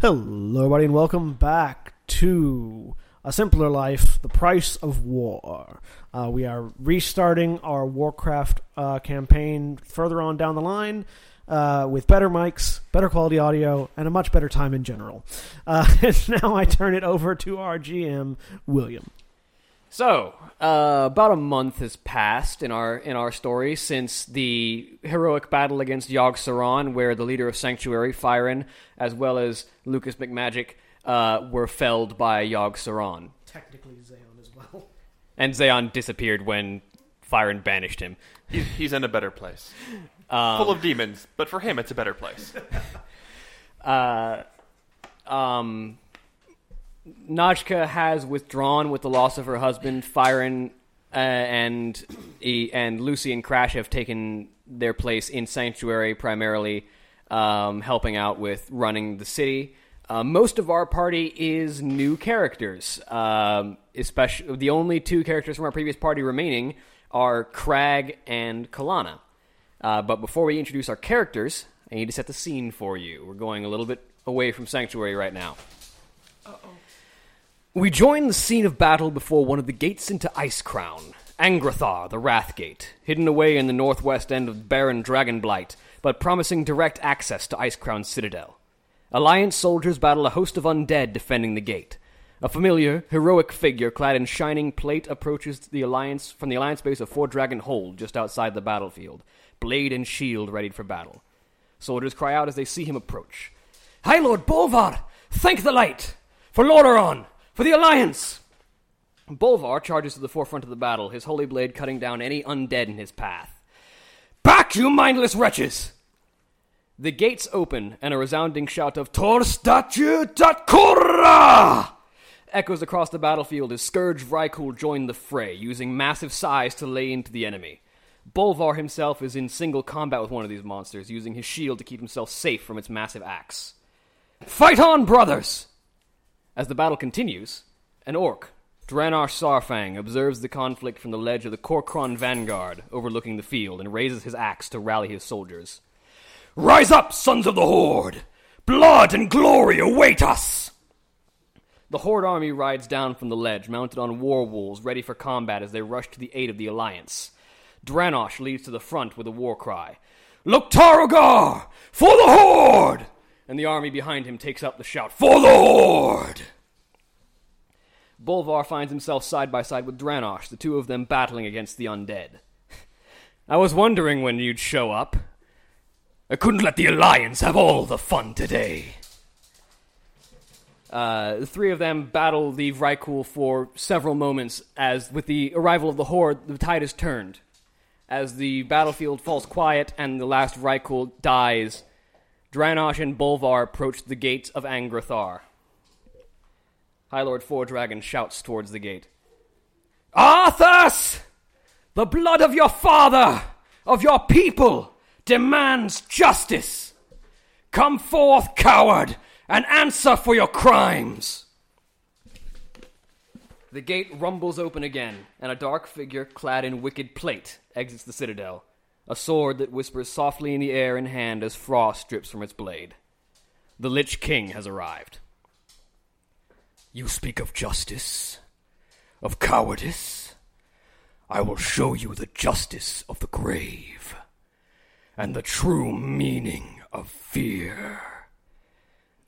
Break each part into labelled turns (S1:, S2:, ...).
S1: Hello, everybody, and welcome back to A Simpler Life The Price of War. Uh, we are restarting our Warcraft uh, campaign further on down the line uh, with better mics, better quality audio, and a much better time in general. Uh, and now I turn it over to our GM, William.
S2: So, uh, about a month has passed in our in our story since the heroic battle against Yog Saron, where the leader of Sanctuary, Firen, as well as Lucas McMagic, uh, were felled by Yog Saron,
S1: Technically, Zayon as well.
S2: and Zayon disappeared when Firen banished him.
S3: He's, he's in a better place. Full of demons, but for him, it's a better place.
S2: um, Najka has withdrawn with the loss of her husband, Firen, uh, and E, and Lucy and Crash have taken their place in Sanctuary, primarily um, helping out with running the city. Uh, most of our party is new characters. Um, especially the only two characters from our previous party remaining are Crag and Kalana. Uh, but before we introduce our characters, I need to set the scene for you. We're going a little bit away from Sanctuary right now. We join the scene of battle before one of the gates into Ice Crown, Angrathar, the Wrath Gate, hidden away in the northwest end of barren Dragonblight, but promising direct access to Ice Crown's citadel. Alliance soldiers battle a host of undead defending the gate. A familiar, heroic figure clad in shining plate approaches the Alliance from the Alliance base of Four Dragon Hold just outside the battlefield, blade and shield readied for battle. Soldiers cry out as they see him approach. High Lord Bolvar! Thank the light! For Lordaeron! For the Alliance! Bolvar charges to the forefront of the battle, his holy blade cutting down any undead in his path. Back, you mindless wretches! The gates open, and a resounding shout of Tor Statue Tatkura! echoes across the battlefield as Scourge Rykul join the fray, using massive size to lay into the enemy. Bolvar himself is in single combat with one of these monsters, using his shield to keep himself safe from its massive axe. Fight on, brothers! As the battle continues, an orc, Dranar Sarfang, observes the conflict from the ledge of the Korkron vanguard overlooking the field and raises his axe to rally his soldiers. Rise up, sons of the Horde! Blood and glory await us! The Horde army rides down from the ledge, mounted on war wolves, ready for combat as they rush to the aid of the Alliance. Dranosh leads to the front with a war cry. Loktarogar! For the Horde! And the army behind him takes up the shout, For the Horde! Bolvar finds himself side by side with Dranosh, the two of them battling against the undead. I was wondering when you'd show up. I couldn't let the Alliance have all the fun today. Uh, the three of them battle the Vrykul for several moments as, with the arrival of the Horde, the tide is turned. As the battlefield falls quiet and the last Vrykul dies, Dranosh and Bolvar approach the gates of Angrathar. High Lord Four Dragon shouts towards the gate. Arthas! The blood of your father, of your people, demands justice. Come forth, coward, and answer for your crimes. The gate rumbles open again, and a dark figure clad in wicked plate exits the citadel, a sword that whispers softly in the air in hand as frost drips from its blade. The Lich King has arrived. You speak of justice, of cowardice. I will show you the justice of the grave and the true meaning of fear.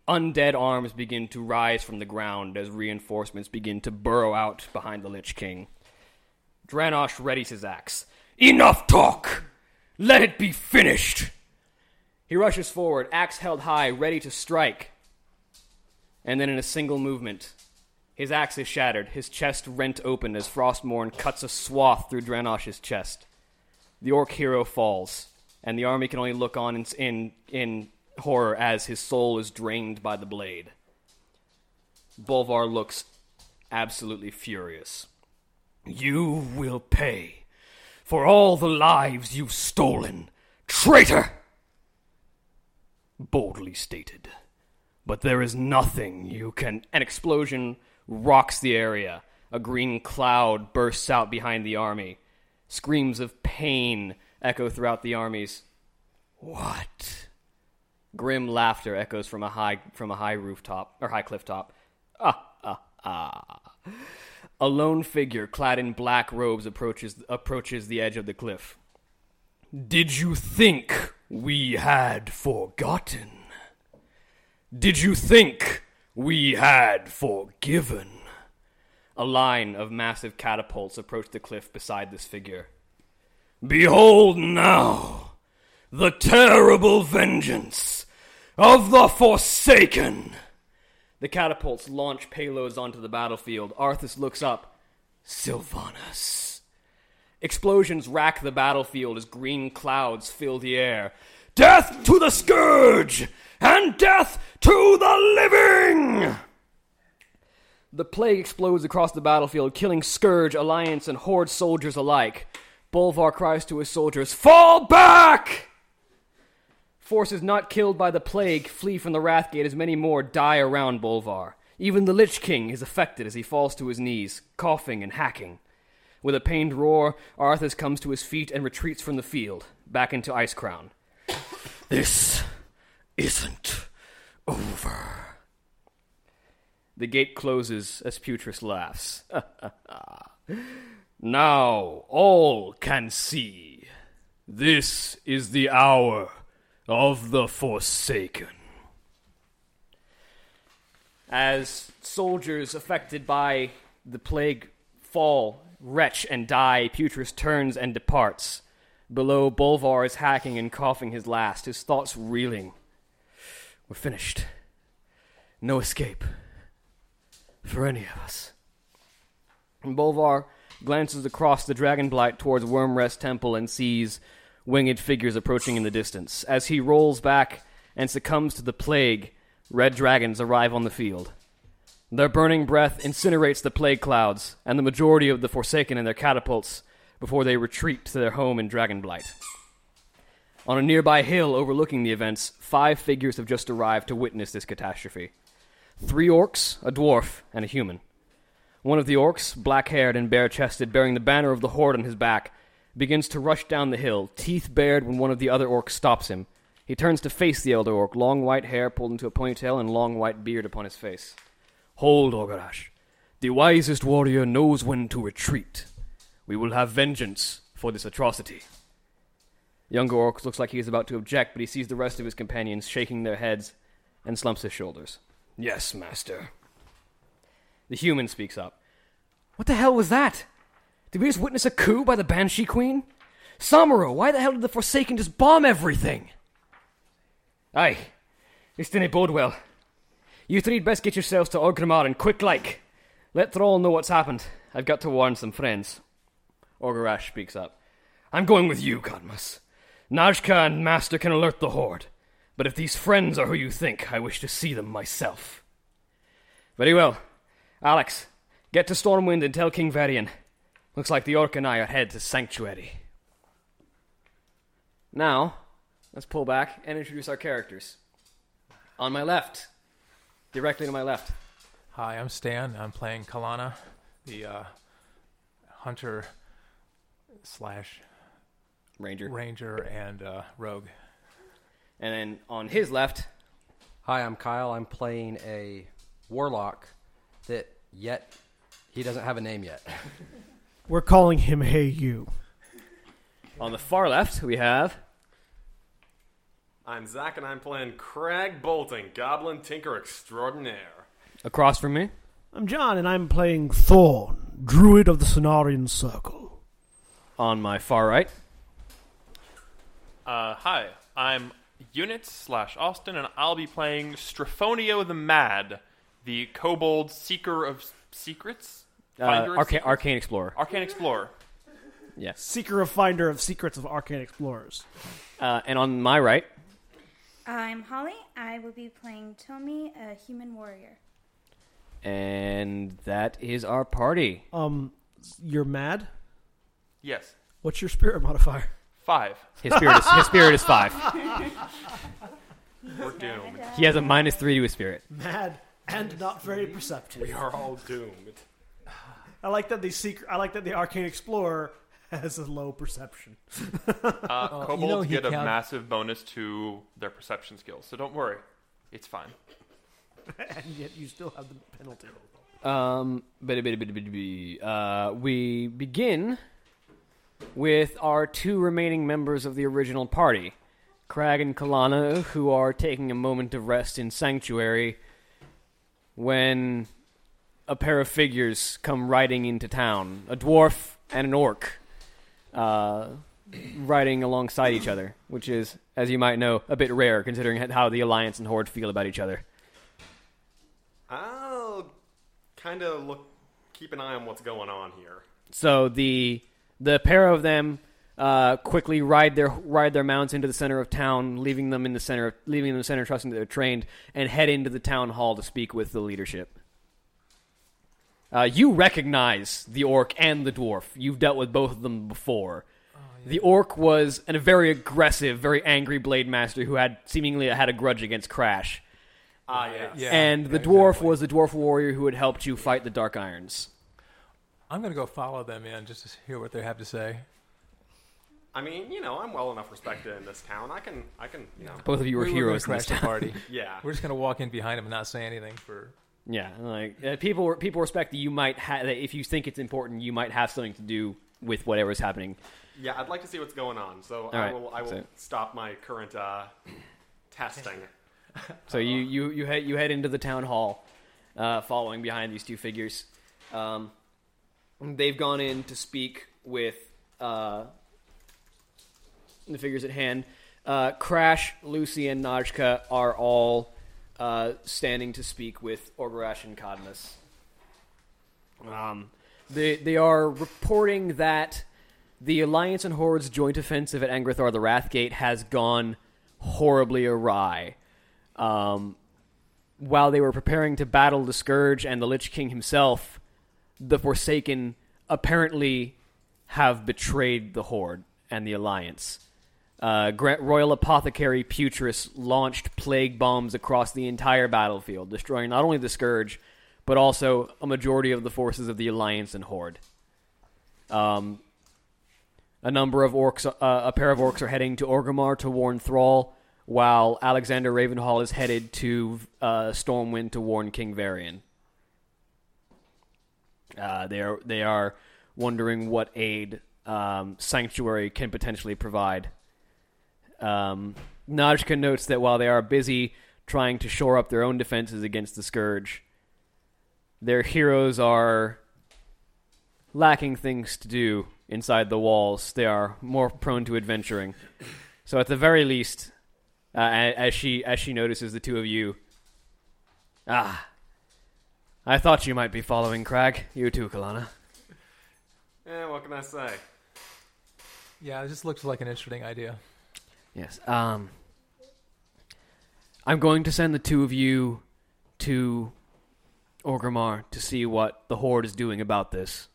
S2: Undead arms begin to rise from the ground as reinforcements begin to burrow out behind the Lich King. Dranosh readies his axe. Enough talk! Let it be finished! He rushes forward, axe held high, ready to strike. And then, in a single movement, his axe is shattered, his chest rent open as Frostmourne cuts a swath through Dranosh's chest. The orc hero falls, and the army can only look on in, in, in horror as his soul is drained by the blade. Bolvar looks absolutely furious. You will pay for all the lives you've stolen, traitor! Boldly stated but there is nothing you can. An explosion rocks the area. A green cloud bursts out behind the army. Screams of pain echo throughout the armies. What Grim laughter echoes from a high from a high rooftop or high cliff top. Ah ah ah. A lone figure clad in black robes approaches approaches the edge of the cliff. Did you think we had forgotten? Did you think we had forgiven? A line of massive catapults approached the cliff beside this figure. Behold now the terrible vengeance of the Forsaken! The catapults launch payloads onto the battlefield. Arthas looks up. Sylvanas. Explosions rack the battlefield as green clouds fill the air. Death to the scourge! And death to the living! The plague explodes across the battlefield, killing Scourge, Alliance, and Horde soldiers alike. Bolvar cries to his soldiers, Fall back! Forces not killed by the plague flee from the Wrathgate as many more die around Bolvar. Even the Lich King is affected as he falls to his knees, coughing and hacking. With a pained roar, Arthas comes to his feet and retreats from the field, back into Ice Crown. This isn't over. The gate closes as Putris laughs. now all can see. This is the hour of the Forsaken. As soldiers affected by the plague fall, retch, and die, Putris turns and departs. Below, Bolvar is hacking and coughing his last, his thoughts reeling. We're finished. No escape for any of us. And Bolvar glances across the Dragon Blight towards Wormrest Temple and sees winged figures approaching in the distance. As he rolls back and succumbs to the plague, red dragons arrive on the field. Their burning breath incinerates the plague clouds and the majority of the Forsaken in their catapults before they retreat to their home in Dragonblight. On a nearby hill overlooking the events, five figures have just arrived to witness this catastrophe three orcs, a dwarf, and a human. One of the orcs, black haired and bare chested, bearing the banner of the Horde on his back, begins to rush down the hill, teeth bared when one of the other orcs stops him. He turns to face the elder orc, long white hair pulled into a ponytail and long white beard upon his face. Hold, Orgarash. The wisest warrior knows when to retreat. We will have vengeance for this atrocity. Younger orc looks like he is about to object, but he sees the rest of his companions shaking their heads and slumps his shoulders. Yes, master. The human speaks up. What the hell was that? Did we just witness a coup by the Banshee Queen? Samuro, why the hell did the Forsaken just bomb everything? Aye, this didn't bode well. You three'd best get yourselves to Orgrimmar and quick like. Let Thrall know what's happened. I've got to warn some friends. Orgarash speaks up. I'm going with you, Cadmus. Najka and Master can alert the Horde. But if these friends are who you think, I wish to see them myself. Very well. Alex, get to Stormwind and tell King Varian. Looks like the orc and I are head to Sanctuary. Now, let's pull back and introduce our characters. On my left, directly to my left,
S4: Hi, I'm Stan. I'm playing Kalana, the uh, hunter slash
S2: Ranger.
S4: ranger and uh, rogue.
S2: And then on his left,
S5: Hi, I'm Kyle. I'm playing a warlock that yet he doesn't have a name yet.
S1: We're calling him Hey You.
S2: on the far left, we have.
S6: I'm Zach, and I'm playing Crag Bolton, Goblin Tinker Extraordinaire.
S2: Across from me.
S1: I'm John, and I'm playing Thorn, Druid of the Sonarian Circle.
S2: On my far right.
S3: Uh, hi, I'm Units slash Austin, and I'll be playing Strafonio the Mad, the kobold seeker of s- secrets,
S2: Uh,
S3: Finder of
S2: Arca-
S3: secrets?
S2: Arcane Explorer.
S3: arcane explorer.
S2: Yes.
S1: Seeker of Finder of Secrets of Arcane Explorers.
S2: Uh, and on my right.
S7: I'm Holly. I will be playing Tomi, a human warrior.
S2: And that is our party.
S1: Um, you're mad?
S3: Yes,
S1: What's your spirit modifier?
S3: five.
S2: His spirit is, his spirit is five.
S3: We're doomed.
S2: He has a minus three to his spirit.
S1: Mad and not very perceptive.
S6: We are all doomed.
S1: I like that the secret. I like that the Arcane Explorer has a low perception.
S3: Uh,
S4: you
S3: kobolds
S4: know he
S3: get a
S4: count-
S3: massive bonus to their perception skills, so don't worry. It's fine.
S1: and yet you still have the penalty.
S2: Um, bitty, bitty, bitty, bitty, bitty. Uh, we begin with our two remaining members of the original party, Crag and Kalana, who are taking a moment of rest in sanctuary when a pair of figures come riding into town a dwarf and an orc uh, riding alongside each other, which is, as you might know, a bit rare considering how the Alliance and Horde feel about each other.
S6: I'll kind of look, keep an eye on what's going on here.
S2: So the the pair of them uh, quickly ride their ride their mounts into the center of town, leaving them in the center, leaving them in the center, trusting that they're trained, and head into the town hall to speak with the leadership. Uh, you recognize the orc and the dwarf. You've dealt with both of them before.
S4: Oh,
S2: The orc was an, a very aggressive, very angry blade master who had seemingly had a grudge against Crash,
S6: Ah, yeah.
S4: Yeah.
S2: and the
S4: yeah,
S2: dwarf
S4: exactly.
S2: was the dwarf warrior who had helped you fight the Dark Irons.
S4: I'm gonna go follow them in just to hear what they have to say.
S6: I mean, you know, I'm well enough respected in this town. I can, I can, you know.
S2: Both of you were
S4: We were
S2: heroes. in
S4: gonna
S2: this
S4: crash the
S2: town.
S4: party.
S6: Yeah.
S4: We're just gonna walk in behind them and not say anything for.
S2: Yeah, like uh, people people respect that you might ha- that if you think it's important, you might have something to do with whatever's happening.
S6: Yeah, I'd like to see what's going on, so I
S2: right,
S6: will, I will
S2: so-
S6: stop my current uh, testing.
S2: So you you you head you head into the town hall, uh, following behind these two figures. Um, they've gone in to speak with uh, the figures at hand. Uh, Crash, Lucy, and Najka are all uh, standing to speak with Orgarash and Cadmus. Um, they they are reporting that the Alliance and Horde's joint offensive at Angrathar the Wrathgate has gone horribly awry. Um, while they were preparing to battle the Scourge and the Lich King himself, the Forsaken apparently have betrayed the Horde and the Alliance. Uh, Gra- Royal Apothecary Putris launched plague bombs across the entire battlefield, destroying not only the Scourge, but also a majority of the forces of the Alliance and Horde. Um, a number of orcs, uh, a pair of orcs, are heading to Orgrimmar to warn Thrall, while Alexander Ravenhall is headed to uh, Stormwind to warn King Varian. Uh, they are they are wondering what aid um, Sanctuary can potentially provide. Um, Najka notes that while they are busy trying to shore up their own defenses against the Scourge, their heroes are lacking things to do inside the walls. They are more prone to adventuring. So, at the very least, uh, a- as she as she notices the two of you, ah, I thought you might be following Crag. You too, Kalana.
S6: Eh, what can I say?
S4: Yeah, it just looks like an interesting idea.
S2: Yes. Um, I'm going to send the two of you to Orgrimmar to see what the Horde is doing about this.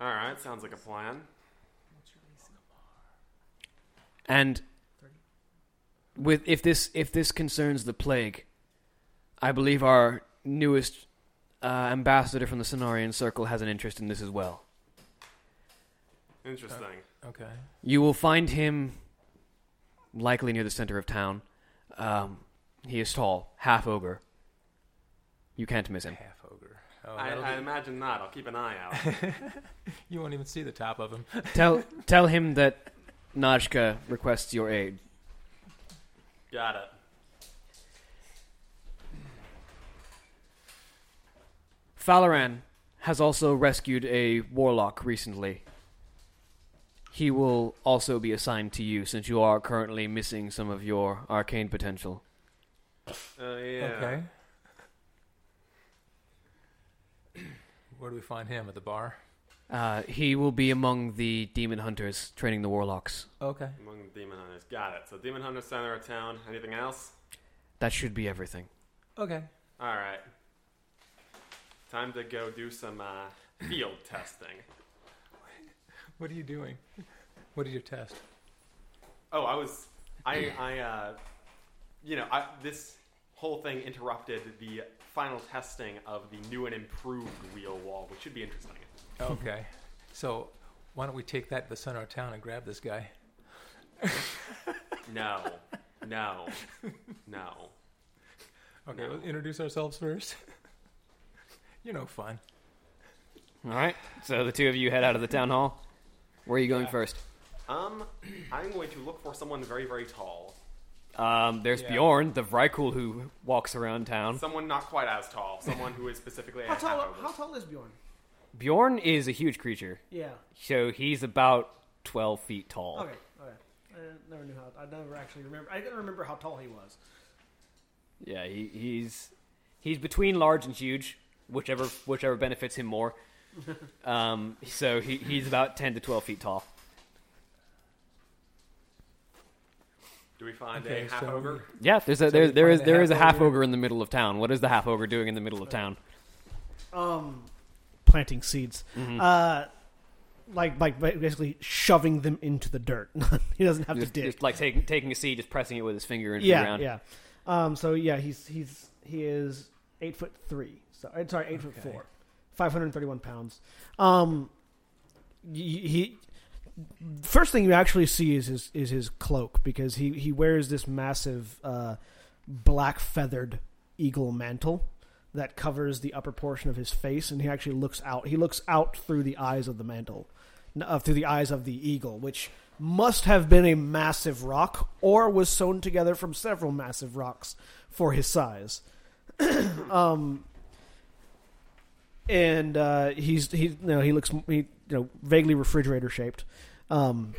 S6: All right, sounds like a plan.
S2: And with if this if this concerns the plague, I believe our newest uh, ambassador from the Cenarian Circle has an interest in this as well.
S6: Interesting.
S4: Okay.
S2: You will find him likely near the center of town. Um, he is tall, half ogre. You can't miss him.
S4: Half ogre. Oh,
S6: I,
S4: that'll
S6: I
S4: be-
S6: imagine not. I'll keep an eye out.
S4: you won't even see the top of him.
S2: tell tell him that Najka requests your aid.
S6: Got it.
S2: Falaran has also rescued a warlock recently. He will also be assigned to you since you are currently missing some of your arcane potential.
S6: Uh, yeah.
S4: Okay. Where do we find him at the bar?
S2: Uh, he will be among the demon hunters training the warlocks.
S4: Okay.
S6: Among the demon hunters. Got it. So demon hunter center of town. Anything else?
S2: That should be everything.
S4: Okay.
S6: All right. Time to go do some uh, field testing.
S4: What are you doing? What is your test?
S6: Oh, I was, I, I, uh, you know, I, this whole thing interrupted the final testing of the new and improved wheel wall, which should be interesting.
S4: Okay. so Why don't we take that to the center of town and grab this guy?
S6: No, no, no.
S4: Okay,
S6: No.
S4: let's introduce ourselves first. You're no fun.
S2: All right. So the two of you head out of the town hall. Where are you going first?
S6: Um, I'm going to look for someone very, very tall.
S2: Um, there's
S4: Yeah.
S2: Bjorn, the Vrykul who walks around town.
S6: Someone not quite as tall. Someone who is specifically
S1: How
S6: a
S1: tall?
S6: half over.
S1: How tall is Bjorn?
S2: Bjorn is a huge creature,
S1: Yeah.
S2: so he's about twelve feet tall.
S1: Okay. Okay. I never knew how. I never actually remember. I didn't remember how tall he was.
S2: Yeah, he, he's he's between large and huge, whichever whichever benefits him more. um, so he, he's about ten to twelve feet tall.
S6: Do we find
S4: Okay,
S6: a half
S4: so
S6: over?
S2: Yeah, there's a
S4: So
S2: there
S4: you
S2: there
S4: find
S2: is
S4: the
S2: there is a half
S4: half-ogre?
S2: ogre in the middle of town. What is the half ogre doing in the middle of town?
S1: Um, planting seeds. Uh, like like ba- basically shoving them into the dirt. he doesn't have
S2: Just,
S1: to dig.
S2: just like taking taking a seed, just pressing it with his finger into the
S1: yeah.
S2: ground.
S1: Yeah. Um. So yeah, he's he's he is eight foot three. So uh, sorry, eight foot
S4: Okay.
S1: four, five hundred thirty-one pounds. Um. y- y- He. First thing you actually see is his is his cloak because he he wears this massive uh, black feathered eagle mantle that covers the upper portion of his face, and he actually looks out. He looks out through the eyes of the mantle, n- uh, through the eyes of the eagle, which must have been a massive rock, or was sewn together from several massive rocks for his size. um, and uh, he's he you know he looks he you know vaguely refrigerator shaped. Um,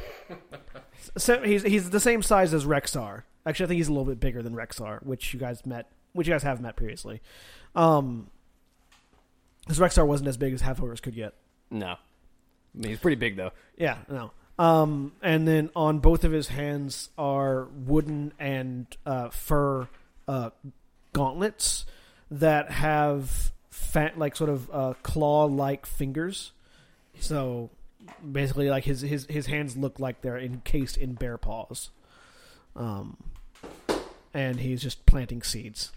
S1: so he's he's the same size as Rexar. Actually, I think he's a little bit bigger than Rexar, which you guys met, which you guys have met previously. Um, because Rexar wasn't as big as half could get.
S2: No, I mean, he's pretty big though.
S1: Yeah, no. Um, and then on both of his hands are wooden and uh, fur uh, gauntlets that have fat, like sort of uh, claw-like fingers. So basically, like his his his hands look like they're encased in bear paws. Um, and he's just planting seeds.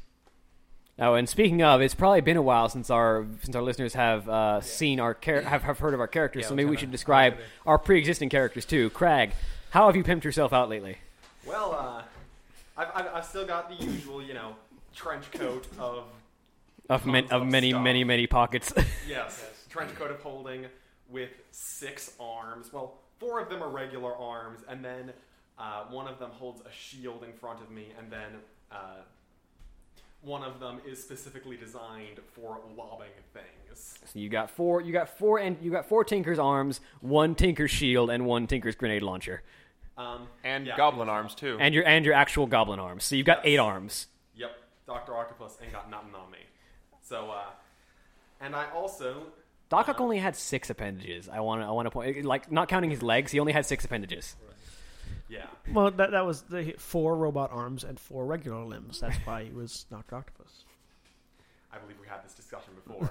S2: Oh, and speaking of, it's probably been a while since our since our listeners have uh, seen our char- have, have heard of our characters. so
S4: Yeah, I was
S2: maybe we
S4: gonna-
S2: should describe
S4: I was
S2: our pre-existing characters too. Crag, how have you pimped yourself out lately?
S6: Well, uh, I've, I've, I've still got the usual, you know, trench coat of
S2: Of, man- of
S6: Constant
S2: many,
S6: stuff.
S2: many, many pockets.
S6: yes, trench coat of holding with six arms. Well, four of them are regular arms, and then uh, one of them holds a shield in front of me, and then uh, one of them is specifically designed for lobbing things.
S2: So you got four. You got four, and you got four Tinker's arms, one Tinker's shield, and one Tinker's grenade launcher,
S6: Um,
S3: And
S6: yeah.
S3: goblin arms too.
S2: and your and your actual goblin arms. So you've got
S6: Yes.
S2: eight arms.
S6: Yep, Doctor Octopus ain't got nothing on me. So, uh, and I also
S2: Doc Ock only had six appendages. I want to. I want to point like not counting his legs. He only had six appendages.
S6: yeah.
S1: Well, that that was the four robot arms and four regular limbs. That's why he was Doctor Octopus.
S6: I believe we had this discussion before.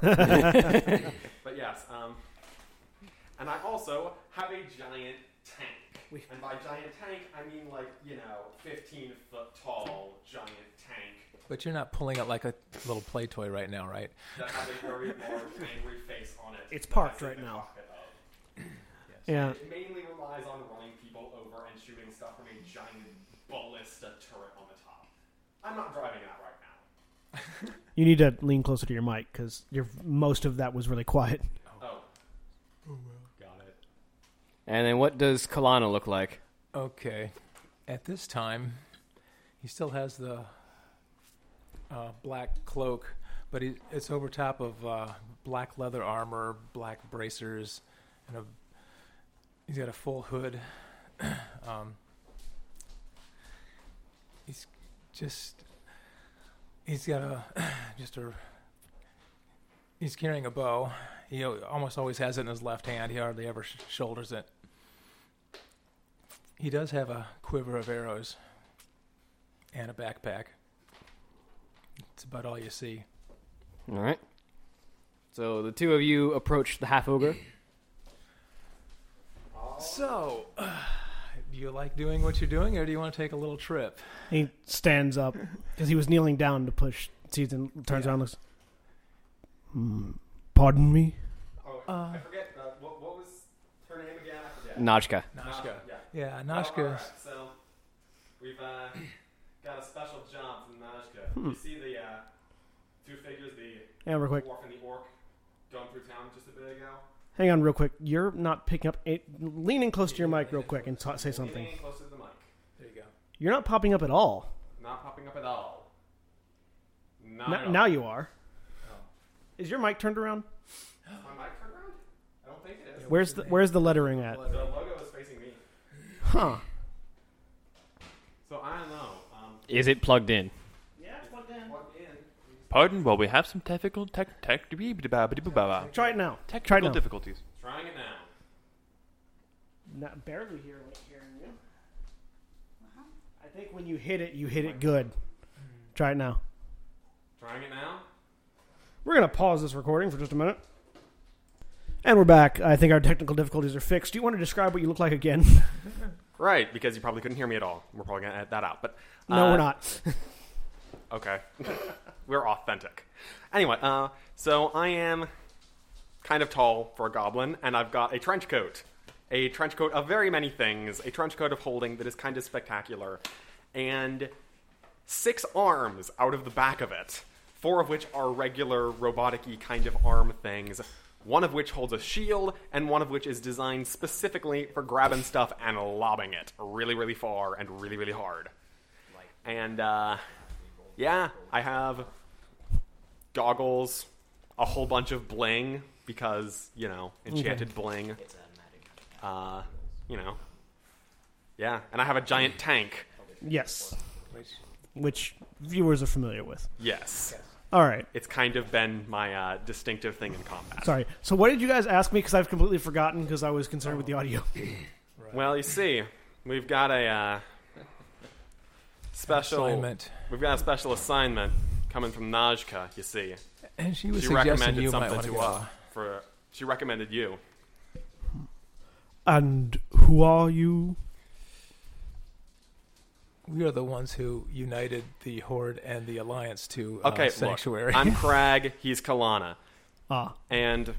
S6: but yes, um, and I also have a giant tank.
S1: We-
S6: and by giant tank, I mean like, you know, 15 foot tall giant tank
S4: But you're not pulling out like a little play toy right now, right?
S6: that has a very large angry face on it.
S1: It's
S6: that I
S1: parked
S6: sit
S1: right
S6: in the
S1: now.
S6: cockpit of.
S1: Yeah.
S6: It mainly relies on running people over and shooting stuff from a giant ballista turret on the top. I'm not driving that right now.
S1: You need to lean closer to your mic because your most of that was really quiet.
S6: Oh. Oh, well. Got it.
S2: And then what does Kalana look like?
S4: Okay. At this time, he still has the uh, black cloak, but he, it's over top of uh, black leather armor, black bracers, and a, he's got a full hood. um, he's just he's got a just a he's carrying a bow. He al- almost always has it in his left hand. He hardly ever sh- shoulders it. He does have a quiver of arrows and a backpack. It's about all you see.
S2: All right. So the two of you approach the half ogre.
S4: So, do you like doing what you're doing, or do you want to take a little trip?
S1: He stands up because he was kneeling down to push seeds and turns around and looks. Hmm, pardon me?
S6: Oh, I forget. Uh, what, what uh, was her name again?
S2: Najka.
S4: Nashka.
S6: Uh, yeah.
S4: Yeah,
S6: Well,
S4: Nashka.
S6: alright, so we've uh, got a special job from Najka. You see the uh, two figures, the
S1: Hang on Hmm. real quick.
S6: dwarf and the orc, going through town just a bit ago.
S1: Hang on real quick. You're not picking up. A, lean in close to your mic real quick and ta say something.
S6: Getting close to the mic.
S4: There you go.
S1: You're not popping up at all.
S6: Not popping up at all. Not at
S1: N-
S6: all.
S1: now you are.
S6: Oh.
S1: Is your mic turned around?
S6: Is my mic turned around? I don't think it is.
S1: Where's the Where's the lettering at?
S6: The logo is facing me.
S1: Huh?
S6: So I don't know. Um,
S2: Is it plugged in?
S1: Yeah, plugged
S6: plug in.
S3: Pardon while we have some technical tech tech technical
S1: Try it now. Try it now.
S3: difficulties.
S6: Trying it now.
S1: Not barely hear, hearing you. I think when you hit it, you hit it good. Hmm. Try it now.
S6: Trying it now.
S1: We're gonna pause this recording for just a minute. And we're back. I think our technical difficulties are fixed. Do you want to describe what you look like again?
S6: Right, because you probably couldn't hear me at all. We're probably gonna edit that out. But
S1: no,
S6: uh,
S1: we're not.
S6: Okay. We're authentic. Anyway, uh, so I am kind of tall for a goblin, and I've got a trench coat. A trench coat of very many things, a trench coat of holding that is kind of spectacular, and six arms out of the back of it, four of which are regular robotic y kind of arm things, one of which holds a shield, and one of which is designed specifically for grabbing stuff and lobbing it really, really far and really, really hard. And, uh, yeah, I have goggles, a whole bunch of bling because you know enchanted bling. Uh, you know, yeah, and I have a giant tank.
S1: yes,
S4: Which,
S1: which viewers are familiar with.
S6: Yes,
S1: All right.
S6: it's kind of been my uh, distinctive thing in combat.
S1: Sorry. So, what did you guys ask me? Because I've completely forgotten because I was concerned with the audio.
S6: Well, you see, we've got a uh, special.
S4: assignment.
S6: We've got a special assignment coming from Najka. You see,
S4: And she was
S6: she
S4: suggesting
S6: recommended
S4: you might
S6: something
S4: want to
S6: to us for. She recommended you.
S1: And who are you?
S4: We are the ones who united the Horde and the Alliance to uh,
S6: Okay, look,
S4: Sanctuary.
S6: I'm Crag. He's Kalana.
S1: Ah,
S6: And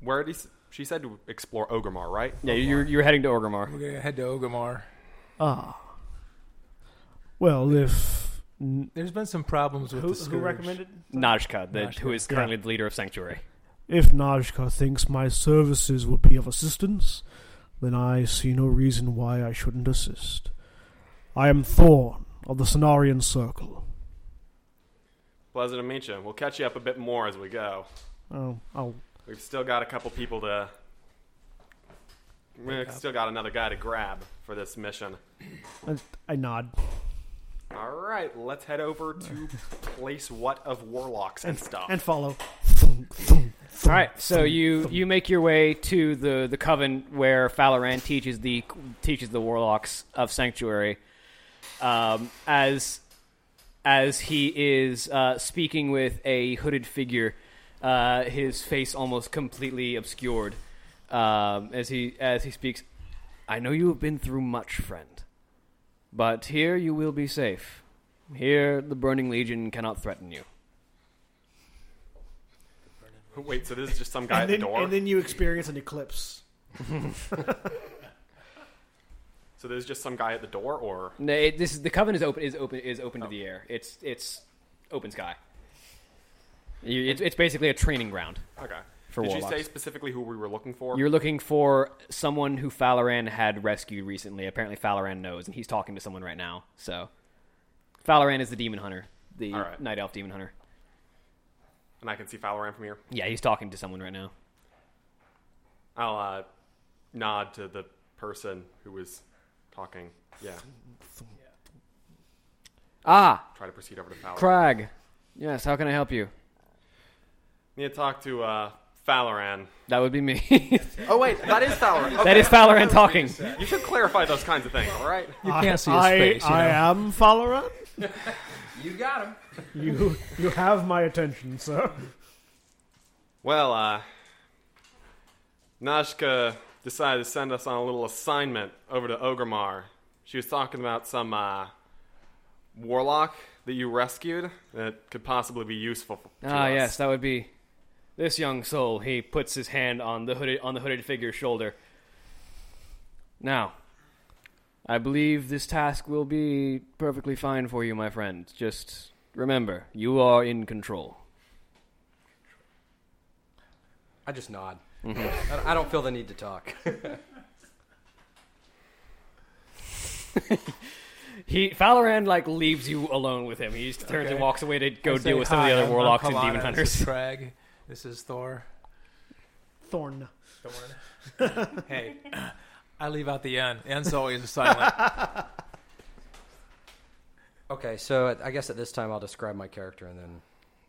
S6: where did he, s- she said to explore Ogremar, right?
S2: Yeah, you're, you're heading to Orgrimmar.
S4: We're going to head to Ogamar.
S1: ah. Well, if n-
S4: There's been some problems with
S1: who,
S4: the
S1: who
S4: Scourge.
S1: recommended?
S2: Najka, the, who
S4: Najka.
S2: is currently the leader of Sanctuary.
S1: If Najka thinks my services would be of assistance, then I see no reason why I shouldn't assist. I am Thorn of the Cenarian Circle.
S6: Pleasure to meet you. We'll catch you up a bit more as we go.
S1: Oh, oh,
S6: We've still got a couple people to. We've still got another guy to grab for this mission.
S1: I, I nod.
S6: All right, let's head over to place what of warlocks and stuff.
S1: and follow.
S2: All right, so you you make your way to the the coven where Falaran teaches the teaches the warlocks of sanctuary. Um, as as he is uh, speaking with a hooded figure, uh, his face almost completely obscured um, as he as he speaks. I know you have been through much, friend, but here you will be safe. Here, the Burning Legion cannot threaten you.
S6: Wait, so this is just some guy at the
S1: then,
S6: door?
S1: and then you experience an eclipse.
S6: so there's just some guy at the door, or
S2: No, it, this is the coven is open is open is
S6: Oh.
S2: open to the air. It's it's open sky. You, it's it's basically a training ground.
S6: okay?
S2: For
S6: Did
S2: warlocks.
S6: you say specifically who we were looking for?
S2: You're looking for someone who Falaran had rescued recently. Apparently, Falaran knows, and he's talking to someone right now. So, Falaran is the demon hunter, the
S6: All right.
S2: night elf demon hunter.
S6: and I can see Falaran from here.
S2: Yeah, he's talking to someone right now.
S6: I'll uh, nod to the person who was talking. Yeah,
S2: Ah,
S6: try to proceed over to Falaran.
S2: Crag. Yes, how can I help you?
S6: Need to talk to uh, Falaran.
S2: That would be me.
S6: Oh wait, that is Falaran.
S2: that is Falaran talking.
S6: You should clarify those kinds of things, all right?
S4: You can't see his
S1: I,
S4: face. You know?
S1: I am Falaran.
S5: You got him.
S1: You you have my attention, sir.
S6: Well, uh, Nashka decided to send us on a little assignment over to Ogremar. She was talking about some uh, warlock that you rescued that could possibly be useful. to
S2: Ah,
S6: us.
S2: yes, that would be this young soul. He puts his hand on the hooded on the hooded figure's shoulder. Now, I believe this task will be perfectly fine for you, my friend. Just remember, you are in control.
S5: I just nod. I- I don't feel the need to talk.
S2: He Valorand like leaves you alone with him. He just turns and
S4: Okay.
S2: walks away to
S4: I
S2: go
S4: say,
S2: deal with some of
S4: "Hi,
S2: the other
S4: I'm- I'm
S2: warlocks and
S4: Kalana.
S2: demon
S4: This
S2: hunters.
S4: is Craig. This is Thor.
S1: Thorn.
S4: hey, I leave out the end. End's always silent.
S5: Okay, so at- I guess at this time I'll describe my character and then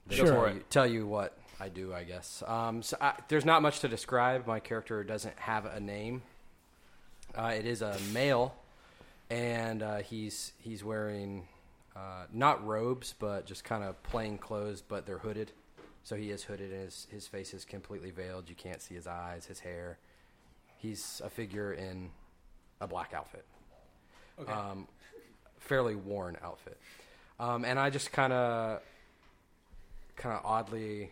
S5: then
S1: Sure.
S5: tell, you, tell you what I do. I guess um, so I, there's not much to describe. My character doesn't have a name. Uh, it is a male, and uh, he's he's wearing uh, not robes, but just kind of plain clothes, but they're hooded. So he is hooded, and his his face is completely veiled. You can't see his eyes, his hair. He's a figure in a black outfit um, fairly worn outfit, um, and I just kind of, kind of oddly,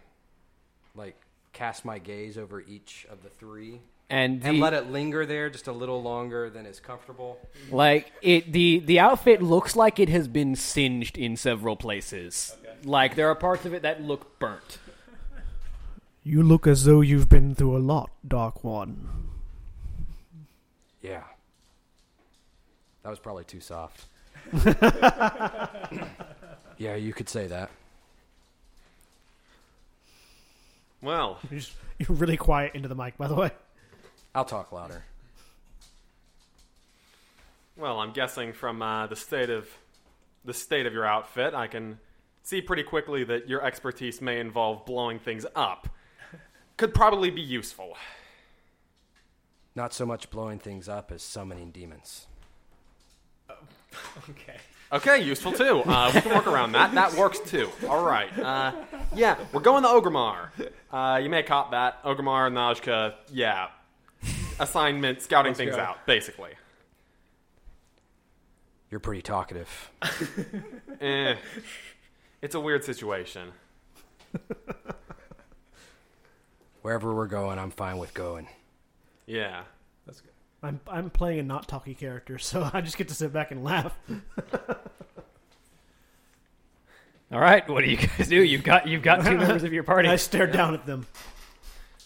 S5: like cast my gaze over each of the three
S2: And, the,
S5: and let it linger there just a little longer than is comfortable.
S2: like it the the outfit looks like it has been singed in several places. Like there are parts of it that look burnt.
S1: You look as though you've been through a lot, Dark One.
S5: Yeah, that was probably too soft. yeah, you could say that.
S6: Well,
S1: You're, just, you're really quiet into the mic, by the way.
S5: I'll talk louder.
S6: well, I'm guessing from uh, the state of the state of your outfit, I can see pretty quickly that your expertise may involve blowing things up. Could probably be useful.
S5: Not so much blowing things up as summoning demons.
S6: Okay, useful too. Uh, we can work around that. That works too. All right. Uh, yeah, we're going to Ogremar. Uh, you may cop that. Ogremar, Najka, yeah. Assignment, scouting things
S5: go.
S6: out, basically.
S5: You're pretty talkative.
S6: Eh. It's a weird situation.
S5: Wherever we're going, I'm fine with going.
S6: Yeah.
S4: That's good.
S1: I'm I'm playing a not talky character, so I just get to sit back and laugh.
S2: All right, what do you guys do? You've got you've got two members of your party.
S1: I stare down at them.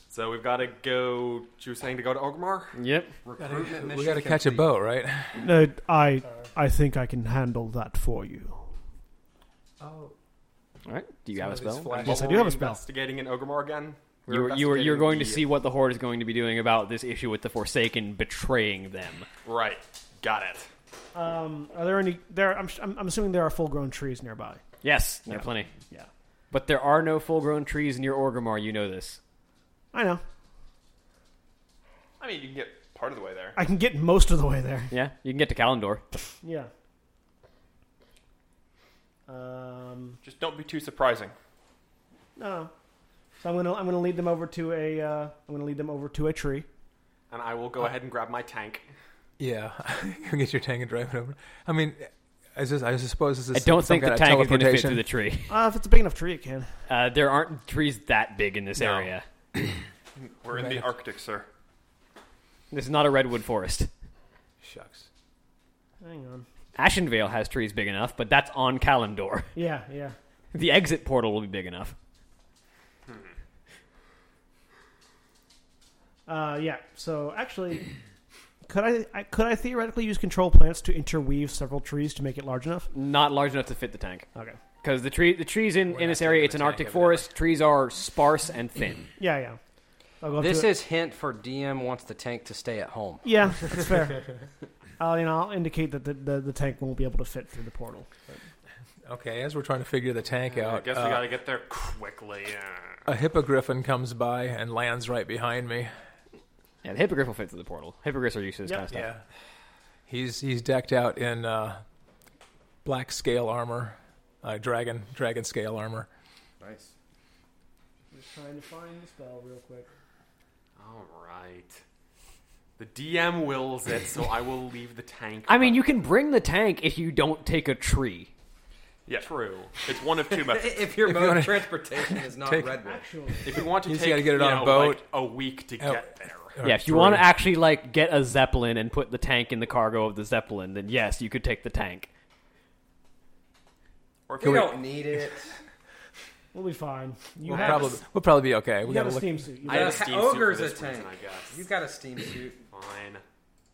S6: So we've got to go. You were saying to go to Ogremar?
S2: Yep.
S5: Recruitment
S4: We got to catch a boat, right?
S1: No, I I think I can handle that for you.
S4: Oh,
S2: All right. Do you have a
S4: Some of these
S2: spell?
S4: flash-
S1: Yes, I
S6: What
S1: do
S6: were
S1: have
S6: we
S1: a spell.
S6: Investigating in Ogremar again. We
S2: You
S6: were
S2: were, you were you were
S6: investigating
S2: going to
S6: the-
S2: see what the horde is going to be doing about this issue with the Forsaken betraying them.
S6: Right. Got it.
S1: Um, are there any? There, I'm I'm, I'm assuming there are full grown trees nearby.
S2: Yes, there are plenty,
S1: Yeah,
S2: but there are no full-grown trees near Orgrimmar. You know this.
S1: I know.
S6: I mean, you can get part of the way there.
S1: I can get most of the way there.
S2: Yeah, you can get to Kalimdor.
S1: Yeah. Um.
S3: Just don't be too surprising.
S1: No. So I'm gonna I'm gonna lead them over to a uh, I'm gonna lead them over to a tree.
S6: And I will go ahead and grab my tank.
S4: yeah. you get your tank and drive it over. I mean, is this, I suppose this is.
S2: I don't
S4: some
S2: think the
S4: kind of
S2: tank is going to fit
S4: teleportation.
S2: through the tree.
S1: Uh, if it's a big enough tree, it can.
S2: Uh, there aren't trees that big in this
S3: No.
S2: area.
S3: We're in the Arctic, sir.
S2: This is not a redwood forest.
S4: Shucks.
S1: Hang on.
S2: Ashenvale has trees big enough, but that's on Kalimdor.
S1: Yeah, yeah.
S2: The exit portal will be big enough.
S1: Uh, yeah. So actually, could I, I could I theoretically use control plants to interweave several trees to make it large enough?
S2: Not large enough to fit the tank
S1: Okay.
S2: because the tree the trees in,
S4: We're
S2: in
S4: not
S2: this area.
S4: taking
S2: It's
S4: the
S2: an
S4: tank,
S2: Arctic
S4: evidently.
S2: forest. Trees are sparse and thin.
S1: Yeah, yeah. I'll go up
S5: This
S1: to it.
S5: is hint for DM wants the tank to stay at home.
S1: Yeah, that's fair. I'll, you know, I'll indicate that the, the, the tank won't be able to fit through the portal.
S4: Okay, as we're trying to figure the tank
S3: I
S4: out,
S3: guess
S4: uh,
S3: we got to get there quickly. Yeah.
S4: a hippogriffin comes by and lands right behind me.
S2: Yeah, the hippogriff will fit through the portal. Hippogriffs are used to this
S1: Yep.
S2: kind of stuff.
S4: Yeah, he's he's decked out in uh, black scale armor, uh, dragon dragon scale armor.
S5: Nice.
S1: Just trying to find the spell real quick.
S6: All right. The DM wills it, so I will leave the tank.
S2: I mean, you can bring the tank if you don't take a tree.
S3: Yeah, true. It's one of two methods.
S5: If your
S4: If you
S5: mode
S4: wanna-
S5: of transportation is not
S4: take-
S5: redwood,
S1: Actually,
S6: If you want to
S4: You just
S3: Take,
S4: gotta get it
S3: you
S4: on a
S3: know,
S4: boat.
S3: like, a week to
S4: Oh.
S3: get there.
S4: or
S2: yeah, if you want to
S4: three.
S2: actually like get a zeppelin and put the tank in the cargo of the zeppelin, then yes, you could take the tank.
S3: Or if
S5: We
S3: you
S5: don't need it.
S1: We'll be fine. You
S4: we'll
S1: have
S4: probably we'll probably be okay.
S1: you
S4: We
S1: have
S4: gotta
S1: a
S4: look.
S1: steam suit. You
S5: I
S1: got-
S5: have
S6: a steam suit
S5: ogres
S6: for
S5: a
S6: this person,
S5: tank.
S6: I guess.
S5: You've got a steam suit.
S6: Fine.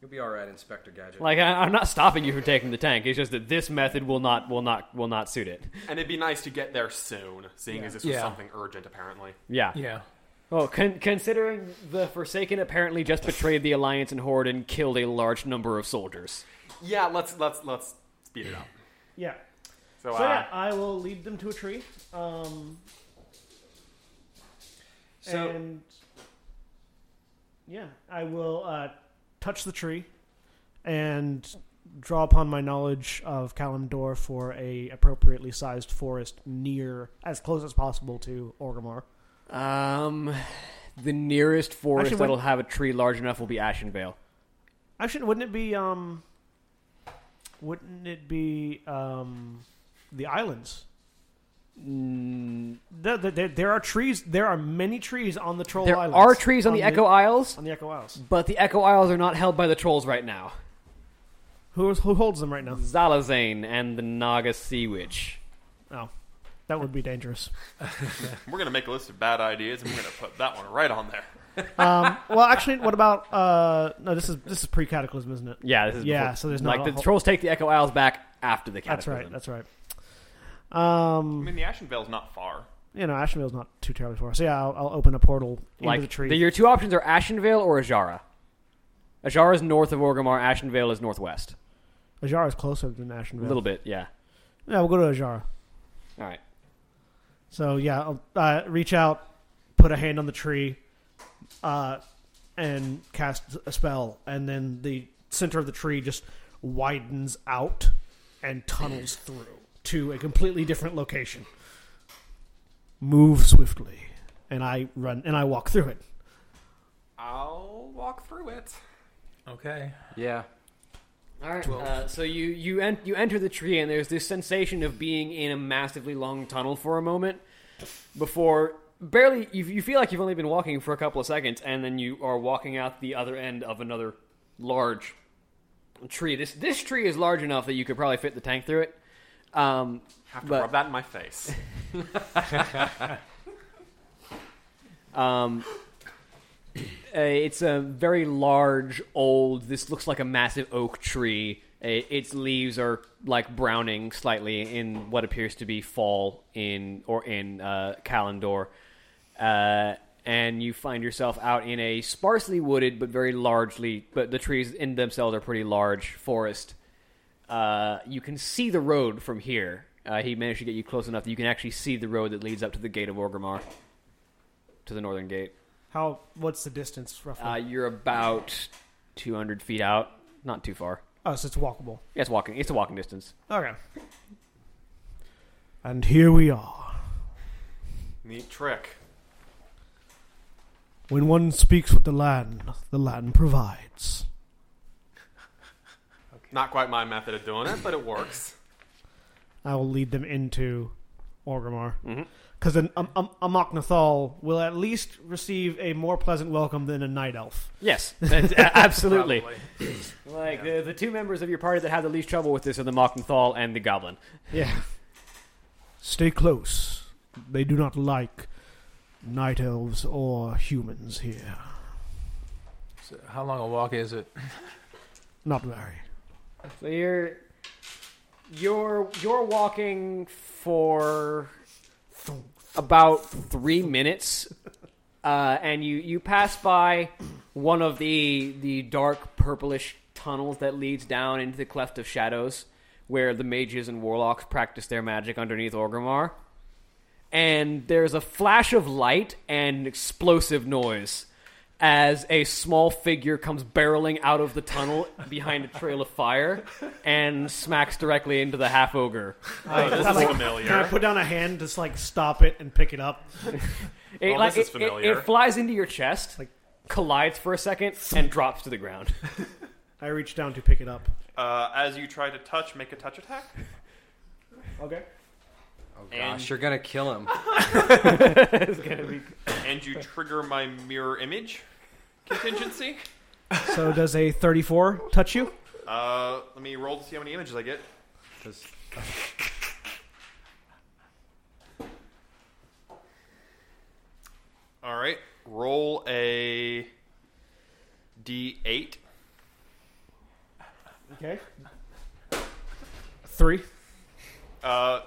S5: You'll be all right, Inspector Gadget.
S2: Like I, I'm not stopping you from taking the tank. It's just that this method will not will not will not suit it.
S6: And it'd be nice to get there soon, seeing as this was
S4: Yeah.
S6: something urgent, apparently.
S2: Yeah.
S4: Yeah.
S2: Well, con- considering the Forsaken apparently just betrayed the Alliance and Horde and killed a large number of soldiers.
S6: Yeah, let's let's let's speed it up.
S1: yeah.
S6: So,
S1: So yeah,
S6: uh,
S1: I will lead them to a tree. Um,
S5: So-
S1: and yeah, I will uh, touch the tree and draw upon my knowledge of Kalimdor for a appropriately sized forest near, as close as possible to Orgrimmar.
S2: Um, the nearest forest
S1: Actually,
S2: that'll
S1: when-
S2: have a tree large enough will be Ashenvale.
S1: Actually, wouldn't it be um, wouldn't it be um, the islands? There, there, there are trees. There are many trees on the Troll
S2: There
S1: Islands.
S2: are trees on, the Echo Isles,
S1: on the Echo Isles.
S2: but the Echo Isles are not held by the trolls right now.
S1: Who who holds them right now?
S2: Zalazane and the Naga Sea Witch.
S1: Oh, that would be dangerous.
S3: we're gonna make a list of bad ideas and we're gonna put that one right on there.
S1: Um, well, actually, what about? Uh, no, this is this is pre Cataclysm, isn't it?
S2: Yeah, this is
S1: Yeah,
S2: before-
S1: so there's not
S2: like
S1: a
S2: the
S1: whole-
S2: trolls take the Echo Isles back after the
S1: That's
S2: cataclysm.
S1: right. That's right.
S3: I
S1: Um,
S3: mean, the Ashenvale's not far.
S1: you know, Ashtonville's not too terribly far. So yeah, I'll, I'll open a portal into
S2: like
S1: the tree.
S2: your two options are Ashenvale or Ajara. Ajara is north of Orgrimmar. Ashenvale is northwest.
S1: Ajara is closer than Ashtonville.
S2: A little bit, yeah.
S1: Yeah, we'll go to Ajara.
S2: All right.
S1: So yeah, I'll, uh, reach out, put a hand on the tree, uh, and cast a spell, and then the center of the tree just widens out and tunnels through to a completely different location. Move swiftly, and I run and I walk through it.
S6: I'll walk through it.
S4: Okay.
S5: Yeah.
S2: All right. Uh, so you you en- you enter the tree, and there's this sensation of being in a massively long tunnel for a moment before barely you, you feel like you've only been walking for a couple of seconds, and then you are walking out the other end of another large tree. This this tree is large enough that you could probably fit the tank through it. Um,
S6: Have to
S2: But-
S6: rub that in my face.
S2: Um, uh, it's a very large, old. This looks like a massive oak tree. Uh, Its leaves are like browning slightly in what appears to be fall in or in uh, Kalendor, uh, and you find yourself out in a sparsely wooded but very largely, but the trees in themselves are pretty large forest. Uh, you can see the road from here. Uh, he managed to get you close enough that you can actually see the road that leads up to the gate of Orgrimmar to the northern gate.
S1: How? What's the distance roughly?
S2: Uh, you're about 200 feet out, not too far.
S1: oh, so it's walkable.
S2: Yeah, it's walking. It's a walking distance.
S1: Okay. And here we are.
S6: Neat trick.
S1: When one speaks with the land, the land provides.
S6: Not quite my method of doing it, but it works.
S1: I will lead them into Orgrimmar. Because mm um, um, Amoknathal will at least receive a more pleasant welcome than a night elf.
S2: Yes, that's- a- absolutely.
S4: Probably.
S2: Like uh, the, the two members of your party that have the least trouble with this are the Mockenthal and the Goblin.
S1: Yeah. Stay close. They do not like night elves or humans here.
S4: So how long a walk is it?
S1: Not very.
S2: So you're you're you're walking for about three minutes, uh, and you you pass by one of the the dark purplish tunnels that leads down into the cleft of shadows, where the mages and warlocks practice their magic underneath Orgrimmar. And there's a flash of light and explosive noise as a small figure comes barreling out of the tunnel behind a trail of fire and smacks directly into the half ogre.
S1: I,
S3: this
S1: I
S3: is
S1: like-
S3: familiar.
S1: Can I put down a hand, just like stop it and pick it up?
S2: It,
S3: Well,
S2: like,
S3: this is
S2: it- it-
S3: familiar.
S2: It, flies into your chest,
S1: Like-
S2: collides for a second, and drops to the ground.
S1: I reach down to pick it up.
S3: Uh, as you try to touch, make a touch attack.
S1: Okay.
S5: Oh gosh,
S3: And-
S5: you're gonna kill him.
S3: and you trigger my mirror image. contingency?
S1: So does a 34 touch you?
S6: Uh, let me roll to see how many images I get.
S5: 'Cause-
S6: All right,
S3: Roll a d8.
S1: Okay. Three.
S3: Uh,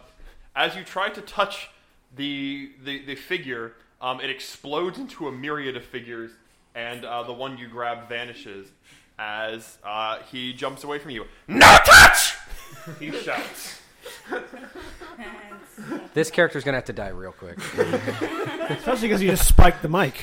S3: as you try to touch the the, the figure, um, it explodes into a myriad of figures, and uh, the one you grab vanishes as uh, he jumps away from you. No touch! he shouts.
S5: This character's gonna have to die real quick.
S1: Especially because you just spiked the mic.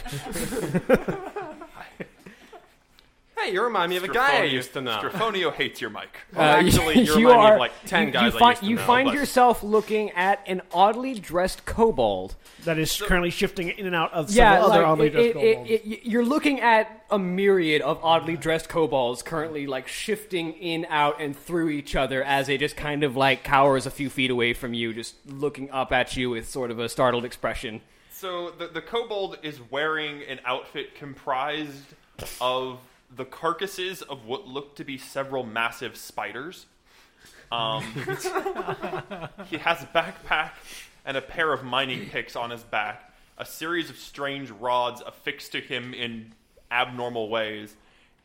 S5: hey, you remind me of
S8: guy I used to know.
S3: Strafonio hates your mic.
S2: Uh,
S8: actually, you
S2: you
S8: remind me
S2: are-
S8: of like 10
S2: you,
S8: guys
S2: You
S8: I
S2: find,
S8: used to
S2: you
S8: know,
S2: find
S8: but-
S2: yourself looking at an oddly dressed kobold.
S1: That is currently shifting in and out of several
S2: Yeah,
S1: other
S2: like,
S1: oddly
S2: it-
S1: dressed
S2: it-
S1: kobolds.
S2: it- it- you're looking at a myriad of oddly dressed kobolds currently like shifting in, out, and through each other as they just kind of like cowers a few feet away from you, just looking up at you with sort of a startled expression.
S3: So the, the kobold is wearing an outfit comprised of the carcasses of what look to be several massive spiders. Um, he has a backpack and a pair of mining picks on his back, a series of strange rods affixed to him in abnormal ways,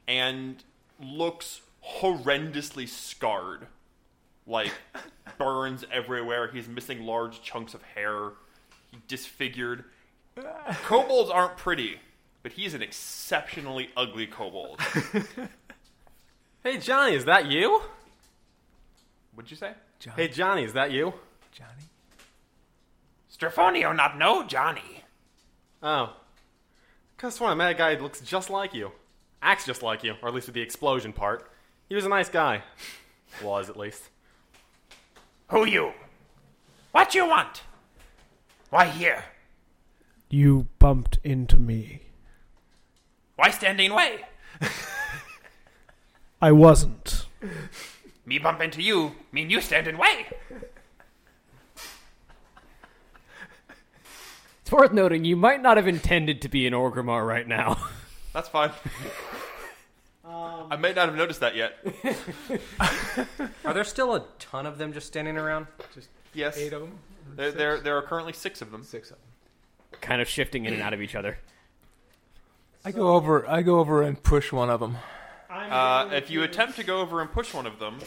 S3: and looks horrendously scarred. Like, burns everywhere. He's missing large chunks of hair. He disfigured. Kobolds aren't pretty, but he's an exceptionally ugly kobold.
S8: Hey, Johnny, is that you?
S3: What'd you say?
S4: Johnny,
S8: Hey, Johnny, is that you?
S4: Johnny.
S3: Strafonio not know Johnny.
S8: Oh. Guess what? I met a guy that looks just like you. Acts just like you, or at least with the explosion part. He was a nice guy. Was, at least.
S3: Who you? What you want? Why here?
S1: you bumped into me.
S3: Why standing way?
S1: I wasn't.
S3: Me bump into you mean you stand in way.
S2: It's worth noting you might not have intended to be an Orgrimmar right now.
S3: That's fine. I may not have noticed that yet.
S5: Are there still a ton of them just standing around?
S3: Yes,
S4: Eight of them?
S3: there, there, there are currently six of them.
S4: Six of them.
S2: kind of shifting in and out of each other.
S4: I go over. I go over and push one of them.
S3: Uh, if you attempt to go over and push one of them,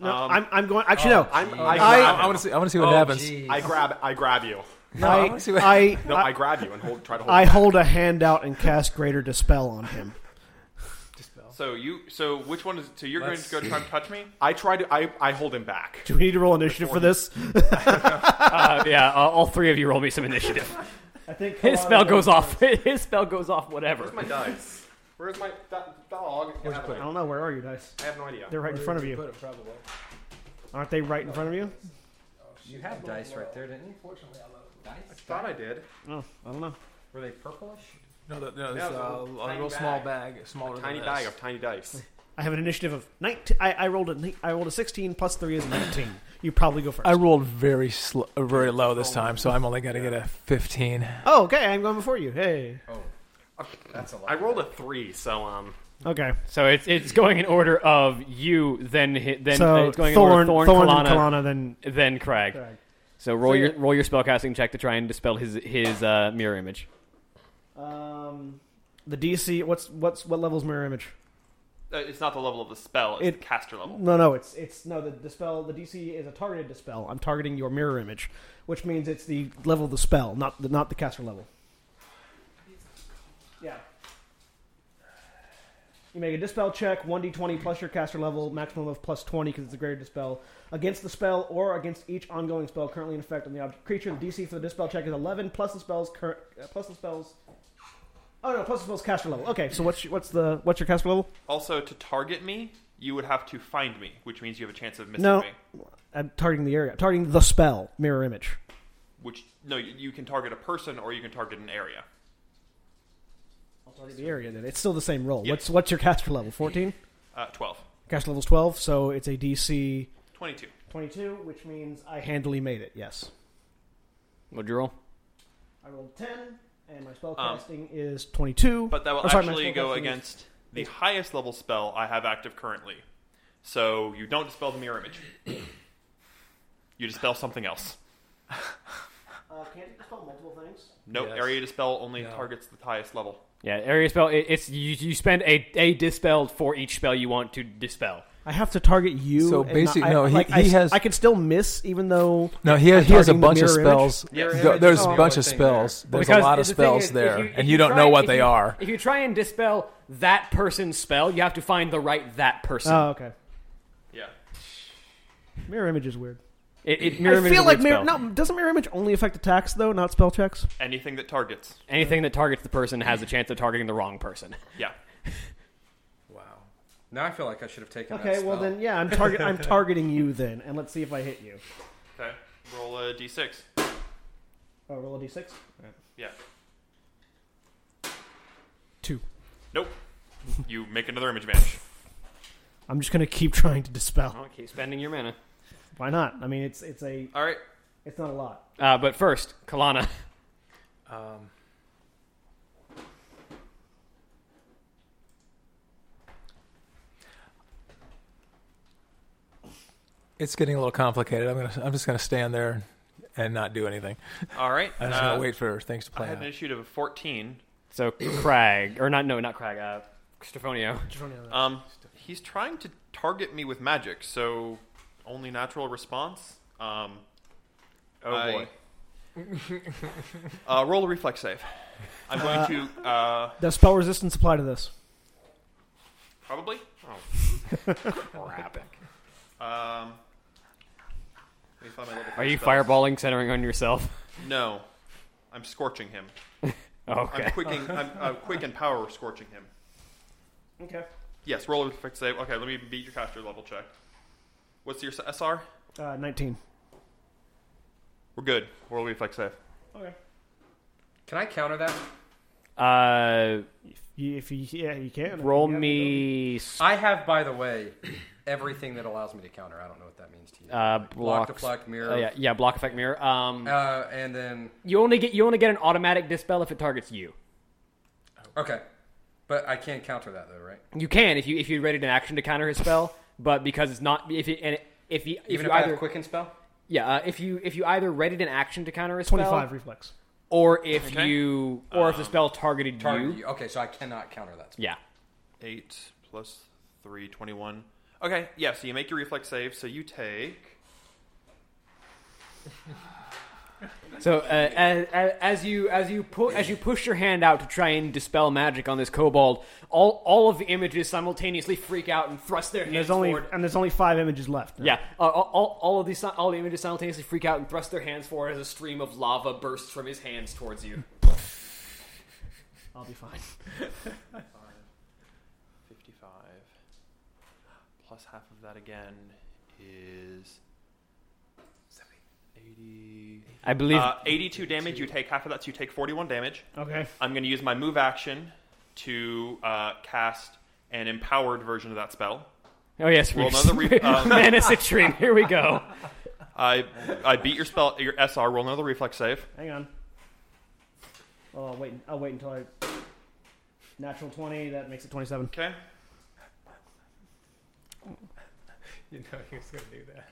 S1: No,
S3: um,
S1: I'm, I'm going. Actually, no.
S8: I'm, I,
S4: I,
S8: grab,
S4: want to see. I want to see what
S5: Oh,
S4: happens.
S5: geez.
S8: I grab. I grab you.
S1: No,
S4: I
S1: I,
S4: wanna see what-
S1: I,
S8: No,
S1: I-
S8: I, grab you and hold. Try to hold.
S1: I
S8: you back.
S1: hold a hand out and cast Greater Dispel on him.
S3: so you, so which one is? So you're
S4: Let's-
S3: going to go try and touch me?
S8: I try to. I, I hold him back.
S1: Do we need to roll initiative for this?
S2: Uh, yeah, uh, all three of you roll me some initiative.
S1: I think
S2: His spell goes off. His spell goes off. Whatever.
S8: Where's my dice? Where's my that dog? I have,
S1: I don't know. Where are you guys?
S8: I have no idea.
S1: They're right in front of you. Aren't they right in front of you?
S5: You had dice right there, didn't you?
S8: I thought I did.
S1: Oh, I don't know.
S5: Were they purplish?
S4: No, no, no, it's
S8: Yeah,
S4: a,
S8: it's a
S4: Uh, a
S8: little tiny
S4: real
S8: bag.
S4: small bag, smaller than
S8: Tiny
S4: this.
S8: bag of tiny dice.
S1: I have an initiative of 19. I, I rolled a ni- I rolled a 16 plus 3 is 19. You probably go first.
S4: I rolled very slow, very low this time, so I'm only gonna get a 15.
S1: oh, okay. I'm going before you. Hey.
S5: That's a lot.
S8: I rolled a three, so um.
S1: Okay.
S2: So it's it's going in order of you, then hi- then uh,
S1: So
S2: it's going
S1: Thorn,
S2: in order
S1: Thorn,
S2: of Thorn,
S1: and
S2: Kalana,
S1: Kalana, then
S2: then Crag.
S1: Crag.
S2: So roll
S1: So,
S2: your
S1: yeah.
S2: roll your spellcasting check to try and dispel his his uh, mirror image.
S1: um, the DC. What's what's what level's mirror image?
S3: Uh, it's not the level of the spell; it's
S1: It-
S3: the caster level.
S1: No, no. It's it's no. The dispel. The DC is a targeted dispel. I'm targeting your mirror image, which means it's the level of the spell, not the not the caster level. Yeah. You make a dispel check, 1d20 plus your caster level, maximum of plus 20 because it's a greater dispel, against the spell or against each ongoing spell currently in effect on the object creature. The DC for the dispel check is 11 plus the spell's current uh, plus the spell's Oh no, plus the spell's caster level. Okay, so what's your- what's the what's your caster level?
S3: Also, to target me, you would have to find me, which means you have a chance of missing
S1: No.
S3: me.
S1: I'm targeting the area. Targeting the spell, mirror image.
S3: Which no, you, you can target a person or you can target an area.
S1: I'll target the area then. It's still the same roll.
S3: Yeah.
S1: What's what's your caster level? 14?
S3: Uh, 12.
S1: Caster level's 12, so it's a DC
S3: 22.
S1: 22, which means I handily made it. Yes.
S2: What'd you roll?
S1: I rolled 10 and my spellcasting is 22.
S3: Um, But that will
S1: I'm Oh, sorry, my
S3: actually go
S1: spellcasting is-
S3: against the highest level spell I have active currently. So you don't dispel the mirror image. you dispel something else.
S1: Uh, can it dispel multiple things?
S3: No
S4: Yes.
S3: area dispel only
S4: No.
S3: targets the highest level.
S2: Yeah, area spell. It, it's you, you spend a a dispelled for each spell you want to dispel.
S1: I have to target you.
S4: So
S1: and
S4: basic-
S1: not- I,
S4: no, he-
S1: like, I,
S4: he has-
S1: I can still miss, even though.
S4: No, he has, he has a
S1: Targeting the
S4: bunch of
S1: mirror image?
S4: spells.
S3: Mirror
S4: Th-
S3: image
S4: There's
S3: is
S4: a
S3: the
S4: bunch of
S3: only thing there.
S4: spells. There's
S2: Because
S4: a lot of
S2: the thing
S4: spells
S2: is, if
S4: there,
S2: if
S4: and you don't
S2: try-
S4: know what
S2: if
S4: they
S2: you-
S4: are.
S2: If you try and dispel that person's spell, you have to find the right that person.
S1: Oh, okay.
S3: Yeah.
S1: Mirror image is weird.
S2: it, it mirror
S1: I
S2: image
S1: feel
S2: is a
S1: like
S2: weird
S1: mirror.
S2: spell.
S1: No, doesn't mirror image only affect attacks though, not spell checks?
S3: Anything that targets.
S2: Anything that targets the person has a chance of targeting the wrong person.
S3: Yeah.
S5: Wow. Now I feel like I should have taken.
S1: Okay,
S5: that
S1: well
S5: spell.
S1: then, yeah, I'm target. I'm targeting you then, and let's see if I hit you.
S3: Okay. Roll a d6.
S1: Oh, roll a d6.
S3: Yeah.
S1: Two.
S3: Nope. you make another image match.
S1: I'm just gonna keep trying to dispel.
S2: Well, keep spending your mana.
S1: Why not? I mean, it's it's a
S3: All right.
S1: it's not a lot.
S2: Uh, but first, Kalana.
S4: Um, it's getting a little complicated. I'm gonna. I'm just gonna stand there and not do anything.
S3: All right.
S4: I'm just
S3: Uh,
S4: gonna wait for things to
S3: I
S4: play
S3: had
S4: out.
S3: an issue of a 14.
S2: So Crag, or not? No, not Crag. Uh, Stefanio.
S3: Um, he's trying to target me with magic, so only natural response. Um,
S2: Oh
S3: I-
S2: boy.
S3: uh, roll a reflex save. I'm going to uh,
S1: Does spell resistance apply to this?
S3: probably.
S2: Oh. Crap.
S3: Um, let me find my level
S2: Are you
S3: spells.
S2: fireballing, centering on yourself?
S3: No, I'm scorching him. I'm
S2: Okay.
S3: quicking. I'm, I'm quick and power scorching him.
S1: Okay.
S3: Yes, roll a reflex save. Okay, let me beat your caster level check. What's your SR?
S1: Uh, 19.
S3: We're good. Roll a reflex save.
S1: Okay.
S5: Can I counter that?
S2: Uh,
S1: You, if you yeah, you can
S2: roll
S1: Yeah,
S2: me s-
S5: I have, by the way, everything that allows me to counter. I don't know what that means to you.
S2: uh,
S5: block
S2: blocks.
S5: to block mirror.
S2: Uh, yeah, yeah, block effect mirror. Um,
S5: Uh, and then
S2: you only get you only get an automatic dispel if it targets you.
S5: okay, but I can't counter that though, right?
S2: You can if you if you readied an action to counter his spell, but because it's not if it, and it, if you if
S5: Even
S2: you
S5: if I
S2: either
S5: have quicken spell.
S2: yeah uh, if you if you either readied an action to counter his spell
S1: 25 reflex.
S2: or if
S3: Okay.
S2: you or if the spell targeted
S5: Um, Target
S2: you
S5: you. Okay, so I cannot counter that. Spell.
S2: yeah
S3: 8 plus 3, 21. Okay, yeah, so you make your reflex save, so you take.
S2: So uh, as, as you as you pu- as you push your hand out to try and dispel magic on this kobold, all all of the images simultaneously freak out and thrust their hands
S1: And there's only
S2: forward.
S1: and there's only five images left.
S2: Yeah, uh, all, all- all of these si- all the images simultaneously freak out and thrust their hands forward as a stream of lava bursts from his hands towards you.
S1: I'll be fine.
S3: 55. Plus half of that again is. 80.
S2: I believe
S3: Uh, 82 damage, you take half of that, so you take 41 damage.
S1: Okay.
S3: I'm going to use my move action to uh, cast an empowered version of that spell.
S2: Oh yes,
S3: Roll
S2: we
S3: another re- um,
S2: mana citrine. Here we go.
S3: I I beat your spell, your SR. Roll another reflex save.
S1: Hang on. Well, I'll wait. I'll wait until I natural 20. That makes it 27.
S3: Okay.
S4: You know he was gonna do that.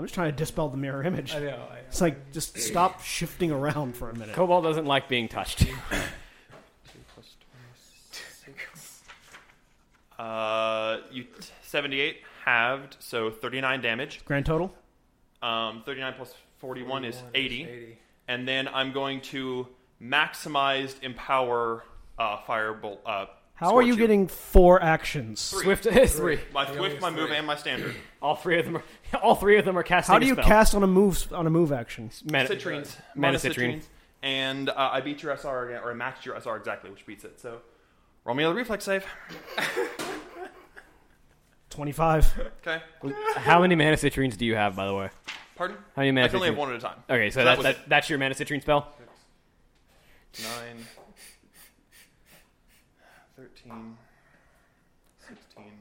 S1: I'm just trying to dispel the mirror image.
S4: I know. I,
S1: It's like just stop shifting around for a minute.
S2: Cobalt doesn't like being touched.
S3: Uh, you t- 78 halved, so 39 damage.
S1: Grand total.
S3: Um, 39 plus 41 is 80.
S4: 80.
S3: And then I'm going to maximized empower uh, firebolt. Uh,
S1: How are
S3: scorch
S1: you getting four actions?
S2: Swift three.
S3: my swift, my move, and my standard?
S2: All three of them. Are, all three of them are casting.
S1: How do
S2: a
S1: you
S2: spell.
S1: cast on a move on a move action?
S2: Mana-
S3: Citrines,
S2: Mana
S3: Mana
S2: citrine.
S3: citrines. And uh, I beat your SR again, or I matched your SR exactly, which beats it. So roll me another reflex save.
S1: 25.
S3: Okay.
S2: How many mana citrines do you have, by the way?
S3: Pardon?
S2: How many mana
S3: I can only
S2: citrine-
S3: have one at a time.
S2: Okay, so,
S3: So that
S2: that,
S3: was
S2: that,
S3: it.
S2: that's your mana citrine spell.
S3: Nine, thirteen, sixteen.
S2: Um,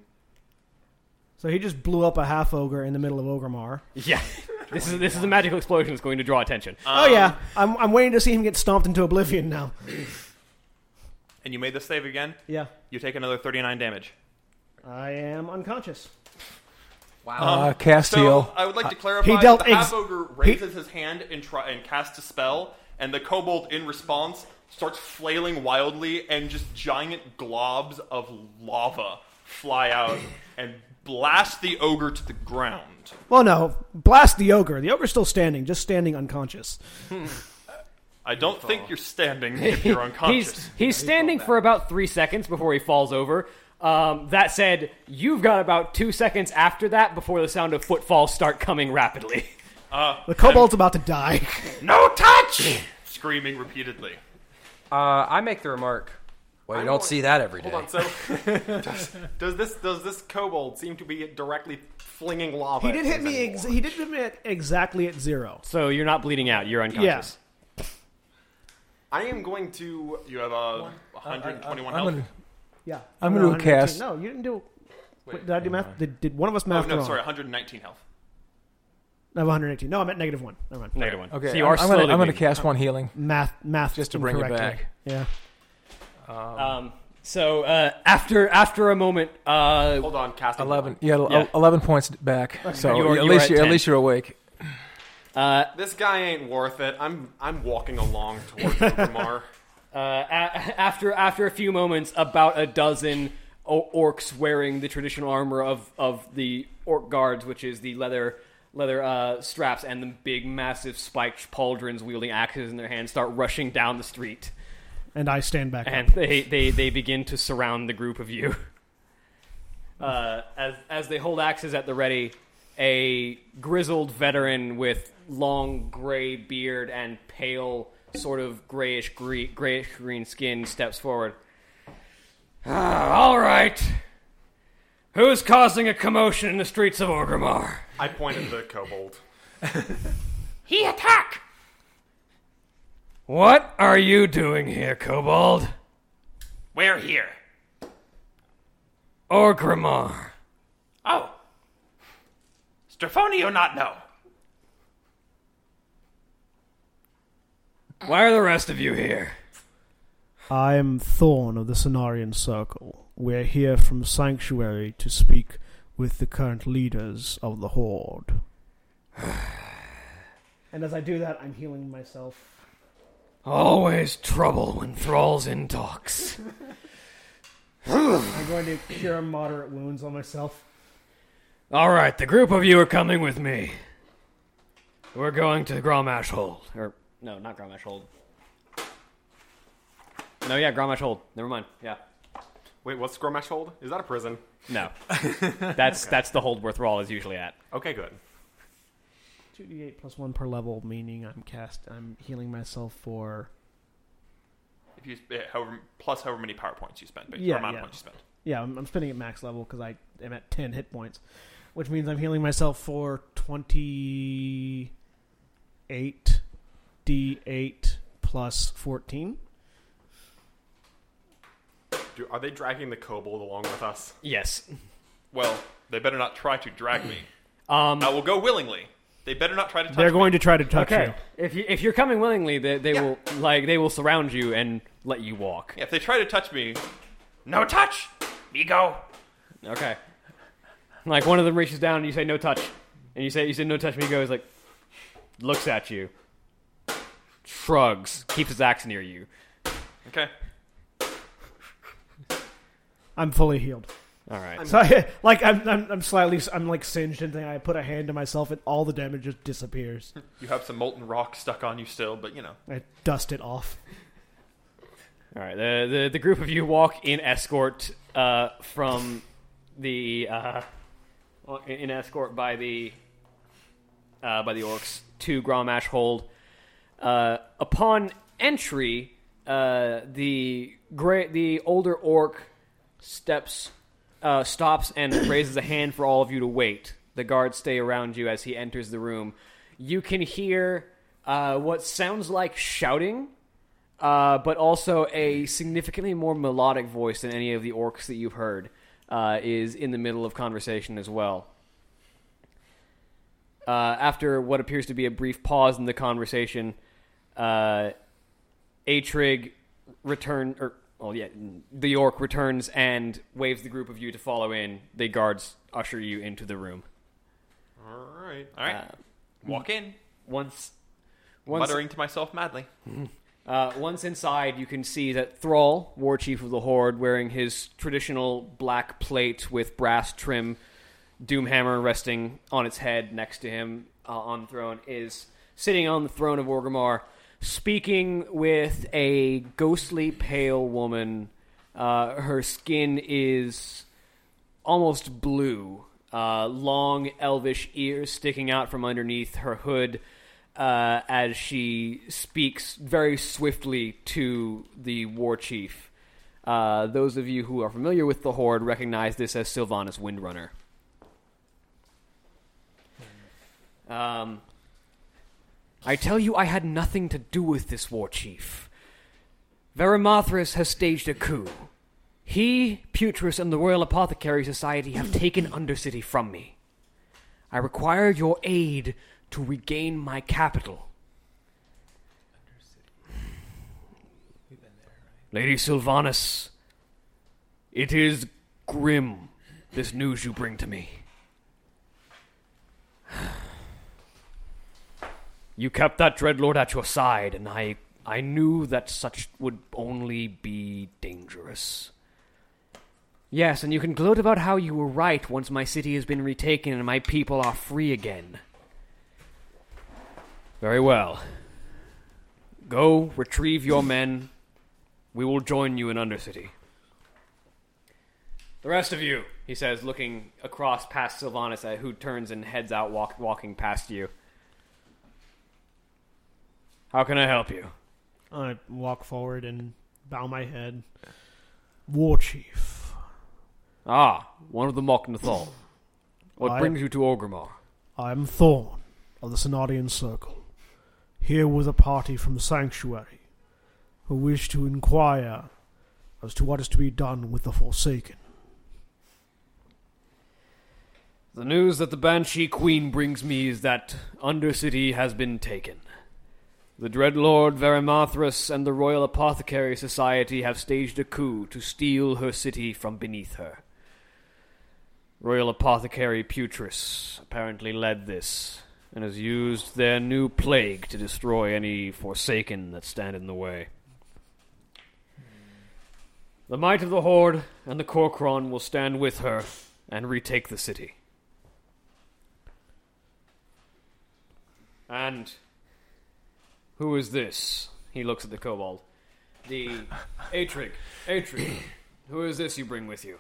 S1: So he just blew up a half ogre in the middle of Ogremar.
S2: Yeah, This is this is a magical explosion that's going to draw attention.
S1: oh yeah, I'm I'm waiting to see him get stomped into oblivion now.
S3: And you made the save again.
S1: Yeah,
S3: You take another 39 damage.
S1: I am unconscious.
S2: Um,
S4: Uh, cast
S3: So
S4: heal.
S3: I would
S6: Uh,
S3: like to clarify.
S1: dealt
S3: the
S1: ex-
S3: half ogre raises his hand and try and casts a spell, and the kobold, in response, starts flailing wildly, and just giant globs of lava fly out and blast the ogre to the ground.
S1: Well, no, blast the ogre. The ogre's still standing, just standing unconscious.
S3: I don't think you're standing if you're unconscious.
S2: He's he's standing for about three seconds before he falls over. Um, that said, you've got about two seconds after that before the sound of footfalls start coming rapidly.
S1: The kobold's about to die.
S3: no touch! Screaming repeatedly.
S5: Uh, I make the remark. Well, you don't see that every day.
S8: Hold on, so
S6: Does this does this kobold seem to be directly flinging lava?
S1: He
S6: at
S1: did
S6: things
S1: hit me.
S6: anymore?
S1: Ex- he did hit me at exactly at zero.
S2: So you're not bleeding out. You're unconscious.
S1: Yes.
S6: I am going to.
S3: You have uh, a 121
S4: I'm
S3: health.
S4: gonna-
S1: Yeah,
S4: I'm
S1: No,
S4: gonna
S1: 118.
S4: cast-
S1: No, you didn't do. Wait, did I do math? Did, did one of us
S3: Oh
S1: math
S3: no,
S1: wrong?
S3: sorry, 119 health.
S1: I have 118. No, I'm at negative one. Never mind.
S2: Negative one.
S4: Okay,
S2: So you
S4: I'm-
S2: are
S4: I'm, gonna,
S2: slowly
S4: I'm gonna
S2: bleeding.
S4: cast one healing.
S1: Math, math,
S4: Just to bring it
S1: incorrectly.
S4: back.
S1: Yeah.
S2: Um, so uh, after after a moment, uh,
S6: Hold on, casting.
S4: Eleven, yeah,
S2: Yeah.
S4: el- eleven points back. So
S2: You are-
S4: at
S2: you are
S4: least
S2: at
S4: you're, at
S2: 10.
S4: least you're awake.
S2: uh,
S6: This guy ain't worth it. I'm I'm walking along towards Umar.
S2: Uh, a- after after a few moments, about a dozen o- orcs wearing the traditional armor of, of the orc guards, which is the leather leather uh, straps and the big, massive spiked pauldrons wielding axes in their hands, start rushing down the street,
S1: And I stand back.
S2: and
S1: up.
S2: they, they, they begin to surround the group of you. Uh, as as they hold axes at the ready, a grizzled veteran with long gray beard and pale, sort of grayish green, grayish green skin steps forward. "Ah, all right, who's causing a commotion in the streets of Orgrimmar?
S6: I point at the kobold.
S2: He attack. What are you doing here, Kobold?
S3: We're here.
S2: Orgrimmar.
S3: Oh, Strafonio not know.
S2: Why are the rest of you here?
S1: I am Thorn of the Cenarian Circle. We're here from Sanctuary to speak with the current leaders of the Horde. and as I do that, I'm healing myself.
S2: Always trouble when thralls in talks.
S1: I'm going to cure moderate wounds on myself.
S2: All right, the group of you are coming with me. We're going to Gromash Hold. Or, no, not Gromash Hold. No, yeah, Gromash Hold. Never mind. Yeah.
S6: Wait, what's Gromash Hold? Is that a prison?
S2: No. that's that's the hold where Thrall is usually at.
S6: Okay, good.
S1: 2d8 plus 1 per level, meaning I'm cast. I'm healing myself for.
S3: If you eh, however plus however many power points you spend, but
S1: Yeah,
S3: amount
S1: yeah.
S3: of points you spend.
S1: Yeah, I'm, I'm spinning at max level because I am at 10 hit points, which means I'm healing myself for 28 d8 plus 14.
S6: Do, are they dragging the kobold along with us?
S2: Yes.
S3: Well, they better not try to drag me.
S2: Um,
S3: I will go willingly. They better not try to touch
S1: They're
S3: me.
S1: going to try to touch
S2: okay. If you if you're coming willingly, they, they will like they will surround you and let you walk.
S3: Yeah, if they try to touch me, no touch. Me go.
S2: Okay. Like one of them reaches down and you say no touch, and you say you say no touch. And he goes like, looks at you, shrugs, keeps his axe near you.
S3: Okay.
S1: you. I'm fully healed.
S2: All right.
S1: So, I, like, I'm, I'm, I'm slightly, I'm like singed and then I put a hand to myself and all the damage just disappears.
S3: You have some molten rock stuck on you still, but you know.
S1: I dust it off.
S2: All right. The, the the group of you walk in escort uh, from the uh, walk in- in escort by the uh, by the orcs to Gromash Hold. Uh, upon entry, uh, the gray, the older orc steps uh, stops and raises a hand for all of you to wait. The guards stay around you as he enters the room. You can hear uh, what sounds like shouting uh, but also a significantly more melodic voice than any of the orcs that you've heard uh, is in the middle of conversation as well. uh, after what appears to be a brief pause in the conversation, uh, Atrig return or oh yeah, the York returns and waves the group of you to follow in. The guards usher you into the room.
S3: All right. All right.
S2: Uh,
S3: Walk in,
S2: Once, once
S3: muttering to myself madly.
S2: uh, once inside, you can see that Thrall, war chief of the Horde, wearing his traditional black plate with brass trim, Doomhammer resting on its head next to him uh, on the throne, is sitting on the throne of Orgrimmar, speaking with a ghostly pale woman. Uh, her skin is almost blue, uh, long elvish ears sticking out from underneath her hood uh, as she speaks very swiftly to the war chief. Uh, those of you who are familiar with the Horde recognize this as Sylvanas Windrunner. Um, I tell you, I had nothing to do with this war chief. Verimathras has staged a coup. He, Putris, and the Royal Apothecary Society have taken Undercity from me. I require your aid to regain my capital. Lady Sylvanas, it is grim, this news you bring to me. You kept that dreadlord at your side, and I, I knew that such would only be dangerous. Yes, and you can gloat about how you were right once my city has been retaken and my people are free again. Very well. Go retrieve your men. We will join you in Undercity. The rest of you, he says, looking across past Sylvanas, uh, who turns and heads out, walk, walking past you. How can I help you?
S1: I walk forward and bow my head. War Chief,
S2: Ah, one of the Moknathal. What
S1: I-
S2: brings you to Orgrimmar?
S1: I am Thorn of the Synodian Circle, here with a party from Sanctuary, who wish to inquire as to what is to be done with the Forsaken.
S2: The news that the Banshee Queen brings me is that Undercity has been taken. The Dreadlord Verimathras and the Royal Apothecary Society have staged a coup to steal her city from beneath her. Royal Apothecary Putris apparently led this and has used their new plague to destroy any Forsaken that stand in the way. The might of the Horde and the Corcron will stand with her and retake the city. And who is this? He looks at the kobold. The Atrig. Atrig. Who is this you bring with you?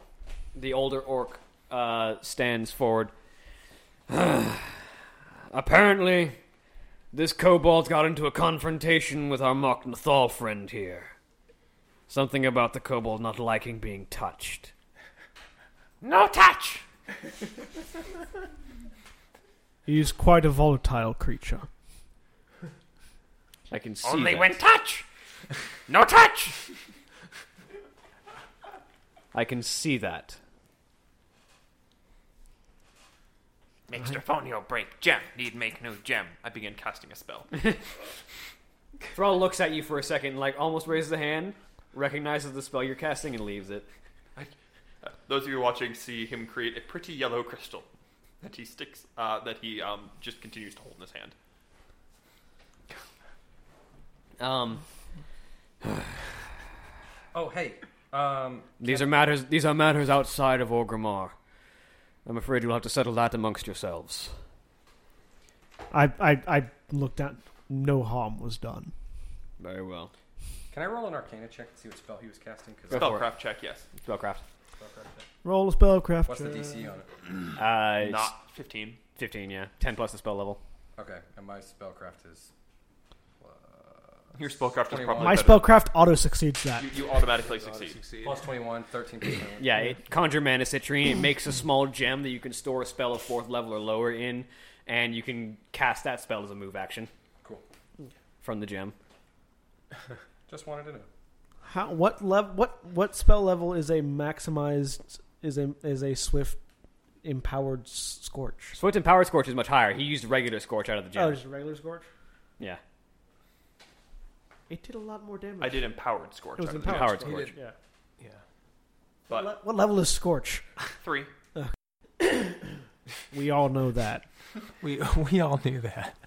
S2: The older orc uh, stands forward. Apparently, this kobold got into a confrontation with our Mok Nathal friend here. Something about the kobold not liking being touched. No touch!
S1: He is quite a volatile creature.
S2: I can see that.
S3: touch. No touch.
S2: I can see that.
S3: Makes Drafonio break gem. Need make no gem. I begin casting a spell. Uh,
S2: Thrall looks at you for a second, like almost raises a hand, recognizes the spell you're casting, and leaves it.
S3: Those of you watching see him create a pretty yellow crystal that he sticks. Uh, that he um, just continues to hold in his hand.
S2: Um,
S5: Oh, hey. Um,
S2: these are matters. These are matters outside of Orgrimmar. I'm afraid you'll have to settle that amongst yourselves.
S1: I, I, I looked at no harm was done.
S2: Very well.
S5: can I roll an Arcana check and see what spell he was casting? 'Cause
S2: Go for it.
S3: Spellcraft check. Yes.
S2: Spellcraft.
S1: Roll a spellcraft.
S5: what's the
S1: check.
S5: DC on it?
S2: Uh, it's
S3: Not fifteen.
S2: fifteen. Yeah, ten plus the spell level.
S5: Okay, and my spellcraft is.
S3: Your spellcraft is
S5: 21.
S3: probably
S1: My
S3: better.
S1: spellcraft auto succeeds that.
S3: You, you automatically succeed.
S5: Plus 21, 13 plus 21.
S2: Yeah, it, conjure mana citrine. It makes a small gem that you can store a spell of fourth level or lower in, and you can cast that spell as a move action
S5: Cool.
S2: from the gem.
S5: Just wanted to know.
S1: How, what lev- What what spell level is a maximized is a is a swift empowered s- scorch?
S2: Swift and Power Scorch is much higher. He used regular Scorch out of the gym.
S1: Oh, just a regular scorch.
S2: yeah.
S1: It did a lot more damage.
S3: I did empowered scorch.
S1: It was
S3: out of
S1: empowered,
S2: Empowered
S1: scorch.
S2: scorch.
S4: He
S1: Yeah.
S4: Yeah.
S1: What
S3: But-
S1: le- what level is scorch?
S3: the three.
S1: We all know that.
S4: We we all knew that.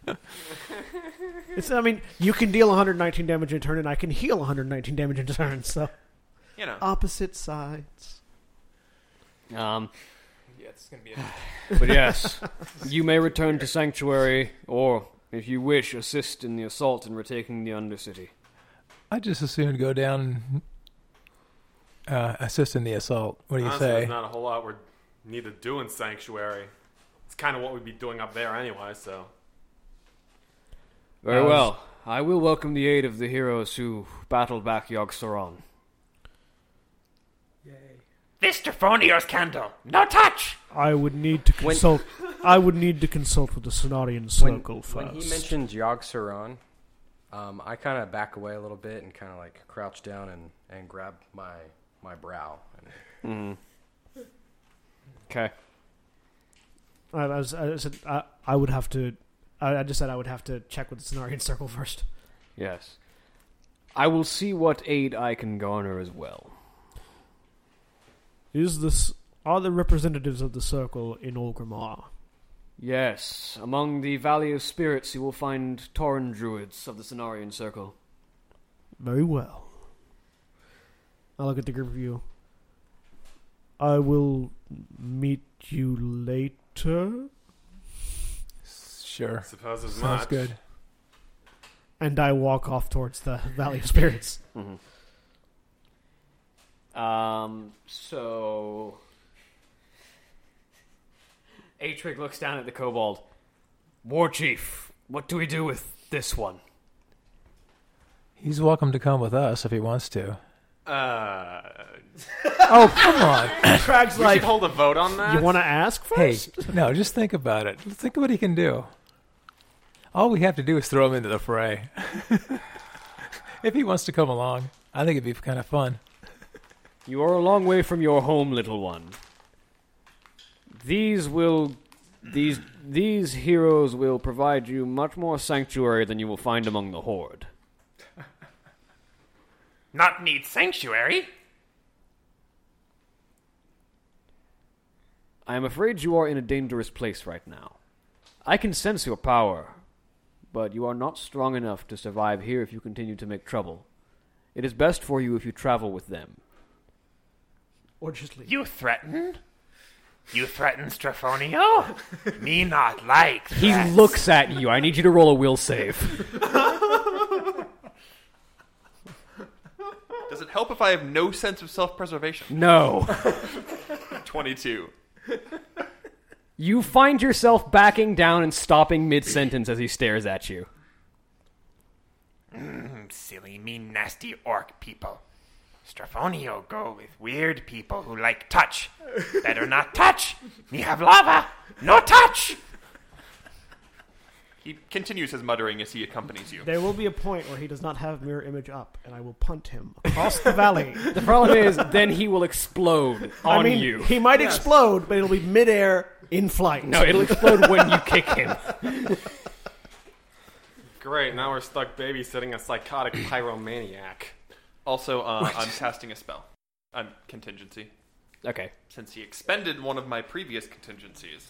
S1: It's, I mean, you can deal 119 damage in a turn, and I can heal 119 damage in a turn. So
S3: You
S1: Uh,
S3: know,
S1: opposite sides.
S2: Um,
S4: Yeah, it's gonna be.
S2: But yes, you may return to Sanctuary, or, if you wish, assist in the assault and retaking the Undercity.
S4: I just as soon go down, and, uh, assist in the assault. What do you
S8: Honestly,
S4: say?
S8: there's not a whole lot we're need to do in Sanctuary. It's kind of what we'd be doing up there anyway, so.
S2: Very
S4: I was-
S2: well. I will welcome the aid of the heroes who battled back Yog Saron.
S9: This Trophonios candle. No touch!
S1: I would need to consult. I would need to consult with the Sonarian
S5: When,
S1: circle
S5: when
S1: first.
S5: he mentioned Yog Saron, um, I kind of back away a little bit and kind of like crouch down and, and grab my my brow. And
S2: Okay.
S1: I, I was, I said I, I would have to. I, I just said I would have to check with the Sonarian circle first.
S2: Yes. I will see what aid I can garner as well.
S1: Is this are the representatives of the circle in Orgrimmar?
S2: Yes, among the Valley of Spirits you will find Tauren Druids of the Cenarian Circle.
S1: Very well. I look at the group of you. I will meet you later,
S4: Sure.
S8: Suppose as
S4: Sounds
S8: much.
S4: good.
S1: and I walk off towards the Valley of Spirits.
S2: Um, so. Atric looks down at the kobold. War Chief, what do we do with this one?
S4: He's welcome to come with us if he wants to.
S8: Uh,
S4: Oh come on!
S1: Crag's
S8: we should hold a vote on that.
S1: you want to ask
S4: hey,
S1: first?
S4: no, just think about it. Think of what he can do. All we have to do is throw him into the fray. if he wants to come along, I think it'd be kind of fun.
S2: You are a long way from your home, little one. These will. These, these heroes will provide you much more sanctuary than you will find among the Horde.
S9: Not need sanctuary.
S2: I am afraid you are in a dangerous place right now. I can sense your power, but you are not strong enough to survive here if you continue to make trouble. It is best for you if you travel with them.
S1: Or just leave?
S9: You threaten? You threaten Strafonio? Me not like.
S2: He
S9: threats.
S2: looks at you. I need you to roll a will save.
S3: Does it help if I have no sense of self-preservation?
S2: No.
S3: Twenty-two.
S2: You find yourself backing down and stopping mid sentence as he stares at you.
S9: Silly, mean, nasty orc people. Strafonio go with weird people who like touch. Better not touch. Me have lava. No touch.
S3: He continues his muttering as he accompanies you.
S1: There will be a point where he does not have mirror image up, and I will punt him across the valley.
S2: The problem is, then he will explode on
S1: I mean,
S2: you.
S1: he might explode, but it'll be midair in flight.
S2: No, it'll explode when you kick him.
S8: Great, now we're stuck babysitting a psychotic pyromaniac.
S3: Also, uh, I'm casting a spell. I'm contingency
S2: Okay.
S3: since he expended one of my previous contingencies.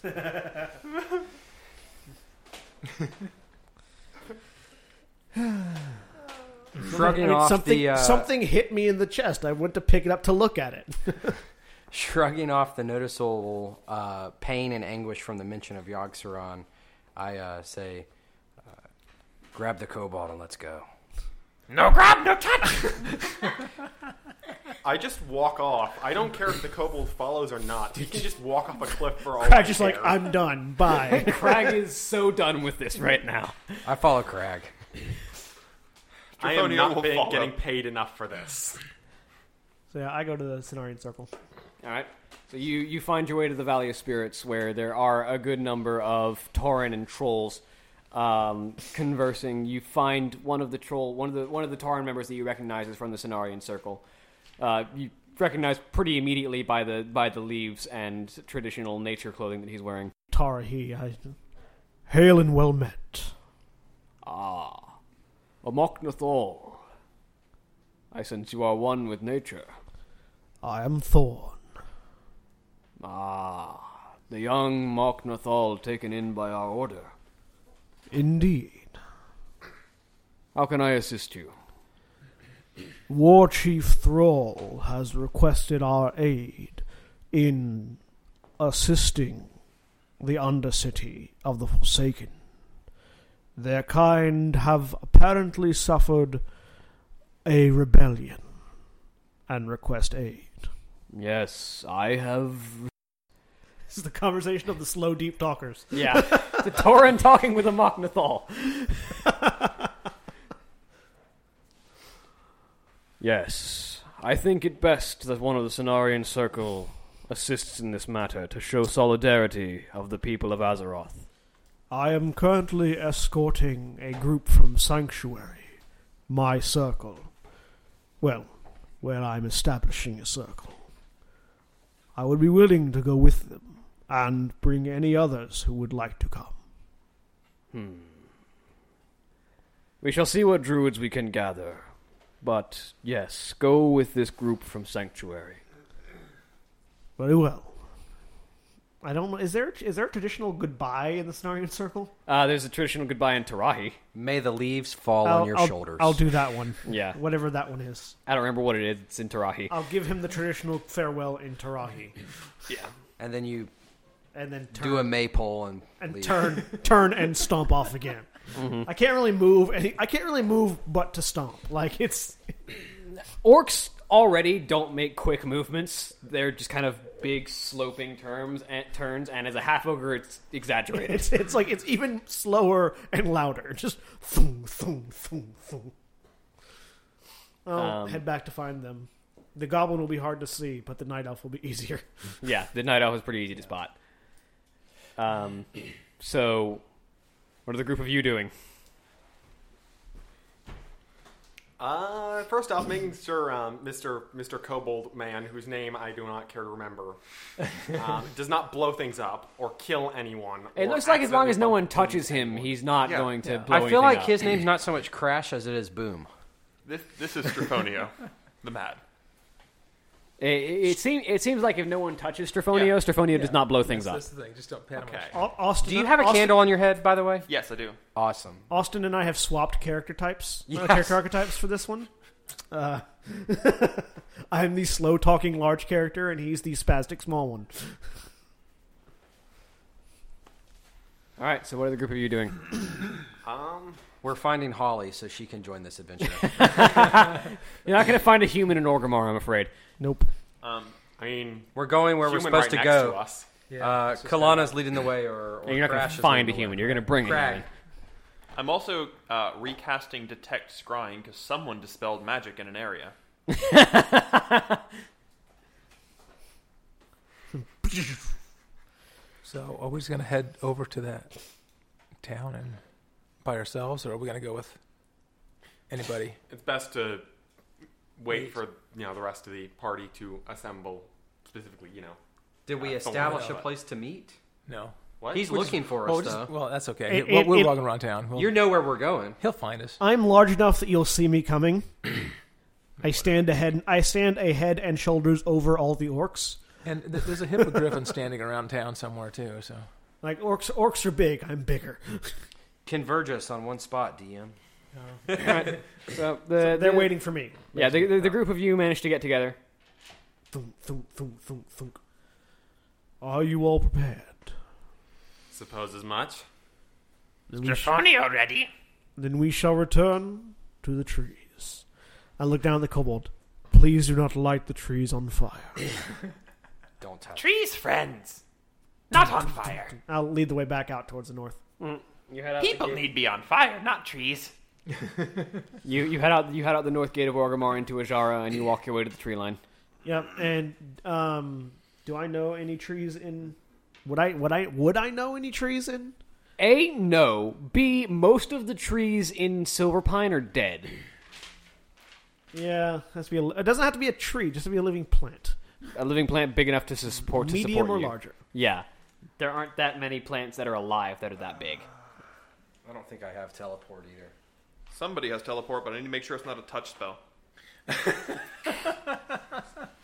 S5: shrugging
S1: I mean,
S5: off
S1: something,
S5: the uh,
S1: something hit me in the chest. I went to pick it up to look at it.
S5: shrugging off the noticeable uh, pain and anguish from the mention of Yog Saron, I uh, say, uh, grab the cobalt and let's go.
S9: No grab, no touch.
S8: I just walk off. I don't care if the kobold follows or not. He can just walk off a cliff for all
S1: I'm
S8: I
S1: just like,
S8: care.
S1: I'm done. Bye.
S2: Crag is so done with this right now.
S5: I follow Crag.
S8: I
S3: Draconia
S8: am
S3: will
S8: not pay-
S3: follow.
S8: getting paid enough for this.
S1: so yeah, I go to the Cenarian Circle.
S2: All right. So you, you find your way to the Valley of Spirits, where there are a good number of Tauren and trolls um, conversing. You find one of the troll, one of the one of the Tauren members that you recognize is from the Cenarian Circle. Uh, you recognized pretty immediately by the by the leaves and traditional nature clothing that he's wearing.
S1: Tara, he. I, hail and well met.
S2: Ah, Amoknathor. I sense you are one with nature.
S1: I am Thorn.
S2: Ah, the young Moknathol taken in by our order.
S1: Indeed.
S2: How can I assist you?
S1: War Chief Thrall has requested our aid in assisting the Undercity of the Forsaken. Their kind have apparently suffered a rebellion and request aid.
S2: Yes, I have.
S1: This is the conversation of the slow, deep talkers.
S2: Yeah, the Torin talking with a Moknathol. yes, I think it best that one of the Cenarian Circle assists in this matter to show solidarity of the people of Azeroth.
S1: I am currently escorting a group from Sanctuary, my circle. Well, where I'm establishing a circle. I would be willing to go with them and bring any others who would like to come.
S2: We shall see what druids we can gather. But yes, go with this group from Sanctuary.
S1: Very well. I don't know. Is there is there a traditional goodbye in the Cenarian circle?
S2: Uh, there's a traditional goodbye in Tarahi.
S5: May the leaves fall
S1: I'll,
S5: on your
S1: I'll-
S5: shoulders.
S1: I'll do that one.
S2: Yeah.
S1: Whatever that one is.
S2: I don't remember what it is. It's in Tarahi.
S1: I'll give him the traditional farewell in Tarahi,
S5: and then you
S1: and then turn
S5: do a maypole and,
S1: and
S5: leave.
S1: turn, turn and stomp off again.
S5: Mm-hmm.
S1: I can't really move. Any, I can't really move, but to stomp. Like it's
S2: Orcs already don't make quick movements. They're just kind of big sloping terms and turns, and as a half ogre, it's exaggerated.
S1: it's it's like it's even slower and louder. Just thung, thung, thung, thung. I'll
S2: Um,
S1: head back to find them. The goblin will be hard to see, but the night elf will be easier.
S2: yeah, the night owl was pretty easy to spot. Um, so what are the group of you doing?
S6: Uh, first off, making sure um, Mr. Mr. Kobold Man, whose name I do not care to remember, um, does not blow things up or kill anyone.
S2: It
S6: or
S2: looks like as long as no
S6: accidentally
S2: one touches him, he's not going to blow
S5: I feel like
S2: anything up.
S5: his name's not so much Crash as it is Boom.
S3: This this is Straponio, the mad.
S2: It, it, it seem, it seems like if no one touches Strafonio,
S3: Yeah.
S2: Strafonio does not blow things
S4: That's,
S2: up.
S4: that's the thing. Just don't pat him on the
S3: Okay.
S1: Au- Austin,
S5: Do you have a
S1: Austin,
S5: candle on your head, by the way?
S3: Yes, I do.
S5: Awesome.
S1: Austin and I have swapped character types, uh,
S5: Yes.
S1: character archetypes for this one. Uh, I'm the slow talking large character, and he's the spastic small one.
S2: All right, so what are the group of you doing?
S6: Um,
S5: We're finding Holly so she can join this adventure.
S2: You're not going to find a human in Orgrimmar, I'm afraid.
S1: Nope.
S6: um, I mean,
S5: we're going where we're
S6: human
S5: supposed
S6: right
S5: to
S6: next
S5: go.
S6: to us.
S4: Yeah,
S5: uh,
S4: it's just
S5: Kalana's leading the way, or, or
S2: And you're not going
S5: Crash
S2: to
S5: is
S2: find a
S5: leading the
S2: human.
S5: way.
S2: You're going to bring a
S5: Crash.
S2: human.
S3: I'm also uh, recasting detect scrying because someone dispelled magic in an area.
S4: So are we just gonna head over to that town and by ourselves, or are we gonna go with anybody?
S6: It's best to wait for you know the rest of the party to assemble. Specifically, you know,
S5: Did we
S6: Yeah, don't worry
S5: establish a
S6: about it.
S5: place to meet?
S4: No.
S6: what?
S5: He's looking for
S4: well,
S5: us,
S4: just-
S5: though.
S4: well, that's okay.
S1: It-
S4: we're
S1: it-
S4: we're
S1: it-
S4: walking around town. We'll,
S5: You know where we're going.
S4: he'll find us.
S1: I'm large enough that you'll see me coming. I stand ahead. I stand a head and shoulders over all the orcs.
S4: And th- there's a hippogriffin standing around town somewhere too. So
S1: Like orcs, orcs are big. I'm bigger.
S5: Converge us on one spot, DM.
S2: So the,
S1: They're
S2: the-
S1: waiting for me.
S2: Yeah, the, the, the group of you managed to get together.
S1: Thunk, thunk, thunk, thunk, thunk. Are you all prepared?
S6: Suppose as much.
S1: Then we, sh-
S9: Strafonio ready?
S1: then we shall return to the trees. I look down at the kobold. Please do not light the trees on fire.
S5: Don't touch.
S9: Trees, friends. Not on fire.
S1: I'll lead the way back out towards the north.
S2: You head out.
S9: People need be on fire, not trees.
S2: You, you head out. You head out the north gate of Orgrimmar into Ajara, and you walk your way to the tree line.
S1: Yep. And um, do I know any trees in? Would I? Would I? Would I know any trees in?
S2: A no. B most of the trees in Silver Pine are dead.
S1: Yeah, has to be. A, it doesn't have to be a tree; just to be a living plant,
S2: A living plant big enough to su- support to
S1: medium
S2: support
S1: or
S2: you.
S1: larger.
S2: Yeah, there aren't that many plants that are alive that are that big.
S5: I don't think I have teleport either.
S3: Somebody has teleport, but I need to make sure it's not a touch spell.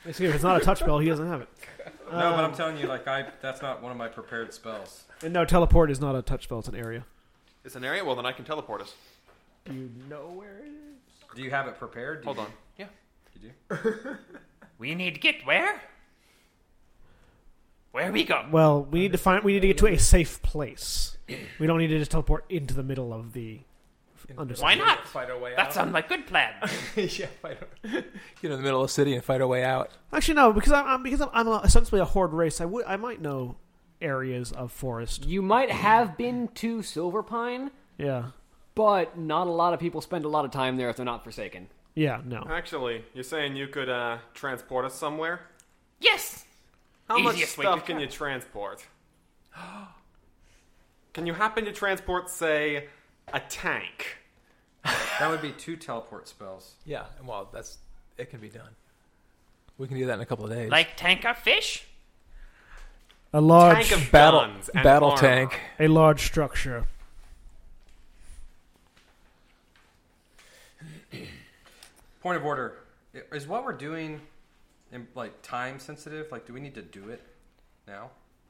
S1: Basically, if it's not a touch spell, he doesn't have it.
S5: no, but I'm telling you, like I, that's not one of my prepared spells.
S1: And no, teleport is not a touch spell; it's an area.
S3: It's an area. Well, then I can teleport us.
S1: Do you know where it is?
S5: Do you have it prepared? Do
S3: Hold
S5: you-
S3: on. Yeah.
S5: You do?
S9: We need to get where? Where we go?
S1: Well, we need to find. We need to get to a safe place. We don't need to just teleport into the middle of the. Undersea.
S9: Why not?
S4: Fight our way
S9: That
S4: out.
S9: sounds like good plan.
S4: yeah, fight our... get in the middle of the city and fight our way out.
S1: Actually, no, because I'm, I'm because I'm, I'm a, essentially a horde race. I would I might know areas of forest.
S2: You might have been to Silver Pine,
S1: Yeah,
S2: but not a lot of people spend a lot of time there if they're not forsaken.
S1: yeah, no.
S8: Actually, you're saying you could uh, transport us somewhere?
S9: yes.
S8: How much
S9: Easiest way to
S8: stuff can you transport? can you happen to transport, say, a tank?
S5: That would be two teleport spells.
S4: Yeah, well, that's it can be done. We can do that in a couple of days.
S9: Like tank of fish?
S1: A large
S8: Tank of
S4: battle
S8: guns and
S4: battle
S8: armor.
S4: tank.
S1: a large structure.
S5: Point of order: I- Is what we're doing, in, like time sensitive? Like, do we need to do it now?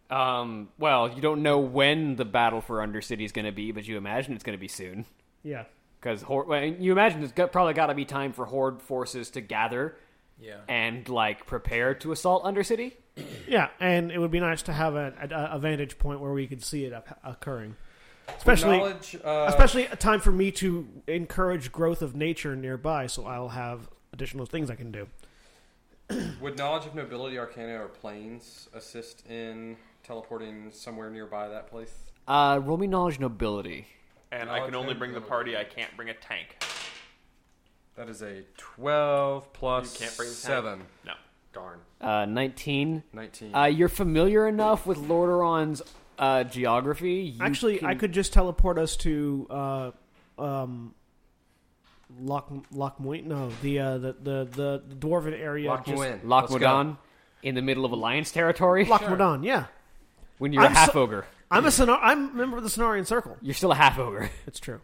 S2: Um, well, you don't know when the battle for Undercity is going to be, but you imagine it's going to be soon.
S1: Yeah,
S2: Because Horde, well, you imagine it's got, probably got to be time for Horde forces to gather
S4: Yeah.
S2: and like prepare to assault Undercity.
S1: yeah, and it would be nice to have a, a, a vantage point where we could see it up, occurring, especially
S5: Knowledge, uh,
S1: especially a time for me to encourage growth of nature nearby, so I'll have additional things I can do.
S5: would knowledge of nobility, arcana, or planes assist in teleporting somewhere nearby that place?
S2: Uh, roll me knowledge nobility.
S3: And I
S5: Knowledge
S3: can only
S5: and
S3: bring the
S5: ability.
S3: party. I can't bring a tank.
S5: That is a twelve plus
S3: You can't bring tank.
S5: seven.
S3: No.
S8: Darn.
S2: Uh, nineteen.
S5: 19.
S2: Uh, you're familiar enough with Lordaeron's uh, geography. You
S1: Actually,
S2: can-
S1: I could just teleport us to uh, um, Loch Loch Moy- No, the, uh, the the the dwarven area.
S5: Loch
S1: just-
S5: Nguyen.
S2: Loch
S5: Let's go.
S2: Modan in the middle of Alliance territory
S1: Loch Modan, yeah.
S2: when you're
S1: I'm
S2: a
S1: so-
S2: half ogre.
S1: I'm a Sonar- I'm a member of the Sonarian Circle.
S2: You're still a half ogre,
S1: It's true.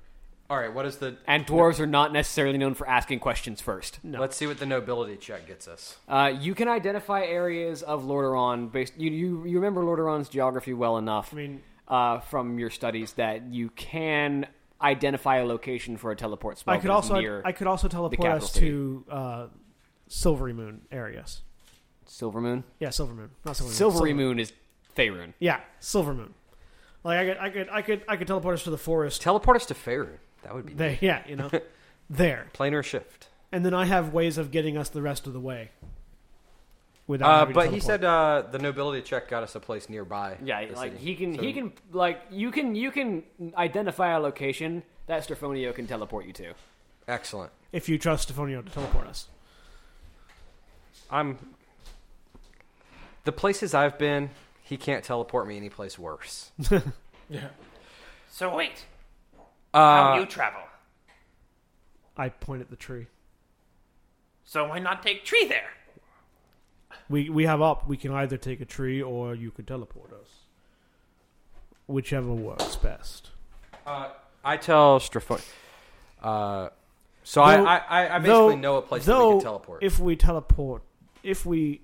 S5: All right, what is the?
S2: and dwarves are not necessarily known for asking questions first.
S5: Let's see what the nobility check gets us.
S2: Uh, you can identify areas of Lordaeron based. You, you, you remember Lordaeron's geography well enough
S1: I mean,
S2: uh, from your studies that you can identify a location for a teleport spell.
S1: I could
S2: that is
S1: also
S2: near
S1: I could also teleport
S2: capital
S1: us
S2: city.
S1: to uh, Silvery Moon areas.
S2: Silver Moon.
S1: Yeah, Silver Moon, not Silver Moon.
S2: Silvery Moon is Faerun.
S1: Yeah, Silver Moon. Like I could I could I could I could teleport us to the forest.
S5: Teleport us to Faerun. That would be
S1: There, yeah, you know, there,
S5: planar shift.
S1: and then I have ways of getting us the rest of the way. Without
S5: Uh,
S1: having to
S5: but he
S1: teleport.
S5: said uh, the nobility check got us a place nearby.
S2: Yeah,
S5: the
S2: like
S5: city.
S2: he can
S5: So-
S2: he can like you can you can identify a location that Strafonio can teleport you to.
S5: Excellent.
S1: if you trust Stefanio to teleport us.
S5: I'm. The places I've been, he can't teleport me any place worse.
S9: So wait, how
S5: Uh,
S9: you travel?
S1: I point at the tree.
S9: So why not take tree there?
S1: We we have up. We can either take a tree or you could teleport us. Whichever works best.
S5: uh, I tell Straphon. Uh, so
S1: Though-
S5: I, I, I- I basically know a place that we
S1: though,
S5: can teleport.
S1: If we teleport, if we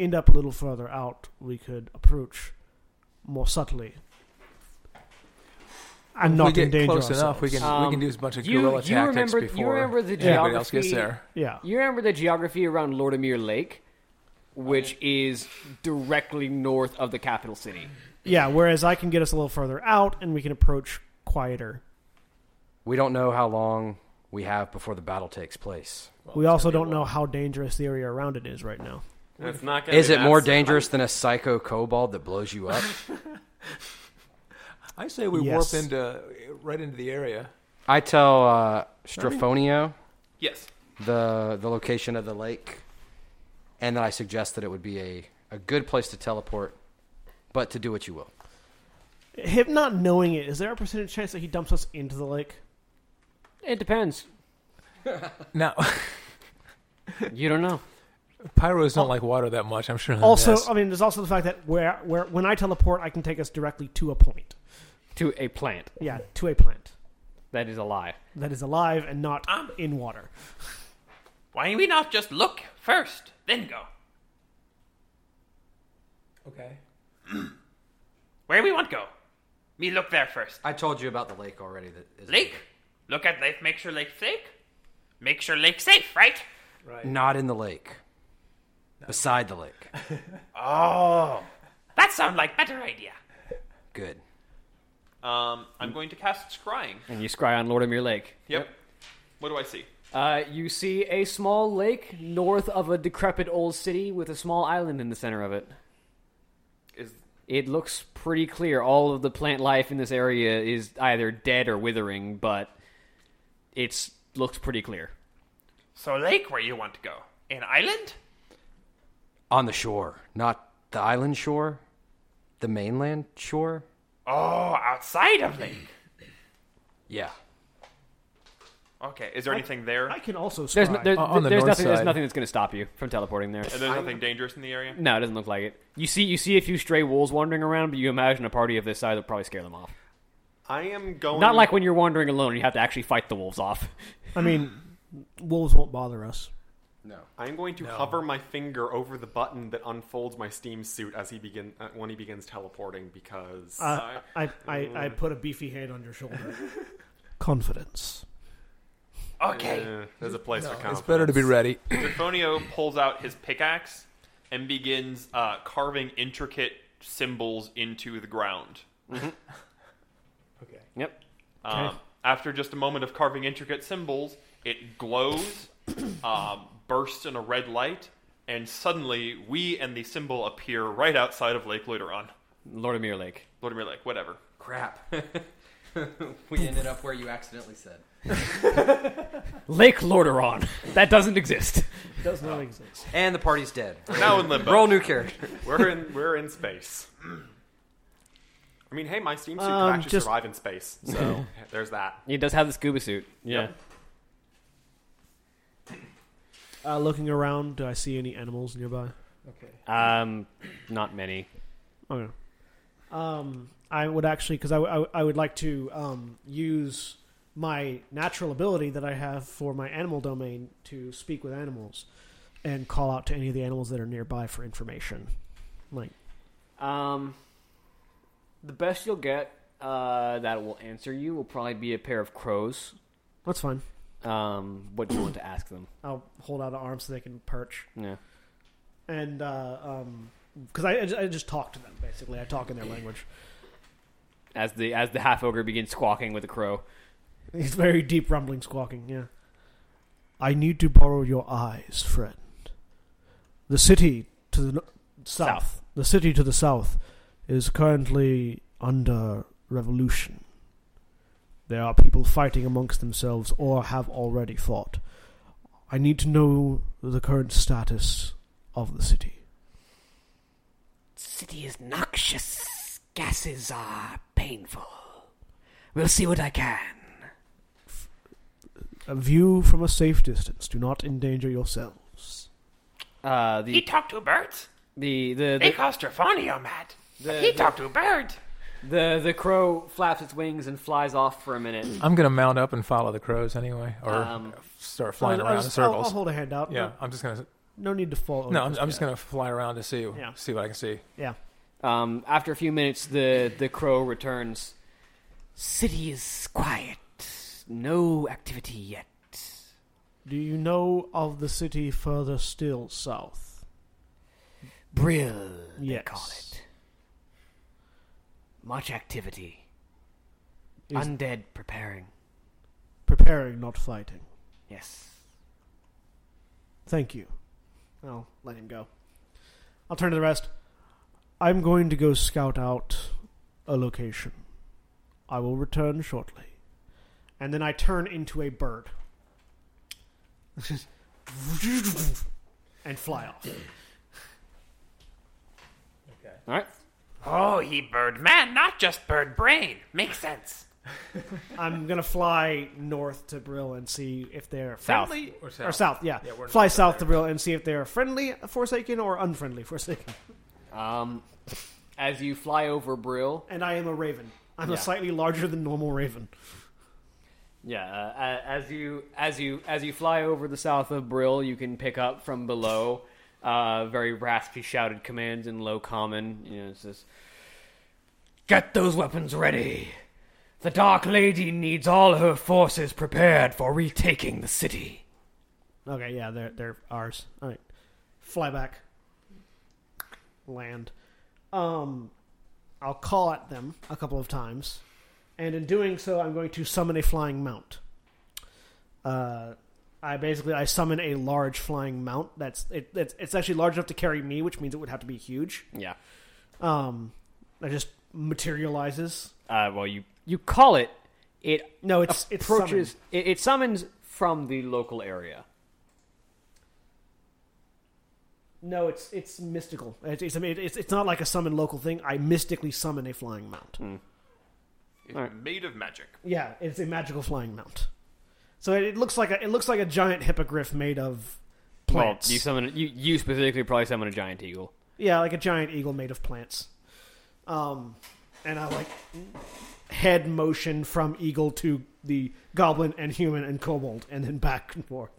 S1: end up a little further out, we could approach more subtly. And not
S4: we get
S1: endanger
S4: close enough,
S1: ourselves.
S4: we can we can do a bunch of
S2: you-
S4: guerrilla
S2: you
S4: tactics
S2: remember- you
S4: before
S2: remember the
S4: anybody else gets
S2: geography-
S4: there.
S1: Yeah.
S2: You remember the geography around Lordomere Lake, which is directly north of the capital city.
S1: Yeah. Whereas I can get us a little further out, and we can approach quieter.
S5: we don't know how long we have before the battle takes place.
S1: we also don't know how dangerous the area around it is right now.
S8: It's not gonna
S5: Is
S8: be
S5: it
S8: that
S5: more
S8: simple.
S5: dangerous than a psycho kobold that blows you up?
S4: I say we
S1: Yes.
S4: warp into right into the area.
S5: I tell uh, Straphonio
S3: Yes.
S5: the the location of the lake, and then I suggest that it would be a, a good place to teleport, but to do what you will.
S1: Him not knowing it, is there a percentage chance that he dumps us into the lake?
S2: It depends.
S4: Now,
S2: You don't know.
S4: Pyros don't like water that much. I'm sure.
S1: Oh. Also, uh,
S4: that's-
S1: I mean, there's also the fact that where where when I teleport, I can take us directly to a point.
S2: To a plant.
S1: Yeah, to a plant
S2: That is a lie.
S1: that is alive and not in water.
S9: Why do we not just look first, then go?
S4: okay.
S9: Where we want go? Me look there first.
S5: I told you about the lake already. That is
S9: Lake? Look at lake, make sure lake safe. Make sure lake safe, right?
S5: not in the lake, beside the lake.
S9: That sound like better idea.
S5: Good.
S3: Um, I'm going to cast scrying.
S2: And you scry on Lordamere Lake.
S3: Yep. What do I see?
S2: Uh, you see a small lake north of a decrepit old city with a small island in the center of it.
S3: Is
S2: It looks pretty clear. All of the plant life in this area is either dead or withering, but it's looks pretty clear.
S9: So lake where you want to go? An island?
S5: On the shore, not the island shore, the mainland shore.
S9: Oh, outside of lake.
S5: Yeah.
S3: okay. Is there anything there?
S1: I can also
S2: There's,
S1: scry.
S2: no, there,
S4: Uh, on the
S2: there's
S4: north
S2: nothing. There's
S4: side.
S2: nothing that's going to stop you from teleporting there.
S3: And there's nothing dangerous in the area.
S2: No, it doesn't look like it. You see, you see a few stray wolves wandering around, but you imagine a party of this size would probably scare them off.
S8: I am going.
S2: Not like when you're wandering alone; and you have to actually fight the wolves off.
S1: I mean, wolves won't bother us.
S8: I'm going to hover my finger over the button that unfolds my steam suit as he begin uh, when he begins teleporting because
S1: Uh, I, I, I put a beefy hand on your shoulder. Confidence.
S9: Okay.
S8: eh, there's a place for confidence.
S4: It's better to be ready.
S3: Trifonio pulls out his pickaxe and begins uh, carving intricate symbols into the ground.
S2: Yep.
S3: Um, after just a moment of carving intricate symbols, it glows, um, bursts in a red light, and suddenly we and the symbol appear right outside of Lake Loiteron.
S2: Lord of Mirror Lake.
S3: Lordmere Lake, whatever.
S5: Crap. we ended up where you accidentally said.
S2: Lake Lordaeron. That doesn't exist.
S1: Does not exist.
S5: And the party's dead.
S3: Now in limbo.
S5: Roll new character.
S8: we're in we're in space. I mean, hey, my steam suit
S1: Um,
S8: can actually
S1: just-
S8: survive in space, so there's that.
S2: He does have the scuba suit. Yeah.
S1: Uh, looking around, do I see any animals nearby?
S2: Um, not many.
S1: Okay. Oh, Um, I would actually, because I, w- I w- I would like to um, use my natural ability that I have for my animal domain to speak with animals and call out to any of the animals that are nearby for information. Like,
S2: Um, the best you'll get uh, that will answer you will probably be a pair of crows.
S1: that's fine.
S2: Um, what do you want to ask them?
S1: I'll hold out an arm so they can perch.
S2: Yeah.
S1: And, uh, um 'cause because I, I, just, I just talk to them, basically. I talk in their language.
S2: As the as the half ogre begins squawking with a crow.
S1: It's very deep rumbling squawking, yeah. I need to borrow your eyes, friend. The city to the no- south,
S2: South.
S1: the city to the south is currently under revolution. There are people fighting amongst themselves or have already fought. I need to know the current status of the city.
S2: City is noxious. Gases are painful. We'll see what I can.
S1: A view from a safe distance. Do not endanger yourselves.
S2: Uh,
S9: He
S2: the
S9: talk to birds?
S2: the the
S9: They
S2: the,
S9: call Strafonio mad.
S2: The-
S9: he talk to bird.
S2: the, the crow flaps its wings and flies off for a minute.
S4: I'm gonna mount up and follow the crows anyway, or
S2: Um,
S4: start flying
S1: I'll-
S4: around
S1: I'll,
S4: in
S1: just- I'll-
S4: circles.
S1: I'll hold a hand out.
S4: yeah, I'm just gonna.
S1: No, no need to fall.
S4: No, I'm, I'm just gonna fly around to see
S1: Yeah.
S4: see what I can see.
S1: Yeah.
S2: Um, after a few minutes, the, the crow returns. City is quiet. No activity yet.
S1: Do you know of the city further still south?
S2: Brill, they
S1: Yes.
S2: call it. Much activity.
S1: Is-
S2: Undead preparing.
S1: Preparing, not fighting.
S2: Yes.
S1: Thank you. I'll let him go. I'll turn to the rest. I'm going to go scout out a location. I will return shortly. And then I turn into a bird. and fly off.
S2: All right.
S9: Oh, he bird man, not just bird brain. Makes sense.
S1: I'm gonna fly north to Brill and see if they're
S2: South.
S1: friendly
S4: Or
S1: or
S4: south.
S1: south. Yeah,
S4: Yeah, we're
S1: fly
S4: north of
S1: south
S4: there.
S1: to Brill and see if they're friendly Forsaken or unfriendly Forsaken.
S2: Um, as you fly over Brill,
S1: And I am a raven. I'm
S2: Yeah.
S1: a slightly larger than normal raven.
S2: yeah, uh, a- as you as you as you fly over the south of Brill, you can pick up from below uh, very raspy shouted commands in low common. You know, it says, "Get those weapons ready. The Dark Lady needs all her forces prepared for retaking the city."
S1: Okay, yeah, they're they're ours. All right, fly back, land. Um, I'll call at them a couple of times, and in doing so, I'm going to summon a flying mount. Uh, I basically I summon a large flying mount. That's it, it's it's actually large enough to carry me, which means it would have to be huge.
S2: Yeah.
S1: Um, that just materializes.
S2: Uh, well, you you call it. It
S1: No, it's it's
S2: approaches.
S1: summoned.
S2: it, it summons from the local area.
S1: No, it's it's mystical. It's, it's I mean it's it's not like a summon local thing. I mystically summon a flying mount.
S3: It's made of magic.
S1: Yeah, it's a magical flying mount. So it, it looks like a it looks like a giant hippogriff made of plants.
S2: Well, you summon you, you specifically probably summon a giant eagle.
S1: yeah, like a giant eagle made of plants. Um, and I like head motion from eagle to the goblin and human and kobold, and then back and forth.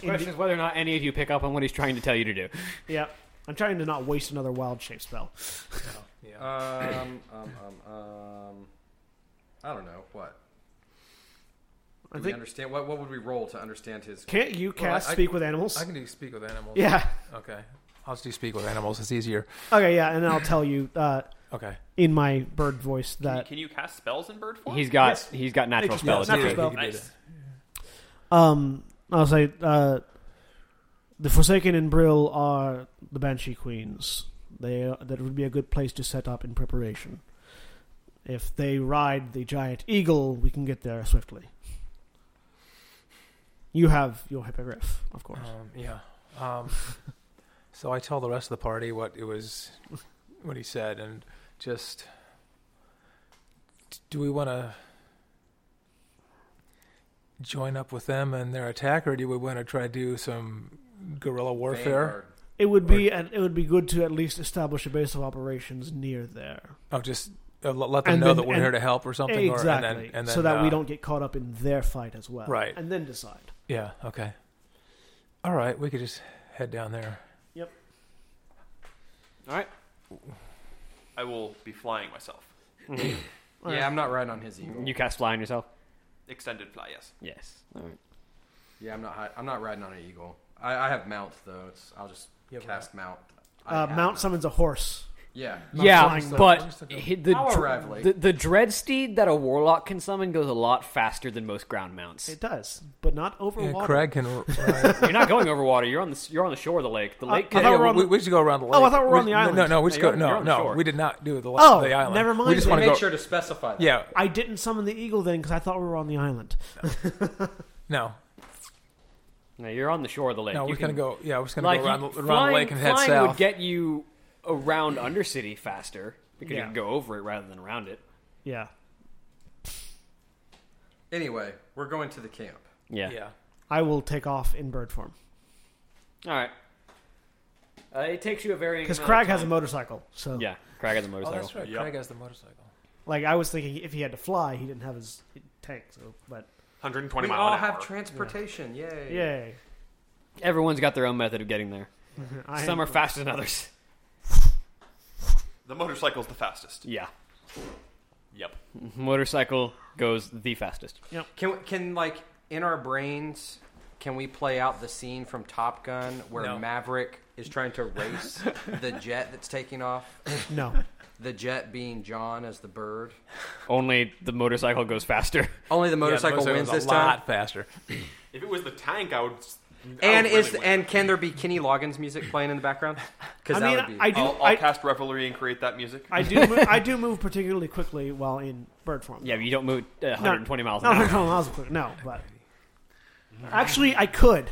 S2: The question is whether or not any of you pick up on what he's trying to tell you to do.
S1: Yeah, I'm trying to not waste another wild shape spell.
S4: Yeah.
S5: Um, um, um, um, I don't know what.
S1: I
S5: Do we
S1: think
S5: understand what? What would we roll to understand his?
S1: can't you
S4: Well,
S1: cast
S4: I- I-
S1: speak with animals?
S4: I can do speak with animals.
S1: yeah.
S4: Okay. I'll just do speak with animals. It's easier.
S1: Okay. Yeah, and I'll tell you uh,
S4: Okay.
S1: in my bird voice that
S3: Can you cast spells in bird form?
S2: He's got
S1: Yes.
S2: he's got natural
S1: Yes,
S2: spells.
S1: natural
S4: Yeah,
S1: spell.
S4: he can do
S3: Nice.
S1: Um, I'll say uh, the Forsaken and Brill are the Banshee Queens. They uh, that would be a good place to set up in preparation. If they ride the giant eagle, we can get there swiftly. You have your hippogriff, of
S4: that.
S1: course.
S4: Um, yeah. Um, so I tell the rest of the party what it was, what he said, and just do we want to join up with them and their attack, or do we want to try to do some guerrilla warfare?
S5: Vanguard?
S1: It would be and it would be good to at least establish a base of operations near there,
S4: Oh, just uh, l- let them
S1: And
S4: know
S1: then-
S4: that we're
S1: and-
S4: here to help or something.
S1: exactly,
S4: Or, and then, and then,
S1: so that we
S4: uh,
S1: don't get caught up in their fight as well.
S4: Right.
S1: and then decide.
S4: Yeah. Okay. All right. We could just head down there.
S3: I will be flying myself.
S5: Yeah, I'm not riding on his eagle.
S2: You cast fly on yourself.
S3: Extended fly, yes.
S2: Yes.
S5: Yeah, I'm not. hi- I'm not riding on an eagle. I, I have mount though. It's, I'll just
S4: Yeah, but-
S5: cast mount. I
S1: Uh,
S5: have
S1: Mount summons a horse.
S5: Yeah.
S2: Yeah,
S1: flying,
S4: I'm
S2: but
S4: still going.
S2: he- the,
S5: I'll
S2: dr-
S5: arrive late.
S2: the the dread steed that a warlock can summon goes a lot faster than most ground mounts.
S1: It does, but not over
S4: Yeah,
S1: water.
S4: Craig can. Right.
S2: You're not going over water. You're on the s- you're on the shore of the lake. The lake.
S1: I
S4: Yeah,
S2: can-
S1: thought
S4: yeah,
S1: we were on
S4: we,
S1: the-
S4: we should go around the lake.
S1: Oh, I thought we were on the
S4: no,
S1: island.
S4: No, no, we just
S2: you're
S4: go.
S2: on- you're
S4: No,
S2: on the
S4: no,
S2: shore.
S4: we did not do the,
S1: Oh,
S4: the island.
S1: never
S4: We
S1: mind
S4: just
S1: then.
S4: want to
S5: Make
S4: go.
S5: sure to specify. that.
S4: Yeah,
S1: I didn't summon the eagle then because I thought we were on the island.
S4: no,
S2: no, you're on the shore of the lake.
S4: no,
S2: You
S4: we're
S2: can,
S4: gonna go. Yeah, we're just gonna
S2: like
S4: go around,
S2: you-
S4: the- around
S2: flying,
S4: the lake and head
S2: flying
S4: south.
S2: would get you around Undercity faster because
S1: Yeah.
S2: you can go over it rather than around it.
S1: Yeah.
S5: Anyway, we're going to the camp.
S4: yeah,
S1: I will take off in bird form.
S2: All right. Uh, it takes you a varying
S1: Because
S2: amount
S1: Crag
S2: of
S1: has a
S2: time.
S1: motorcycle. So,
S2: Yeah, Crag has a
S4: Oh,
S2: motorcycle.
S4: that's right.
S3: Yep.
S4: Craig has the motorcycle.
S1: like, I was thinking if he had to fly, he didn't have his tank. So, but,
S3: 120
S5: we
S3: mile an
S5: all
S3: hour.
S5: have transportation. Yay.
S1: yay.
S2: Everyone's got their own method of getting there.
S1: I
S2: Some
S1: am-
S2: are faster than others.
S3: the motorcycle's the fastest.
S2: Yeah,
S3: Yep.
S2: motorcycle goes the fastest.
S5: Can we, can like in our brains? Can we play out the scene from Top Gun where
S4: No.
S5: Maverick is trying to race the jet that's taking off?
S1: No.
S5: The jet being John as the bird.
S2: Only the motorcycle goes faster.
S5: Only the motorcycle,
S4: yeah, the
S5: wins
S4: motorcycle's
S5: this
S4: a lot
S5: time.
S4: faster.
S3: If it was the tank, I would. s- I would
S5: And
S3: really
S5: is
S3: win.
S5: and can there be Kenny Loggins music playing in the background?
S1: I
S5: Because that
S1: mean,
S5: would be.
S1: I do,
S3: I'll, I'll
S1: I,
S3: cast revelry and create that music.
S1: I, do move, I do move particularly quickly while in bird form.
S2: Yeah, but you don't move uh, 120 miles an
S1: Not
S2: hour.
S1: 120 miles quick. No, but. Actually, I could.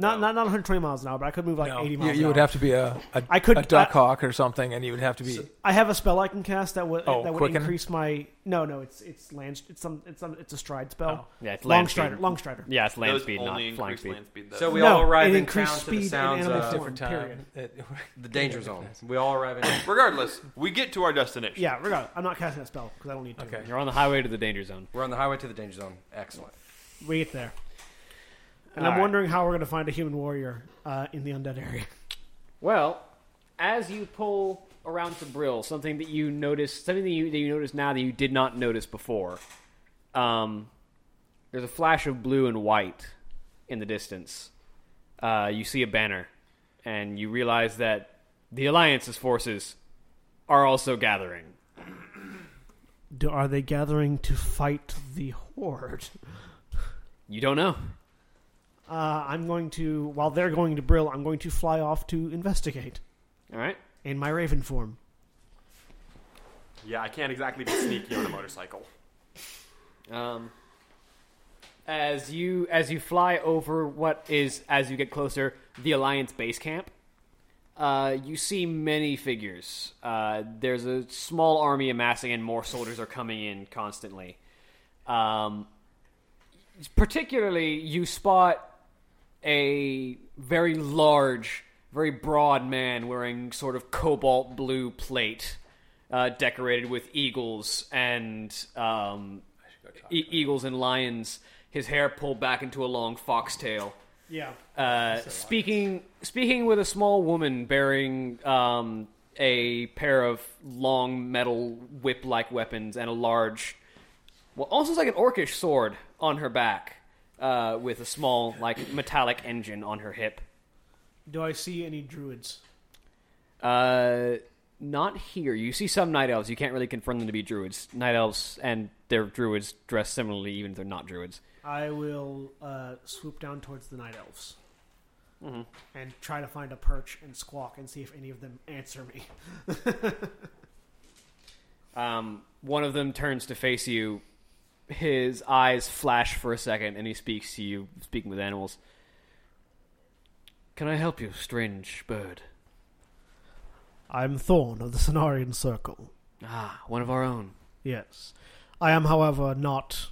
S1: Not not not 120 miles an hour, but I could move like
S4: No.
S1: 80
S4: You-
S1: miles.
S4: you,
S1: an
S4: would
S1: hour.
S4: have to be a, a,
S1: I could-
S4: a duck
S1: I-
S4: hawk or something, and you would have to be.
S1: I have a spell I can cast that would
S4: Oh,
S1: that would
S4: quicken?
S1: increase my. No, no, it's it's land. It's some. It's some. It's a stride spell.
S2: Yeah, it's
S1: long
S2: land
S1: strider.
S2: speed.
S1: Long strider.
S2: Yeah, it's land
S3: Those
S2: speed, not
S3: only
S2: flying
S3: increase
S2: speed.
S3: land speed. though.
S5: So we
S1: No,
S5: all arrive
S1: it
S5: in
S1: increased
S5: town to the
S1: speed
S5: sounds
S1: and animal
S5: of
S1: form.
S4: different time.
S1: Period.
S4: It-
S5: the danger zone. We all arrive in.
S3: Regardless, we get to our destination.
S1: Yeah, regardless, I'm not casting that spell because I don't need to.
S4: Okay.
S2: You're on the highway to the danger zone.
S5: We're on the highway to the danger zone. Excellent.
S1: We get there, and
S2: All
S1: I'm
S2: right.
S1: wondering how we're going to find a human warrior uh, in the undead area.
S2: Well, as you pull around to Brill, something that you notice, something that you, that you notice now that you did not notice before, um, there's a flash of blue and white in the distance. Uh, you see a banner, and you realize that the Alliance's forces are also gathering.
S1: Do, are they gathering to fight the horde?
S2: You don't know.
S1: Uh, I'm going to while they're going to Brill, I'm going to fly off to investigate
S2: All right.
S1: in my raven form.
S8: Yeah, I can't exactly be sneaky on a motorcycle.
S2: Um, as you as you fly over what is as you get closer the Alliance base camp, uh, you see many figures. Uh, there's a small army amassing, and more soldiers are coming in constantly. Um, particularly, you spot a very large, very broad man wearing sort of cobalt blue plate, uh, decorated with eagles and um, e- eagles and lions. His hair pulled back into a long foxtail.
S1: Yeah.
S2: Uh, speaking speaking with a small woman bearing um, a pair of long metal whip like weapons and a large, well, almost like an orcish sword on her back, uh, with a small like metallic engine on her hip.
S1: Do I see any druids?
S2: Uh, not here. You see some night elves. You can't really confirm them to be druids. Night elves and their druids dress similarly, even if they're not druids.
S1: I will uh, swoop down towards the night elves and try to find a perch and squawk and see if any of them answer me.
S2: Um, one of them turns to face you. His eyes flash for a second, and he speaks to you, speaking with animals. Can I help you, strange bird?
S1: I'm Thorn of the Cenarian Circle.
S2: Ah, one of our own.
S1: Yes. I am, however, not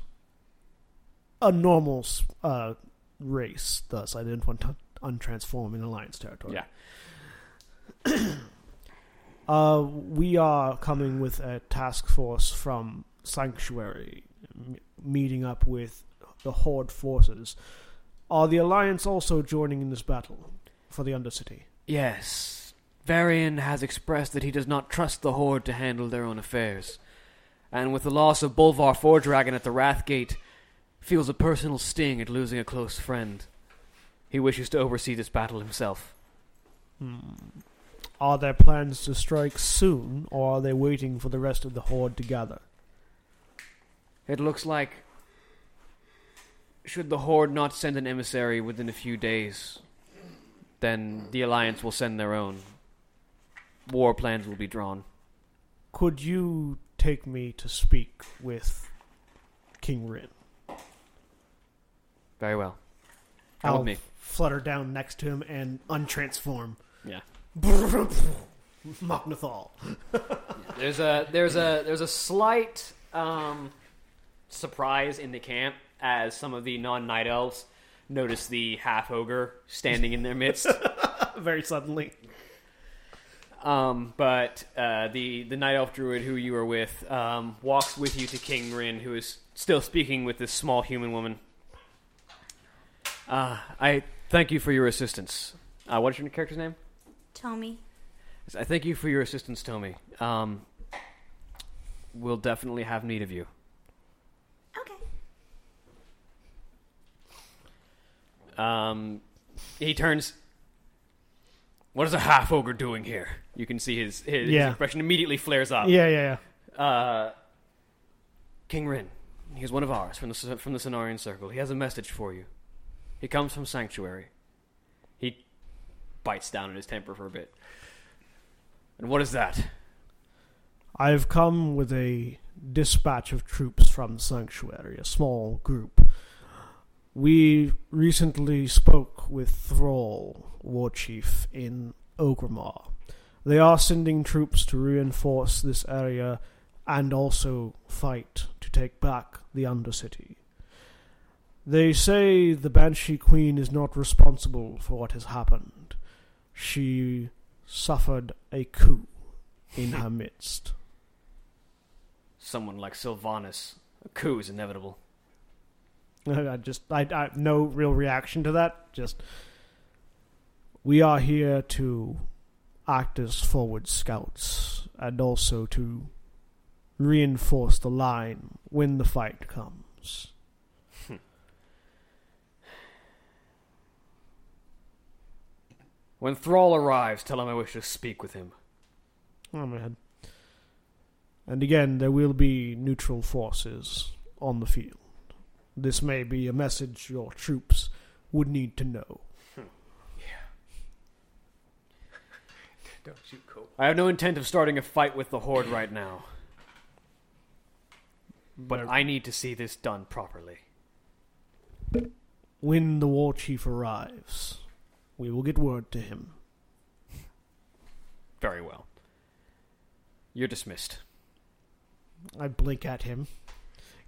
S1: a normal s- uh, race, thus, I didn't want to untransform in Alliance territory.
S2: Yeah.
S1: Uh, we are coming with a task force from Sanctuary, m- meeting up with the Horde forces. Are the Alliance also joining in this battle for the Undercity?
S2: Yes. Varian has expressed that he does not trust the Horde to handle their own affairs. And with the loss of Bolvar Fordragon at the Wrathgate, feels a personal sting at losing a close friend. He wishes to oversee this battle himself.
S1: Are there plans to strike soon, or are they waiting for the rest of the Horde to gather?
S2: It looks like. Should the Horde not send an emissary within a few days, then the Alliance will send their own. War plans will be drawn.
S1: Could you take me to speak with King Rin?
S2: Very well. Come with
S1: I'll
S2: me.
S1: flutter down next to him and untransform.
S2: Yeah.
S1: Magnathal.
S2: There's a there's a there's a slight um, surprise in the camp as some of the non night elves notice the half ogre standing in their midst.
S1: Very suddenly.
S2: Um, but uh, the the night elf druid who you were with um, walks with you to King Rin, who is still speaking with this small human woman. Uh, I thank you for your assistance. Uh, what's your character's name?
S7: Tommy.
S2: I thank you for your assistance, Tommy. Um, we'll definitely have need of you.
S7: Okay.
S2: Um, he turns. What is a half ogre doing here? You can see his his,
S1: Yeah.
S2: his expression immediately flares up.
S1: Yeah, yeah, yeah.
S2: Uh, King Rin, he's one of ours from the from the Cenarian Circle. He has a message for you. He comes from Sanctuary. He bites down in his temper for a bit. And what is that?
S1: I've come with a dispatch of troops from Sanctuary, a small group. We recently spoke with Thrall, war chief in Ogrimmar. They are sending troops to reinforce this area and also fight to take back the Undercity. They say the Banshee Queen is not responsible for what has happened. She suffered a coup in her midst.
S2: Someone like Sylvanas. A coup is inevitable.
S1: I just, I, I, no real reaction to that. Just, we are here to act as forward scouts and also to reinforce the line when the fight comes.
S2: When Thrall arrives, tell him I wish to speak with him.
S1: Oh man. And again, there will be neutral forces on the field. This may be a message your troops would need to know.
S4: Don't shoot Cope.
S2: I have no intent of starting a fight with the Horde right now, but I need to see this done properly.
S1: When the war chief arrives, we will get word to him.
S2: Very well. You're dismissed.
S1: I blink at him.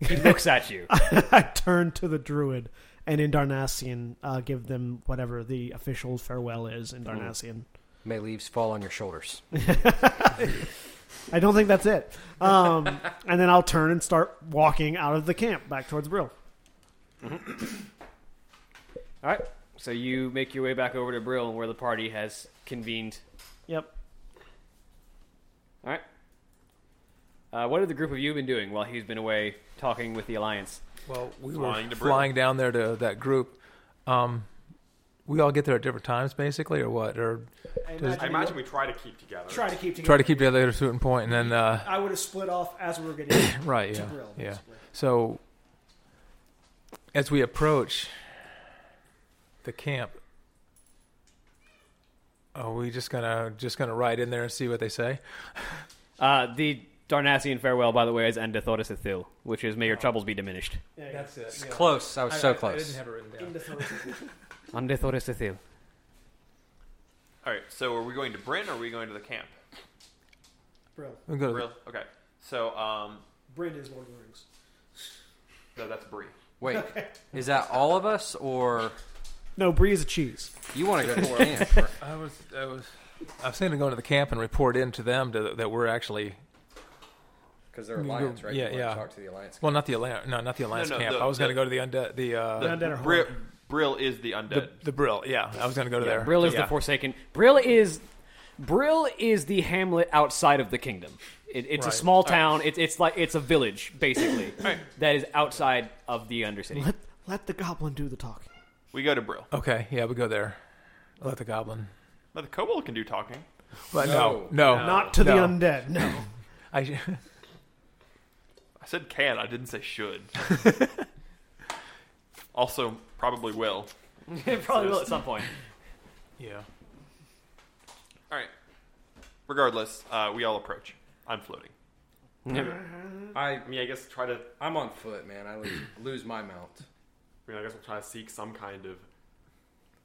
S2: He looks at you.
S1: I turn to the druid and in Darnassian uh, give them whatever the official farewell is in Darnassian.
S5: May leaves fall on your shoulders.
S1: I don't think that's it. Um, and then I'll turn and start walking out of the camp back towards Brill.
S2: All right. So you make your way back over to Brill, where the party has convened.
S1: Yep.
S2: All right. Uh, what have the group of you been doing while he's been away talking with the Alliance?
S4: Well, we
S3: Flying
S4: were
S3: to Brill.
S4: flying down there to that group. Um, we all get there at different times, basically, or what? Or
S6: imagine
S4: does,
S8: I
S6: I mean,
S8: imagine we try to keep together.
S1: Try to keep together.
S4: try to keep together at a certain point, and then uh,
S1: I would have split off as we were getting
S4: right,
S1: to
S4: yeah,
S1: Brill.
S4: yeah.
S1: basically.
S4: So, as we approach the camp, are we just gonna just gonna ride in there and see what they say?
S2: Uh, the Darnassian farewell, by the way, is Endothorisithil, which is may your troubles be diminished.
S1: Yeah,
S4: it.
S5: Close. I was so close.
S4: it written
S1: in the throat.
S2: Endothorisithil.
S3: All right, so are we going to Bryn or are we going to the camp?
S1: Brill.
S4: We go to
S3: Brill? Okay. So, um,
S1: Bryn is Lord of the Rings.
S3: no, that's Bree.
S5: Wait, is that all of us, or
S1: No, Bree is a cheese.
S5: you want to go to camp?
S4: I was, I was, I was thinking of going to the camp and report in to them to, that we're actually,
S5: Because they're
S4: go-
S5: alliance, right? You
S4: yeah,
S5: wanna
S4: yeah.
S5: Talk to the alliance.
S4: well, not the alliance, no, not the alliance
S3: no,
S4: camp.
S3: the-
S4: I was going to
S3: the-
S4: go to the undead, the, uh, the,
S1: Undead or
S3: Bri-
S1: Horde.
S3: Brill is the
S4: the,
S3: undead.
S4: Brill. Yeah, I was going to go to there.
S2: Brill is
S4: Yeah.
S2: the Forsaken. Brill is Brill is the hamlet outside of the kingdom. It, it's
S4: Right.
S2: a small town. It's it's like it's a village basically that is outside of the Undercity.
S1: Let, let the goblin do the talking.
S3: we go to Brill.
S4: Okay, yeah, we go there. Let the goblin.
S3: But the kobold can do talking.
S4: But
S5: Oh,
S4: no, no,
S1: Not to the
S4: No.
S1: undead, no.
S4: I,
S3: I said can, I didn't say should. also, probably will.
S2: It probably will at some point.
S4: yeah.
S3: All right. Regardless, uh, we all approach. I'm floating.
S5: I,
S6: I mean, I guess try to. I
S5: I'm on foot, man. I lose, lose my mount.
S6: mean, I guess we'll try to seek some kind of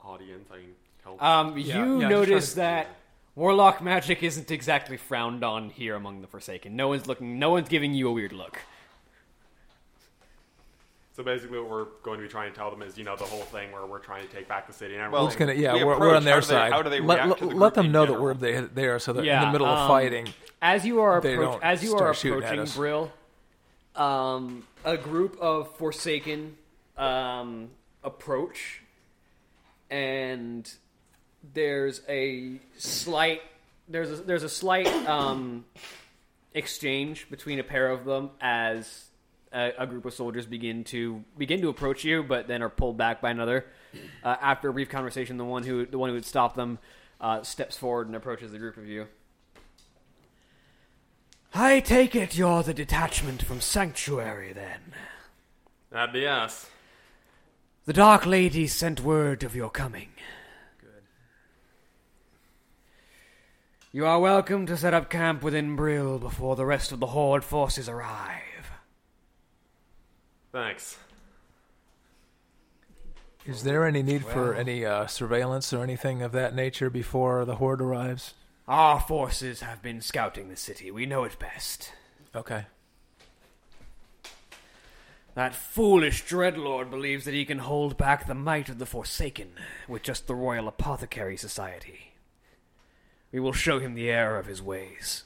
S6: audience. I can help.
S2: Um,
S4: Yeah,
S2: you
S4: yeah, just
S2: notice
S4: trying
S2: that warlock magic isn't exactly frowned on here among the Forsaken. No one's looking. No one's giving you a weird look.
S6: so basically, what we're going to be trying to tell them is, you know, the whole thing where we're trying to take back the city and
S3: Well,
S4: We're
S6: everything.
S4: just gonna, yeah,
S3: We
S4: we are
S3: approach,
S4: we're on their
S3: how do they-
S4: side.
S3: how do they
S4: let,
S3: react
S4: let-
S3: to the
S4: let
S3: group
S4: them
S3: in
S4: know that
S3: general?
S4: we're there, there, so they're in
S2: Yeah,
S4: the middle
S2: um,
S4: of fighting.
S2: As you are
S4: They
S2: approach,
S4: don't
S2: as you are
S4: start shooting at
S2: approaching
S4: us.
S2: Brill, um, a group of Forsaken um, approach, and there's a slight there's a, there's a slight um, exchange between a pair of them as a, a group of soldiers begin to begin to approach you, but then are pulled back by another. Uh, after a brief conversation, the one who the one who had stopped them uh, steps forward and approaches the group of you. I take it you're the detachment from Sanctuary, then.
S6: That'd be us.
S2: The Dark Lady sent word of your coming. Good. You are welcome to set up camp within Brill before the rest of the Horde forces arrive.
S6: Thanks.
S4: Is there any need for any uh, surveillance or anything of that nature before the horde arrives?
S2: Our forces have been scouting the city. We know it best.
S4: Okay.
S2: That foolish Dreadlord believes that he can hold back the might of the Forsaken with just the Royal Apothecary Society. We will show him the error of his ways.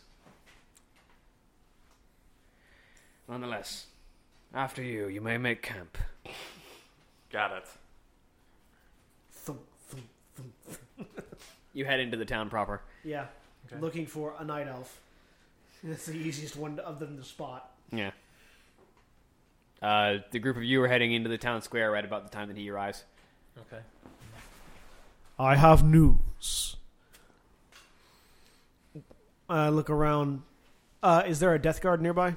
S2: Nonetheless, after you, you may make camp.
S3: Got it.
S2: You head into the town proper.
S1: Yeah. Looking for a night elf. That's the easiest one of them to spot.
S2: Yeah. Uh, the group of you are heading into the town square right about the time that he arrives.
S4: Okay.
S1: I have news. I look around. Uh, is there a death guard nearby?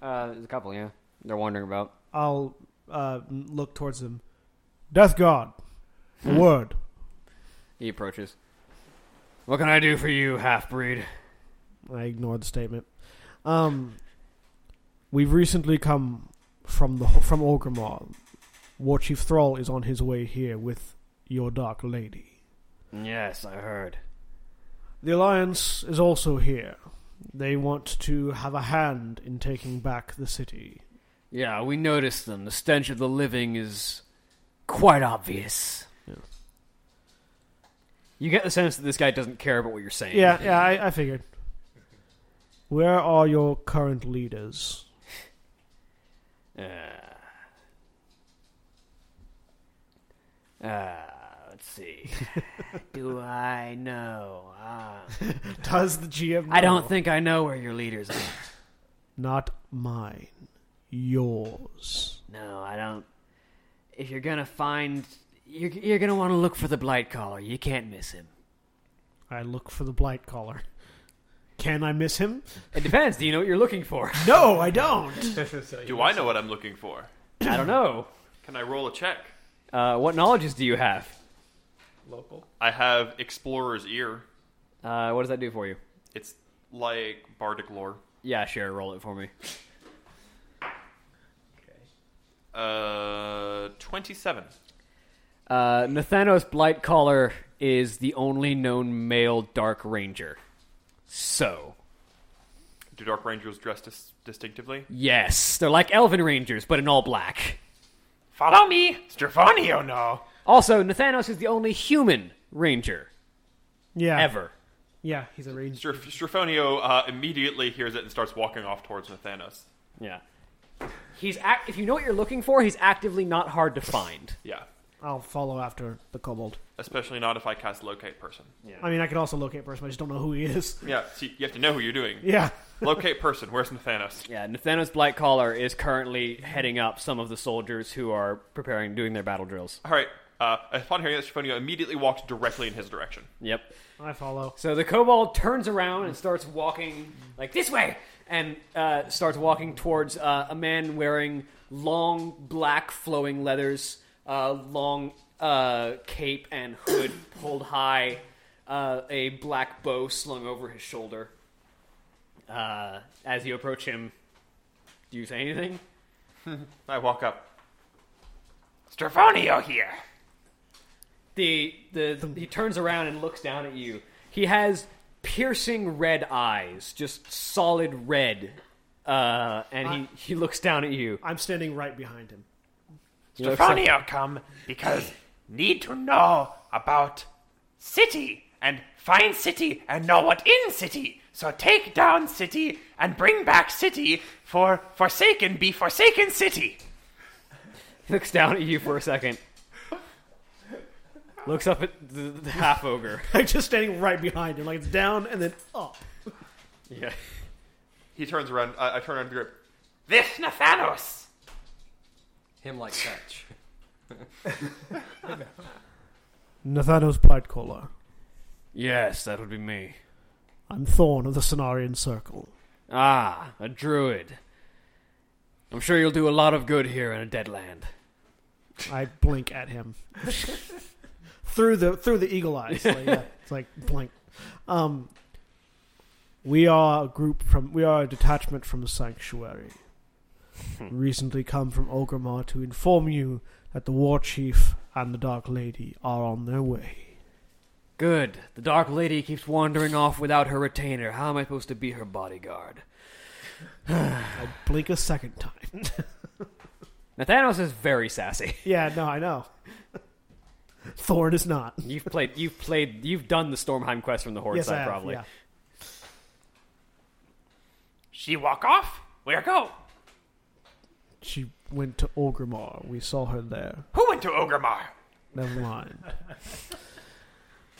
S2: Uh, there's a couple, yeah. They're wandering about.
S1: I'll uh, look towards them. Hmm. Death guard. A word.
S2: He approaches. What can I do for you, half breed?
S1: I ignored the statement. Um, we've recently come from the from Orgrimmar. War Chief Thrall is on his way here with your Dark Lady.
S2: Yes, I heard.
S1: The Alliance is also here. They want to have a hand in taking back the city.
S2: Yeah, we noticed them. The stench of the living is quite obvious. You get the sense that this guy doesn't care about what you're saying.
S1: Yeah, yeah, I, I figured. Where are your current leaders?
S2: Uh, uh, let's see. do I know? Uh,
S1: Does the GM?
S2: I don't think I know where your leaders are.
S1: Not mine. Yours.
S2: No, I don't. If you're gonna find, you're, you're gonna want to look for the blight collar. You can't miss him.
S1: I look for the blight collar. Can I miss him?
S2: It depends. Do you know what you're looking for?
S1: No, I don't.
S3: Do I know what I'm looking for?
S2: I don't know.
S3: Can I roll a check?
S2: Uh, what knowledges do you have?
S4: Local.
S3: I have Explorer's Ear.
S2: Uh, what does that do for you?
S3: It's like bardic lore.
S2: Yeah, sure. Roll it for me.
S3: Uh, 27.
S2: Uh, Nathanos Blightcaller is the only known male Dark Ranger. So,
S3: Do Dark Rangers dress dis- distinctively?
S2: yes, they're like Elven Rangers, but in all black.
S9: Follow me. Strafonio, no.
S2: Also, Nathanos is the only human Ranger
S1: Yeah.
S2: ever.
S1: Yeah, he's a ranger.
S3: Straf- Strafonio uh, immediately hears it and starts walking off towards Nathanos.
S2: Yeah. He's act- if you know what you're looking for, he's actively not hard to find.
S3: Yeah.
S1: I'll follow after the kobold.
S3: Especially not if I cast Locate Person.
S1: I mean, I can also locate person. I just don't know who he is.
S3: Yeah, see, you have to know who you're doing.
S1: Yeah.
S3: Locate Person, where's Nathanos?
S2: Yeah, Nathanos Blightcaller is currently heading up some of the soldiers who are preparing, doing their battle drills.
S3: Alright, uh, upon hearing that, Strafonio immediately walked directly in his direction.
S2: Yep.
S1: I follow.
S2: So the kobold turns around and starts walking like this way, and uh, starts walking towards uh, a man wearing long black flowing leathers, uh, long uh, cape and hood pulled high, uh, a black bow slung over his shoulder. Uh, as you approach him, do you say anything?
S3: I walk up.
S9: Strafonio here.
S2: the, the he turns around and looks down at you. He has piercing red eyes, just solid red, uh, and he, he looks down at you.
S1: I'm standing right behind him.
S2: He looks up-
S9: Strafonio come because need to know about city and find city and know what in city. So take down city and bring back city for forsaken be forsaken city.
S2: he looks down at you for a second. Looks up at the, the half ogre.
S1: I'm just standing right behind him. Like it's down and then up.
S2: Yeah.
S3: He turns around, I, I turn around to the group.
S9: This Nathanos.
S5: Him like touch.
S1: Nathanos Blightcaller.
S2: Yes, that would be me.
S1: I'm Thorn of the Cenarian Circle.
S2: Ah, a druid. I'm sure you'll do a lot of good here in a dead land.
S1: I blink at him through the through the eagle eyes. Like, yeah, it's like blink. Um, we are a group from we are a detachment from the sanctuary. Hmm. Recently come from Ogrimmar to inform you that the war chief and the Dark Lady are on their way.
S2: Good. The Dark Lady keeps wandering off without her retainer. How am I supposed to be her bodyguard?
S1: I blink a second time.
S2: Nathanos is very sassy.
S1: yeah, no, I know. Thorn is not.
S2: You've played. You've played. You've done the Stormheim quest from the Horde
S1: yes, I
S2: side,
S1: have,
S2: probably.
S1: yeah.
S9: She walk off? Where go?
S1: She went to Orgrimmar. We saw her there.
S9: Who went to Ogremar?
S1: Never mind.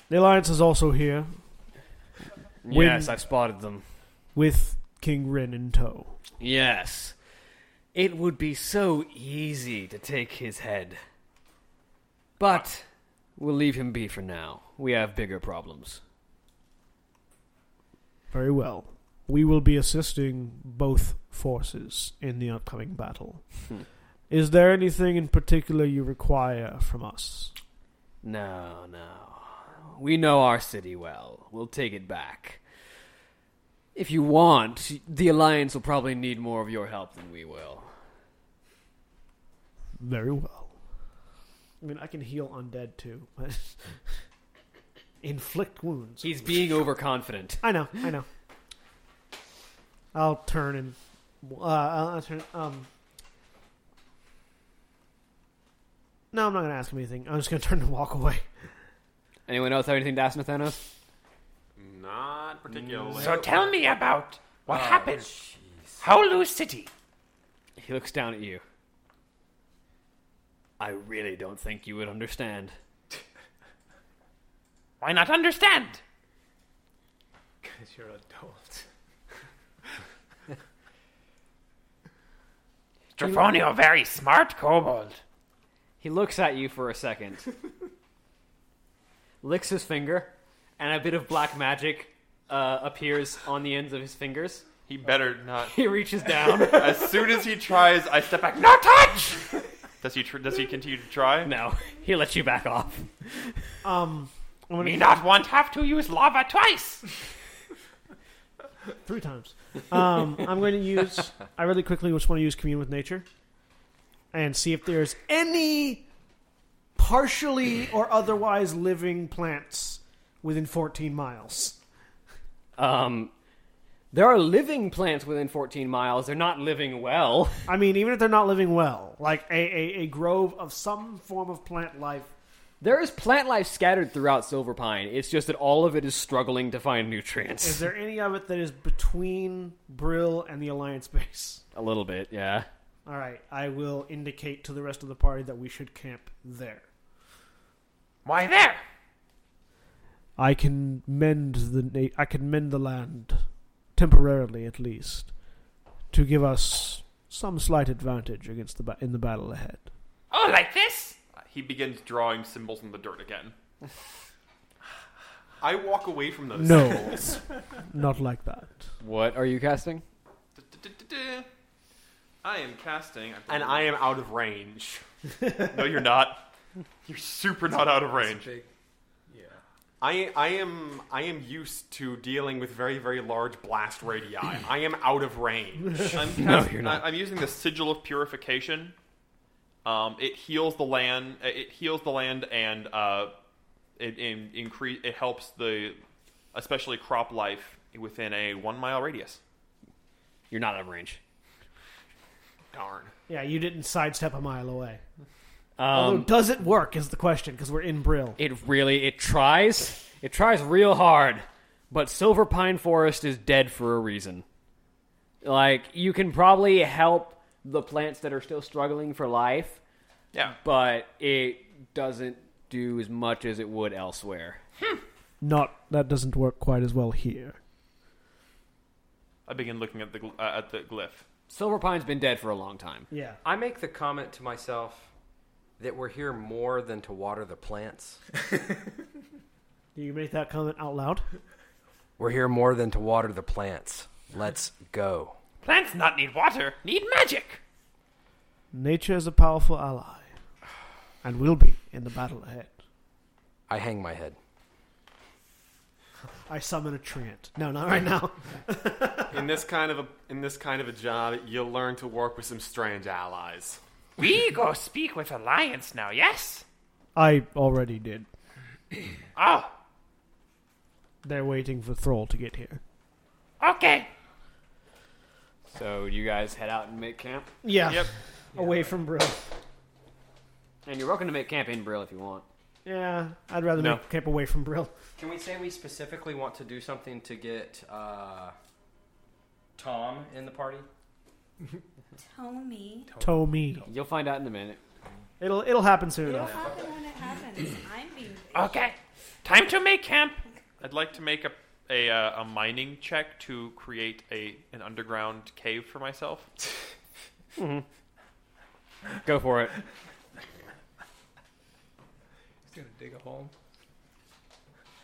S1: the Alliance is also here When-
S2: Yes, I've spotted them.
S1: with King Rin in tow.
S2: Yes. It would be so easy to take his head. But we'll leave him be for now. We have bigger problems.
S1: Very well. We will be assisting both forces in the upcoming battle. Is there anything in particular you require from us?
S2: No, no. We know our city well. We'll take it back. If you want, the Alliance will probably need more of your help than we will.
S1: Very well. I mean, I can heal undead too. but- Inflict wounds.
S2: He's being overconfident.
S1: I know, I know. I'll turn and uh, I'll, I'll turn. Um, no, I'm not going to ask him anything. I'm just going to turn and walk away.
S2: Anyone else have anything to ask Nathanos?
S8: Not particularly.
S9: So tell me about what happened. Howlu City.
S2: He looks down at you. I really don't think you would understand.
S9: Why not understand?
S4: Because you're adult.
S9: Drafonio, very smart kobold.
S2: He looks at you for a second, licks his finger, and a bit of black magic uh, appears on the ends of his fingers.
S3: He better not.
S2: He reaches down.
S3: As soon as he tries, I step back. No.
S9: No touch!
S3: Does he? Tr- does he continue to try?
S2: no, he lets you back off.
S1: Um, I'm
S9: Me
S1: gonna,
S9: not want have to use lava twice.
S1: three times. Um, I'm going to use. I really quickly just want to use commune with nature, and see if there's any partially or otherwise living plants within 14 miles.
S2: Um, there are living plants within 14 miles. They're not living well.
S1: I mean, even if they're not living well, like a, a, a grove of some form of plant life.
S2: There is plant life scattered throughout Silverpine. It's just that all of it is struggling to find nutrients.
S1: Is there any of it that is between Brill and the Alliance base?
S2: a little bit, yeah.
S1: All right, I will indicate to the rest of the party that we should camp there.
S9: Why there?
S1: I can mend the na- I can mend the land temporarily at least to give us some slight advantage against the ba- in the battle ahead.
S9: Oh, like this?
S3: He begins drawing symbols in the dirt again.
S8: I walk away from those.
S1: No, not like that.
S2: What are you casting?
S3: Du-du-du-du-du. I am casting.
S8: And I am out of range.
S3: No, you're not. You're super not out of range.
S4: Big. Yeah.
S8: I, I am I am used to dealing with very very large blast radii. I am out of range.
S3: I'm cast-
S2: No, you're not.
S3: I, am using the sigil of purification. Um, it heals the land. uh, It heals the land, and uh, it, it increase. It helps the, especially crop life within a one mile radius.
S2: You're not out of range.
S8: Darn.
S1: Yeah, you didn't sidestep a mile away. Although,
S2: Um,
S1: does it work is the question because we're in Brill.
S2: It really it tries. It tries real hard. But Silver Pine Forest is dead for a reason. Like you can probably help the plants that are still struggling for life,
S3: Yeah.
S2: but it doesn't do as much as it would elsewhere.
S1: Not that doesn't work quite as well here.
S3: I begin looking at the gl- uh, at the glyph.
S2: Silver Pine's been dead for a long time.
S1: Yeah.
S5: I make the comment to myself that we're here more than to water the plants.
S1: Do you make that comment out loud?
S5: We're here more than to water the plants. Let's go.
S9: Plants not need water, need magic.
S1: Nature is a powerful ally, and will be in the battle ahead.
S5: I hang my head.
S1: I summon a treant. No, not right now.
S8: In this kind of a in this kind of a job, you'll learn to work with some strange allies.
S9: We go speak with Alliance now, yes?
S1: I already did.
S9: Oh,
S1: They're waiting for Thrall to get here.
S9: okay.
S2: So you guys head out and make camp,
S1: Yeah.
S3: Yep.
S1: Away from Brill.
S2: and you're welcome to make camp in Brill if you want.
S1: Yeah, I'd rather
S3: No.
S1: make camp away from Brill.
S5: Can we say we specifically want to do something to get uh, Tom in the party?
S7: Tommy.
S1: Tow me.
S2: You'll find out in a minute.
S1: It'll it'll happen soon
S7: It'll
S1: enough.
S7: happen when it happens. I'm being.
S9: Okay. Time to make camp.
S3: I'd like to make a a, uh, a mining check to create a an underground cave for myself.
S2: Go for it.
S4: He's gonna dig a hole.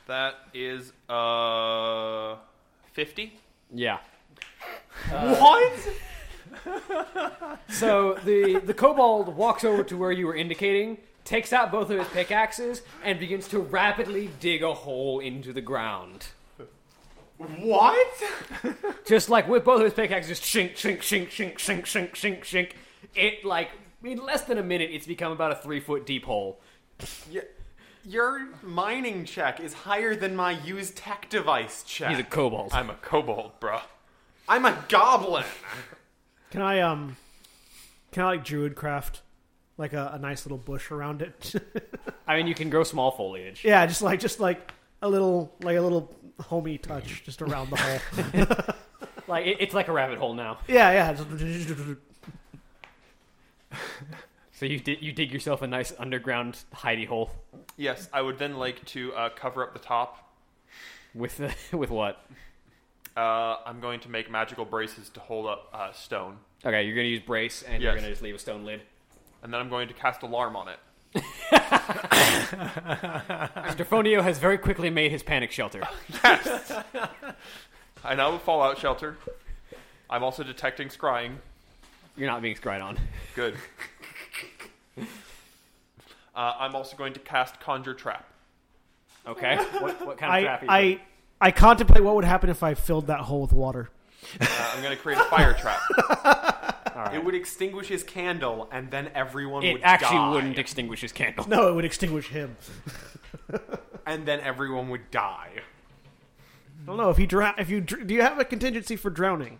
S3: That is uh fifty.
S2: Yeah.
S3: what?
S2: So the the kobold walks over to where you were indicating, takes out both of his pickaxes, and begins to rapidly dig a hole into the ground.
S9: What?
S2: Just like with both of his pickaxes, just shink, shink, shink, shink, shink, shink, shink, shink. It like in less than a minute, it's become about a three foot deep hole.
S8: Your mining check is higher than my use tech device
S2: He's a
S8: check.
S2: kobold.
S3: I'm a kobold, bruh.
S8: i I'm a goblin.
S1: Can I um can I like druid craft like a, a nice little bush around it?
S2: I mean, you can grow small foliage.
S1: yeah, just like just like a little like a little homey touch just around the hole.
S2: Like it, it's like a rabbit hole now.
S1: yeah, yeah. just-
S2: So you di- you dig yourself a nice underground hidey hole
S3: Yes, I would then like to uh, cover up the top.
S2: with the, with what?
S3: Uh, I'm going to make magical braces to hold up uh, stone,
S2: Okay, you're gonna use brace, and you're
S3: Yes.
S2: gonna just leave a stone lid.
S3: and then I'm going to cast alarm on it.
S2: Strafonio has very quickly made his panic shelter.
S3: I now have a fallout shelter. I'm also detecting scrying.
S2: You're not being scryed on.
S3: Good. Uh, I'm also going to cast conjure trap.
S2: Okay. What, what kind of
S1: I
S2: trap? are you
S1: I I contemplate what would happen if I filled that hole with water.
S3: Uh, I'm going to create a fire trap.
S8: It would extinguish his candle, and then everyone
S2: putting? it
S8: would
S2: actually
S8: die.
S2: wouldn't extinguish his candle.
S1: No, it would extinguish him.
S8: And then everyone would die.
S1: I don't know if he drown. If you dr- do, you have a contingency for drowning.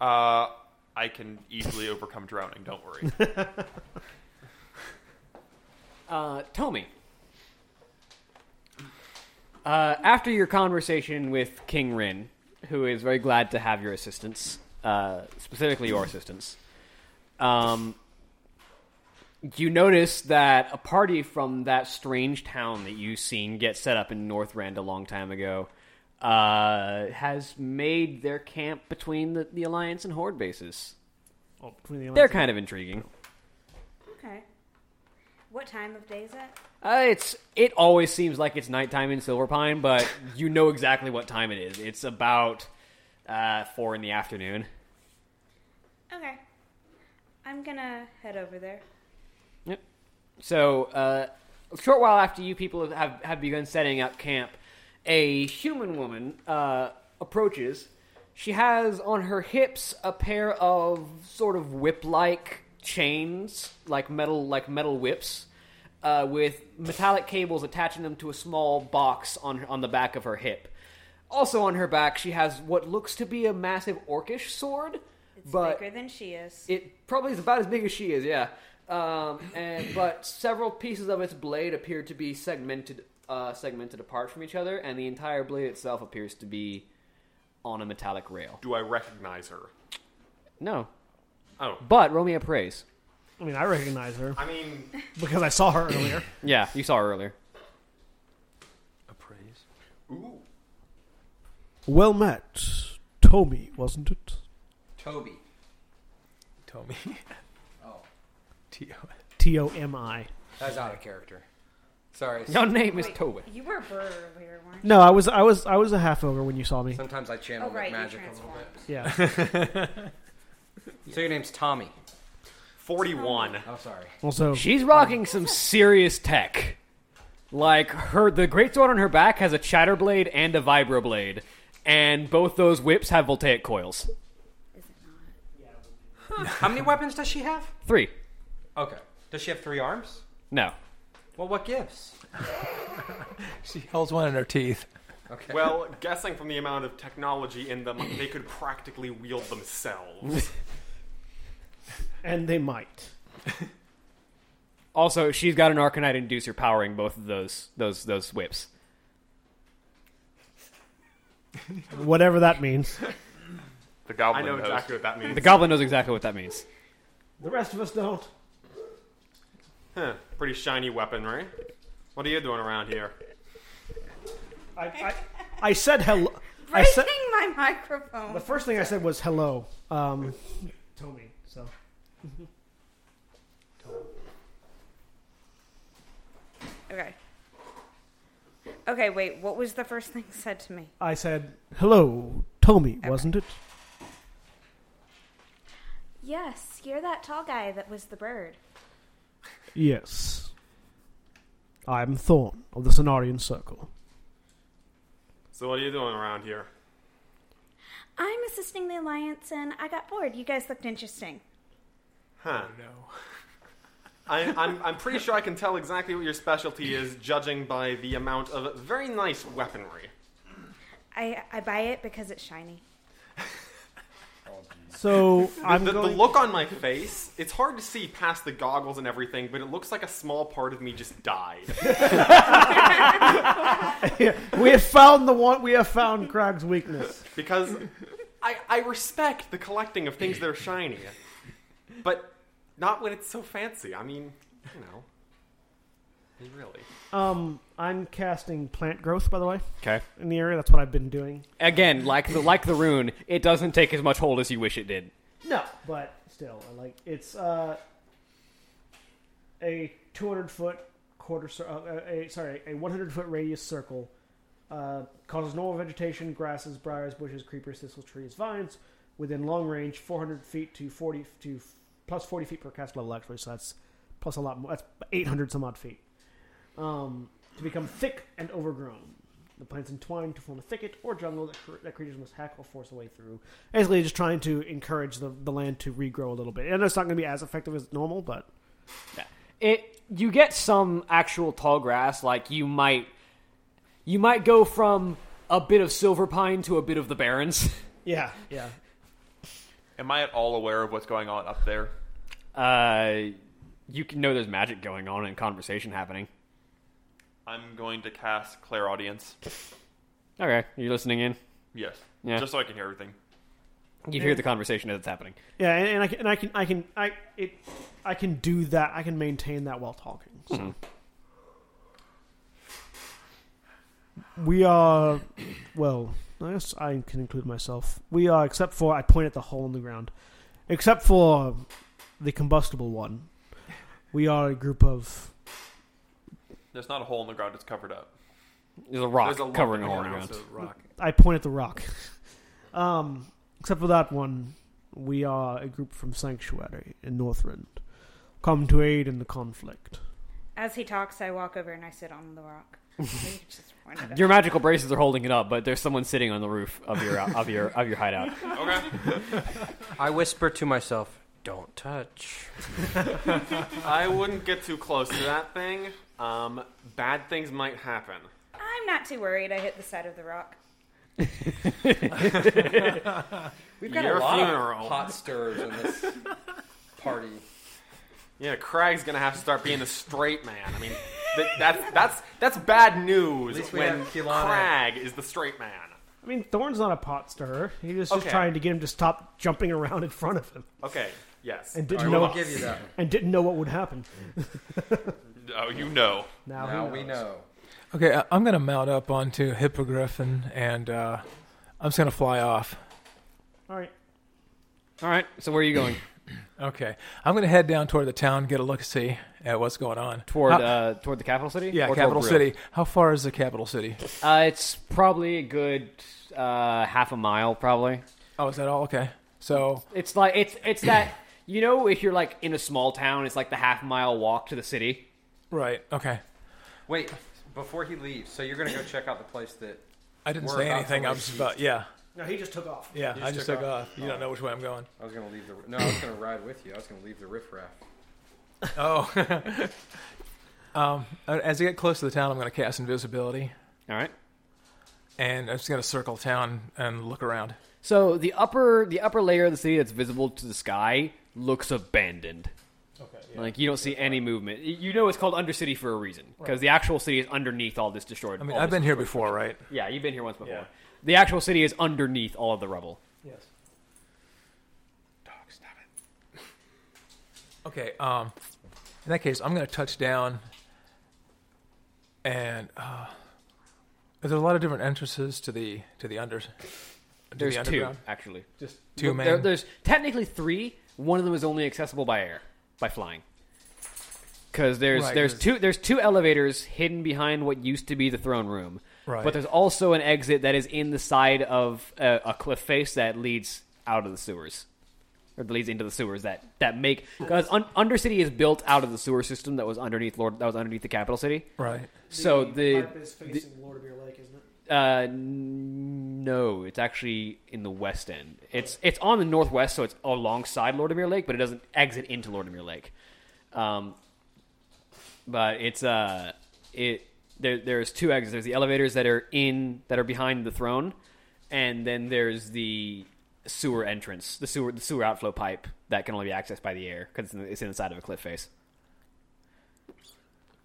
S3: Uh, I can easily overcome drowning. Don't worry.
S2: Uh, Tommy. Uh, after your conversation with King Rin, who is very glad to have your assistance, uh, specifically your assistance, um, you notice that a party from that strange town that you've seen get set up in Northrend a long time ago uh, has made their camp between the, the Alliance and Horde bases.
S1: Oh, between the
S2: They're
S1: lines.
S2: kind of intriguing.
S7: Okay. What time of day is it?
S2: Uh, it's it always seems like it's nighttime in Silverpine, but you know exactly what time it is. It's about uh, four in the afternoon.
S7: Okay. I'm gonna head over there.
S2: So, uh, a short while after you people have, have begun setting up camp, a human woman uh, approaches. She has on her hips a pair of sort of whip-like chains, like metal, like metal whips, uh, with metallic cables attaching them to a small box on on the back of her hip. Also on her back, she has what looks to be a massive orcish sword,
S7: It's
S2: but
S7: bigger than she is.
S2: it probably is about as big as she is, yeah. Um, and but several pieces of its blade appear to be segmented, uh, segmented apart from each other, and the entire blade itself appears to be on a metallic rail.
S8: Do I recognize her?
S2: No.
S8: Oh.
S2: But Romeo prays.
S1: I mean, I recognize her
S8: I mean,
S1: because I saw her earlier.
S2: Yeah, you saw her earlier.
S4: Appraise.
S1: Well met, Tommy, wasn't it?
S5: Toby.
S4: Tommy.
S5: Oh.
S4: T O.
S1: T O M I.
S5: That was out of character. Sorry.
S2: Your name is
S7: Wait,
S2: Tobit.
S7: You were a bird earlier, weren't you?
S1: No, I was, I was, I was a half ogre when you saw me.
S5: Sometimes I channel
S7: Oh, right,
S5: that
S7: you
S5: magic a little
S7: transformed.
S5: bit.
S1: Yeah.
S5: So your name's Tommy.
S8: 41.
S5: Oh, sorry.
S1: Also,
S2: She's rocking some serious tech. Like her, the greatsword on her back has a chatterblade and a vibroblade, and both those whips have voltaic coils.
S7: Is it not?
S5: How many weapons does she have?
S2: Three.
S5: Okay. Does she have three arms?
S2: No.
S5: Well, what gives?
S4: She holds one in her teeth.
S5: Okay.
S6: Well, guessing from the amount of technology in them, they could practically wield themselves.
S1: And they might.
S2: Also, she's got an Arcanite inducer powering both of those those those whips.
S1: Whatever that means.
S3: The
S6: I
S3: goblin
S6: know
S3: knows.
S6: exactly what that means.
S2: The goblin knows exactly what that means.
S1: The rest of us don't.
S6: Huh, pretty shiny weapon, right? What are you doing around here?
S1: I, I, I said hello. I
S7: Breaking
S1: said,
S7: my microphone.
S1: the first thing I said was hello. Um, Tommy, so.
S7: Okay. Okay, wait. What was the first thing said to me?
S1: I said, hello, Tommy, wasn't it?
S7: Yes, you're that tall guy that was the bird.
S1: Yes. I'm Thorn of the Cenarian Circle.
S6: So what are you doing around here?
S7: I'm assisting the alliance, and I got bored. You guys looked interesting.
S6: Huh.
S4: No.
S6: I, I'm, I'm pretty sure I can tell exactly what your specialty is, judging by the amount of very nice weaponry.
S7: I I buy it because it's shiny.
S1: So I'm
S6: The, the
S1: going.
S6: look on my face, it's hard to see past the goggles and everything, but it looks like a small part of me just died.
S1: we have found the one. We have found Krog's weakness.
S6: Because I, I respect the collecting of things that are shiny, but not when it's so fancy. I mean, you know. I mean, Really?
S1: Um, I'm casting plant growth, by the way,
S2: Okay.
S1: in the area. That's what I've been doing.
S2: Again, like the like the rune, it doesn't take as much hold as you wish it did.
S1: No, but still, I like it's uh, a 200 foot quarter. cir- Uh, a, sorry, a 100 foot radius circle. Uh, causes normal vegetation, grasses, briars, bushes, creepers, thistles, trees, vines within long range, 400 feet to 40 to f- plus 40 feet per cast level. Actually, so that's plus a lot more. That's 800 some odd feet. Um, to become thick and overgrown. The plants entwine to form a thicket or jungle that, cr- that creatures must hack or force a way through. Basically, just trying to encourage the, the land to regrow a little bit. I know it's not going to be as effective as normal, but
S2: it you get some actual tall grass like you might you might go from a bit of silver pine to a bit of the barrens
S1: yeah, yeah.
S3: Am I at all aware of what's going on up there?
S2: uh you can know there's magic going on and conversation happening
S3: I'm going to cast Clairaudience.
S2: okay you're listening in
S3: Yes.
S2: Yeah.
S3: Just so I can hear everything.
S2: you hear the conversation as it's happening
S1: Yeah, and, and I can, and I can, I can, I it, I can do that. I can maintain that while talking. So. We are, well, I guess I can include myself. We are, except for I point at the hole in the ground, except for the combustible one. We are a group of
S3: There's not a hole in the ground, it's covered up.
S2: there's a rock
S6: There's a lump
S2: covering
S6: in
S2: the
S6: the
S2: whole
S6: ground,
S2: ground
S4: So rock.
S1: I point at the rock. Um, except for that one, we are a group from Sanctuary in Northrend, come to aid in the conflict.
S7: As he talks, I walk over and I sit on the rock. You just pointed at-
S2: your magical braces are holding it up but there's someone sitting on the roof of your of your of your hideout
S3: Okay.
S5: I whisper to myself, "Don't touch."
S6: I wouldn't get too close to that thing. Um, bad things might happen.
S7: I'm not too worried. I hit the side of the rock.
S5: We've
S6: got a Your lot of funeral. pot
S5: stirs in this party.
S6: Yeah, Craig's gonna have to start being a straight man. I mean, th- that's that's that's bad news
S5: least we
S6: when
S5: have Kilana.
S6: Crag is the straight man.
S1: I mean, Thorn's not a pot stirrer. He was just
S6: Okay.
S1: trying to get him to stop jumping around in front of him
S6: Okay, yes.
S1: and didn't
S5: I
S1: know
S5: will give you that. one.
S1: and didn't know what would happen.
S3: Oh, you know.
S1: Now, he
S5: Now
S1: knows.
S5: we know.
S4: Okay, I- I'm going to mount up onto Hippogriffin and uh, I'm just going to fly off.
S1: All right,
S2: all right so where are you going
S4: Okay, I'm going to head down toward the town, get a look, see at what's going on.
S2: toward
S4: How-
S2: uh toward the capital city
S4: yeah,
S2: Or toward
S4: capital
S2: Brill?
S4: city. How far is the capital city?
S2: uh it's probably a good uh half a mile probably
S4: Oh, is that all? Okay, so
S2: It's like it's it's that you know if you're like in a small town, it's like the half mile walk to the city.
S4: right, okay.
S5: Wait, before he leaves, so you're gonna go check out the place that.
S4: I didn't
S5: We're
S4: say
S5: about to
S4: anything. I'm
S5: leave.
S4: just about yeah,
S1: no, he just took off.
S4: yeah. I just took, off. You
S5: Oh.
S4: don't know which way I'm going.
S5: I was gonna leave
S2: Oh.
S5: the. No, I was gonna ride with you. I was gonna leave the riffraff.
S4: Oh, Um, uh, as I get close to the town, I'm going to cast invisibility,
S2: All right.
S4: and I'm just going to circle town and look around.
S2: So the upper the upper layer of the city that's visible to the sky looks abandoned. Okay. Like you don't see any movement. Y- You know it's called Undercity for a reason because the actual city is underneath all Oh, this destroyed.
S4: I mean, I've been here before, right?
S2: Yeah, you've been here once before. The actual city is underneath all of the rubble.
S4: Yes. Dog, stop it. Okay. Um, in that case, I'm going to touch down. And uh, there's a lot of different entrances to the to the under. To
S2: There's
S4: the
S2: two
S4: underground.
S2: actually.
S4: Just two
S2: Look,
S4: main.
S2: there- there's technically three. One of them is only accessible by air, by flying. Because there's
S4: Right,
S2: there's
S4: 'cause-
S2: two there's two elevators hidden behind what used to be the throne room.
S4: Right.
S2: But there's also an exit that is in the side of a, a cliff face that leads out of the sewers, or that leads into the sewers that that make because un, Undercity is built out of the sewer system that was underneath Lord that was underneath the capital city.
S4: right.
S2: So the
S1: pipe is facing Lord of Your Lake, isn't it?
S2: uh, n- no, it's actually in the west end. It's it's on the northwest, so it's alongside Lordomere Lake, but it doesn't exit into Lordomere Lake. Um, but it's uh, it there, there's two exits. There's the elevators that are in that are behind the throne, and then there's the sewer entrance, the sewer the sewer outflow pipe that can only be accessed by the air because it's, in the- it's in the side of a cliff face.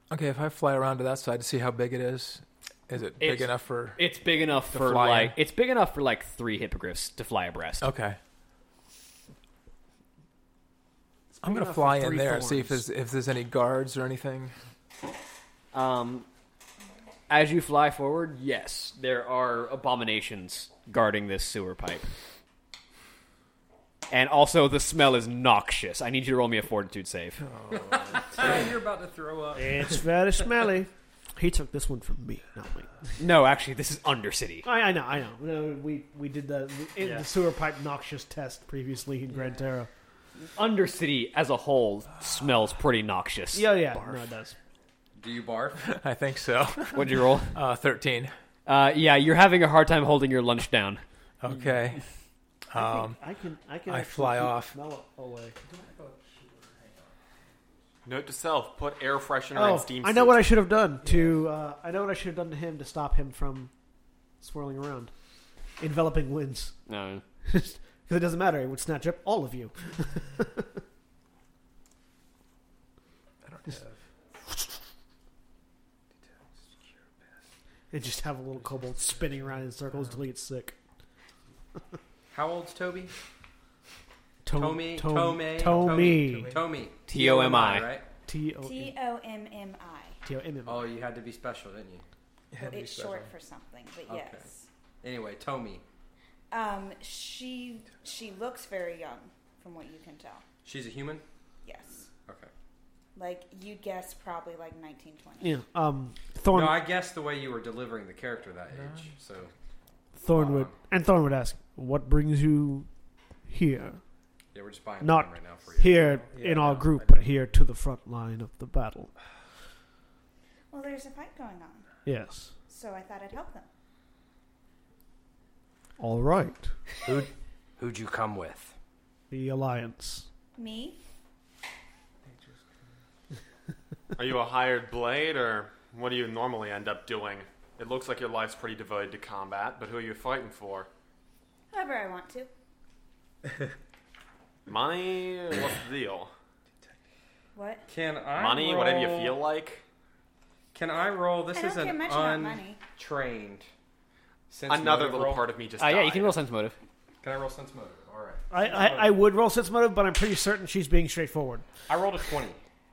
S4: Okay, if I fly around to that side to see how big it is, is it big
S2: It's-
S4: enough for?
S2: It's big enough for
S4: fly in.
S2: like it's big enough for like three hippogriffs to fly abreast.
S4: Okay. I'm gonna fly in there and see if there's if there's any guards or anything.
S2: Um, as you fly forward, yes, there are abominations guarding this sewer pipe. And also, the smell is noxious. I need you to roll me a fortitude save.
S5: You're about to throw up.
S1: It's very smelly. He took this one from me, not me.
S2: No, actually, this is Undercity.
S1: I, I know, I know. No, we we did the in the sewer pipe noxious test previously in Grand Terra.
S2: Undercity as a whole smells pretty noxious.
S1: Yeah, yeah, no, it does.
S5: Do you barf?
S4: I think so.
S2: What'd you roll?
S4: Uh, Thirteen.
S2: Uh, yeah, you're having a hard time holding your lunch down.
S4: Okay. Um,
S1: I can, I can.
S4: I
S1: actually
S4: fly
S1: keep
S4: off.
S1: Smell away.
S8: Note to self: put air freshener
S1: Oh,
S8: and steam.
S1: I know what I should have done to. Uh, I know what I should have done to him to stop him from swirling around, enveloping winds.
S2: No.
S1: Because it doesn't matter; it would snatch up all of you. And just have a little kobold spinning around in circles until he gets sick.
S5: How old's Toby?
S1: Tom-
S5: Tommy,
S1: Tom-
S5: Tommy,
S1: Tommy.
S5: Tommy.
S2: T O M I.
S5: Right?
S1: T O
S7: T O M M I.
S1: T O M M.
S5: Oh, you had to be special, didn't you?
S7: Well, it's short for something, but
S5: Okay.
S7: yes.
S5: Anyway, Tommy.
S7: Um, she she looks very young, from what you can tell.
S5: She's a human.
S7: Yes,
S5: Okay.
S7: like you guess probably like 1920.
S1: Yeah. Um. Thorn.
S5: No, I guess the way you were delivering the character that age. So
S1: Thornwood. and Thornwood asks, "What brings you here?
S5: yeah, we're just buying
S1: Not
S5: time right now for you.
S1: here in our group, but here to the front line of the battle."
S7: Well, there's a fight going on,
S1: Yes.
S7: so I thought I'd help them.
S1: All right.
S5: Who'd, who'd you come with?
S1: The alliance.
S7: Me?
S8: Are you a hired blade, or what do you normally end up doing? It looks like your life's pretty devoted to combat, but who are you fighting for?
S7: However, I want to.
S8: Money? or What's the deal?
S7: What?
S5: Can I
S8: Money?
S5: Roll,
S8: Whatever you feel like.
S5: Can I roll? This
S7: I don't
S5: is
S7: care
S5: an
S7: much about money.
S5: untrained. Sense
S8: Another
S5: motive
S8: little
S5: roll?
S8: part of me just.
S2: Uh, yeah, you
S8: died.
S2: can roll sense motive.
S5: Can I roll sense motive? All right.
S1: I, I, I would roll sense motive, but I'm pretty certain she's being straightforward.
S5: I rolled a twenty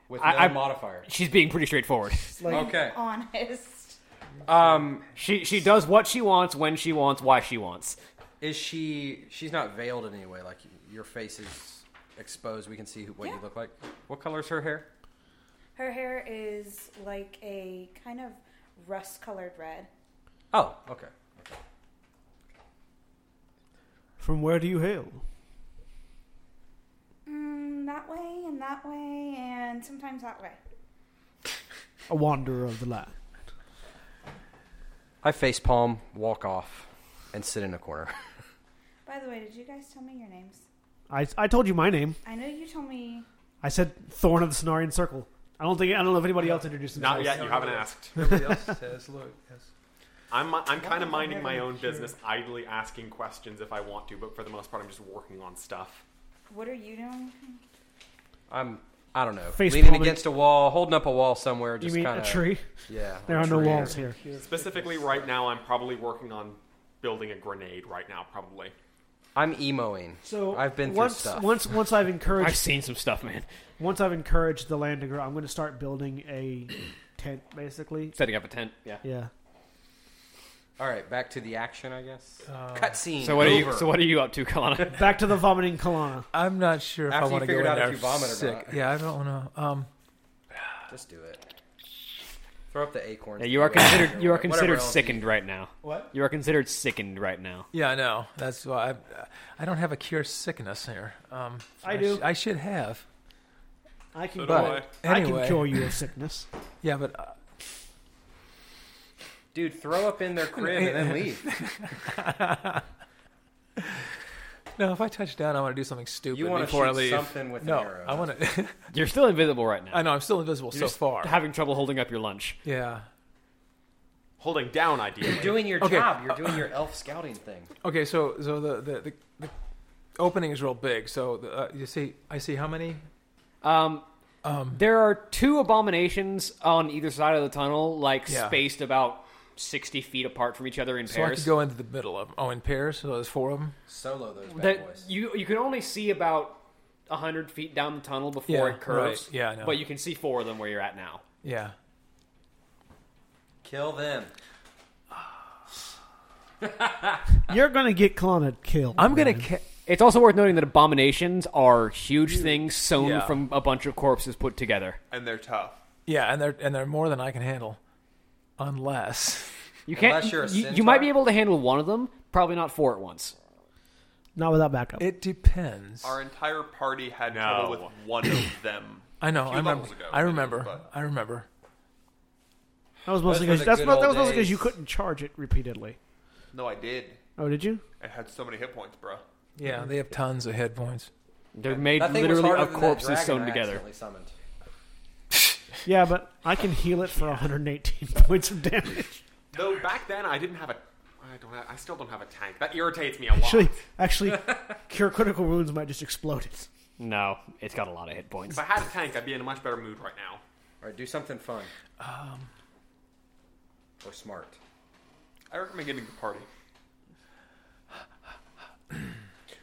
S5: with no
S2: I- I-
S5: modifier.
S2: She's being pretty straightforward.
S5: Okay.
S7: Honest.
S5: Um,
S2: She she does what she wants, when she wants, why she wants.
S5: is she? She's not veiled in any way. Like your face is exposed. We can see who, what you
S7: Yeah.
S5: look like. What color is her hair?
S7: Her hair is like a kind of rust-colored red.
S5: Oh, okay.
S1: From where do you hail?
S7: Mm, that way and that way and sometimes that way.
S1: A wanderer of the land.
S5: I face palm, walk off, and sit in a corner.
S7: By the way, did you guys tell me your names?
S1: I, I told you my name.
S7: I know you told me
S1: I said Thorn of the Cenarian Circle. I don't think I don't know if anybody else introduced
S8: Not
S1: themselves.
S8: yet. You haven't asked.
S4: Nobody else says, look, yes.
S8: I'm I'm kind of minding my own business, idly asking questions if I want to, but for the most part, I'm just working on stuff.
S7: What are you doing?
S5: I'm I don't know,
S1: Face
S5: leaning
S1: palming.
S5: against a wall, holding up a wall somewhere,
S1: You
S5: just
S1: mean
S5: kind
S1: a
S5: of
S1: tree?
S5: Yeah,
S1: There
S5: a
S1: are no
S5: tree.
S1: walls here.
S8: Specifically, right now, I'm probably working on building a grenade. Right now, probably.
S5: I'm emoing.
S1: So
S5: I've been through
S1: once,
S5: stuff.
S1: Once once I've encouraged
S2: I've seen some stuff, man.
S1: once I've encouraged the land to grow, I'm going to start building a tent, basically.
S2: Setting up a tent. Yeah.
S1: Yeah.
S5: All right, back to the action, I guess.
S4: Uh,
S5: Cutscene.
S2: So what are you?
S5: over.
S2: So what are you up to, Kalana?
S1: Back to the vomiting Kalana.
S4: I'm not sure if
S5: After
S4: I
S5: you
S4: want to go
S5: figured
S4: in
S5: out if
S4: there
S5: you vomit or
S4: sick.
S5: not.
S4: Yeah, I don't know. Um,
S5: Just do it. Throw up the acorn.
S2: Yeah, you are considered. You are considered sickened right now.
S1: What?
S2: You are considered sickened right now.
S4: yeah, I know. That's why I, I don't have a cure sickness here. Um,
S1: I do.
S4: sh- I should have.
S1: I can
S3: So do
S1: but,
S3: I.
S1: I
S4: Anyway.
S1: can cure you of sickness.
S4: Yeah, but uh,
S5: Dude, throw up in their crib and then leave.
S4: no. If I touch down, I want to do something stupid
S5: You want to
S4: before I
S5: shoot
S4: leave.
S5: something with
S4: no,
S5: an arrow.
S4: I want to.
S2: You're still invisible right now.
S4: I know. I'm still invisible
S2: You're
S4: so
S2: just
S4: far.
S2: having trouble holding up your lunch.
S4: yeah.
S8: Holding down, ideally.
S5: You're doing your
S4: Okay.
S5: job. You're doing your elf scouting thing.
S4: Okay, so so the the, the, the opening is real big. So the, uh, you see, I see how many.
S2: Um,
S4: Um,
S2: there are two abominations on either side of the tunnel, like
S4: Yeah.
S2: spaced about sixty feet apart from each other in
S4: so I
S2: pairs.
S4: could go into the middle of. Oh, in pairs. So there's four of them.
S5: Solo those bad
S2: that
S5: boys.
S2: you you can only see about hundred feet down the tunnel before
S4: Yeah,
S2: it curves.
S4: right. Yeah, I know.
S2: But you can see four of them where you're at now.
S4: Yeah.
S5: Kill them.
S1: You're going to get Kalana killed.
S4: I'm gonna.
S1: man.
S4: Ca-
S2: It's also worth noting that abominations are huge things sewn
S4: Yeah.
S2: from a bunch of corpses put together.
S3: and they're tough.
S4: yeah, and they're and they're more than I can handle, unless.
S2: You can't.
S5: Unless you're a
S2: you, you
S5: centaur.
S2: might be able to handle one of them, probably not four at once.
S1: Not without backup.
S4: It depends.
S3: Our entire party had trouble with one of them.
S4: I know.
S3: Few
S4: I remember.
S3: levels ago,
S4: I remember.
S3: but-
S4: I remember.
S1: that was mostly because
S5: Those were the
S1: that's
S5: good
S1: not- that was
S5: old
S1: mostly because
S5: days.
S1: you couldn't charge it repeatedly.
S3: No, I did.
S1: Oh, did you?
S3: It had so many hit points, bro.
S4: Yeah, they have tons of hit points.
S2: They're made
S5: That thing was
S2: literally
S5: harder
S2: of
S5: than that
S2: corpses
S5: dragon
S2: sewn
S5: I
S2: together.
S5: accidentally Summoned.
S1: Yeah, but I can heal it for 118 points of damage.
S8: Though back then, I didn't have a. I don't. Have, I still don't have a tank. That irritates me a lot.
S1: Actually, actually, cure critical wounds might just explode it.
S2: No, it's got a lot of hit points.
S8: if I had a tank, I'd be in a much better mood right now.
S5: All right, do something fun. Um. Or smart.
S3: I recommend getting the party.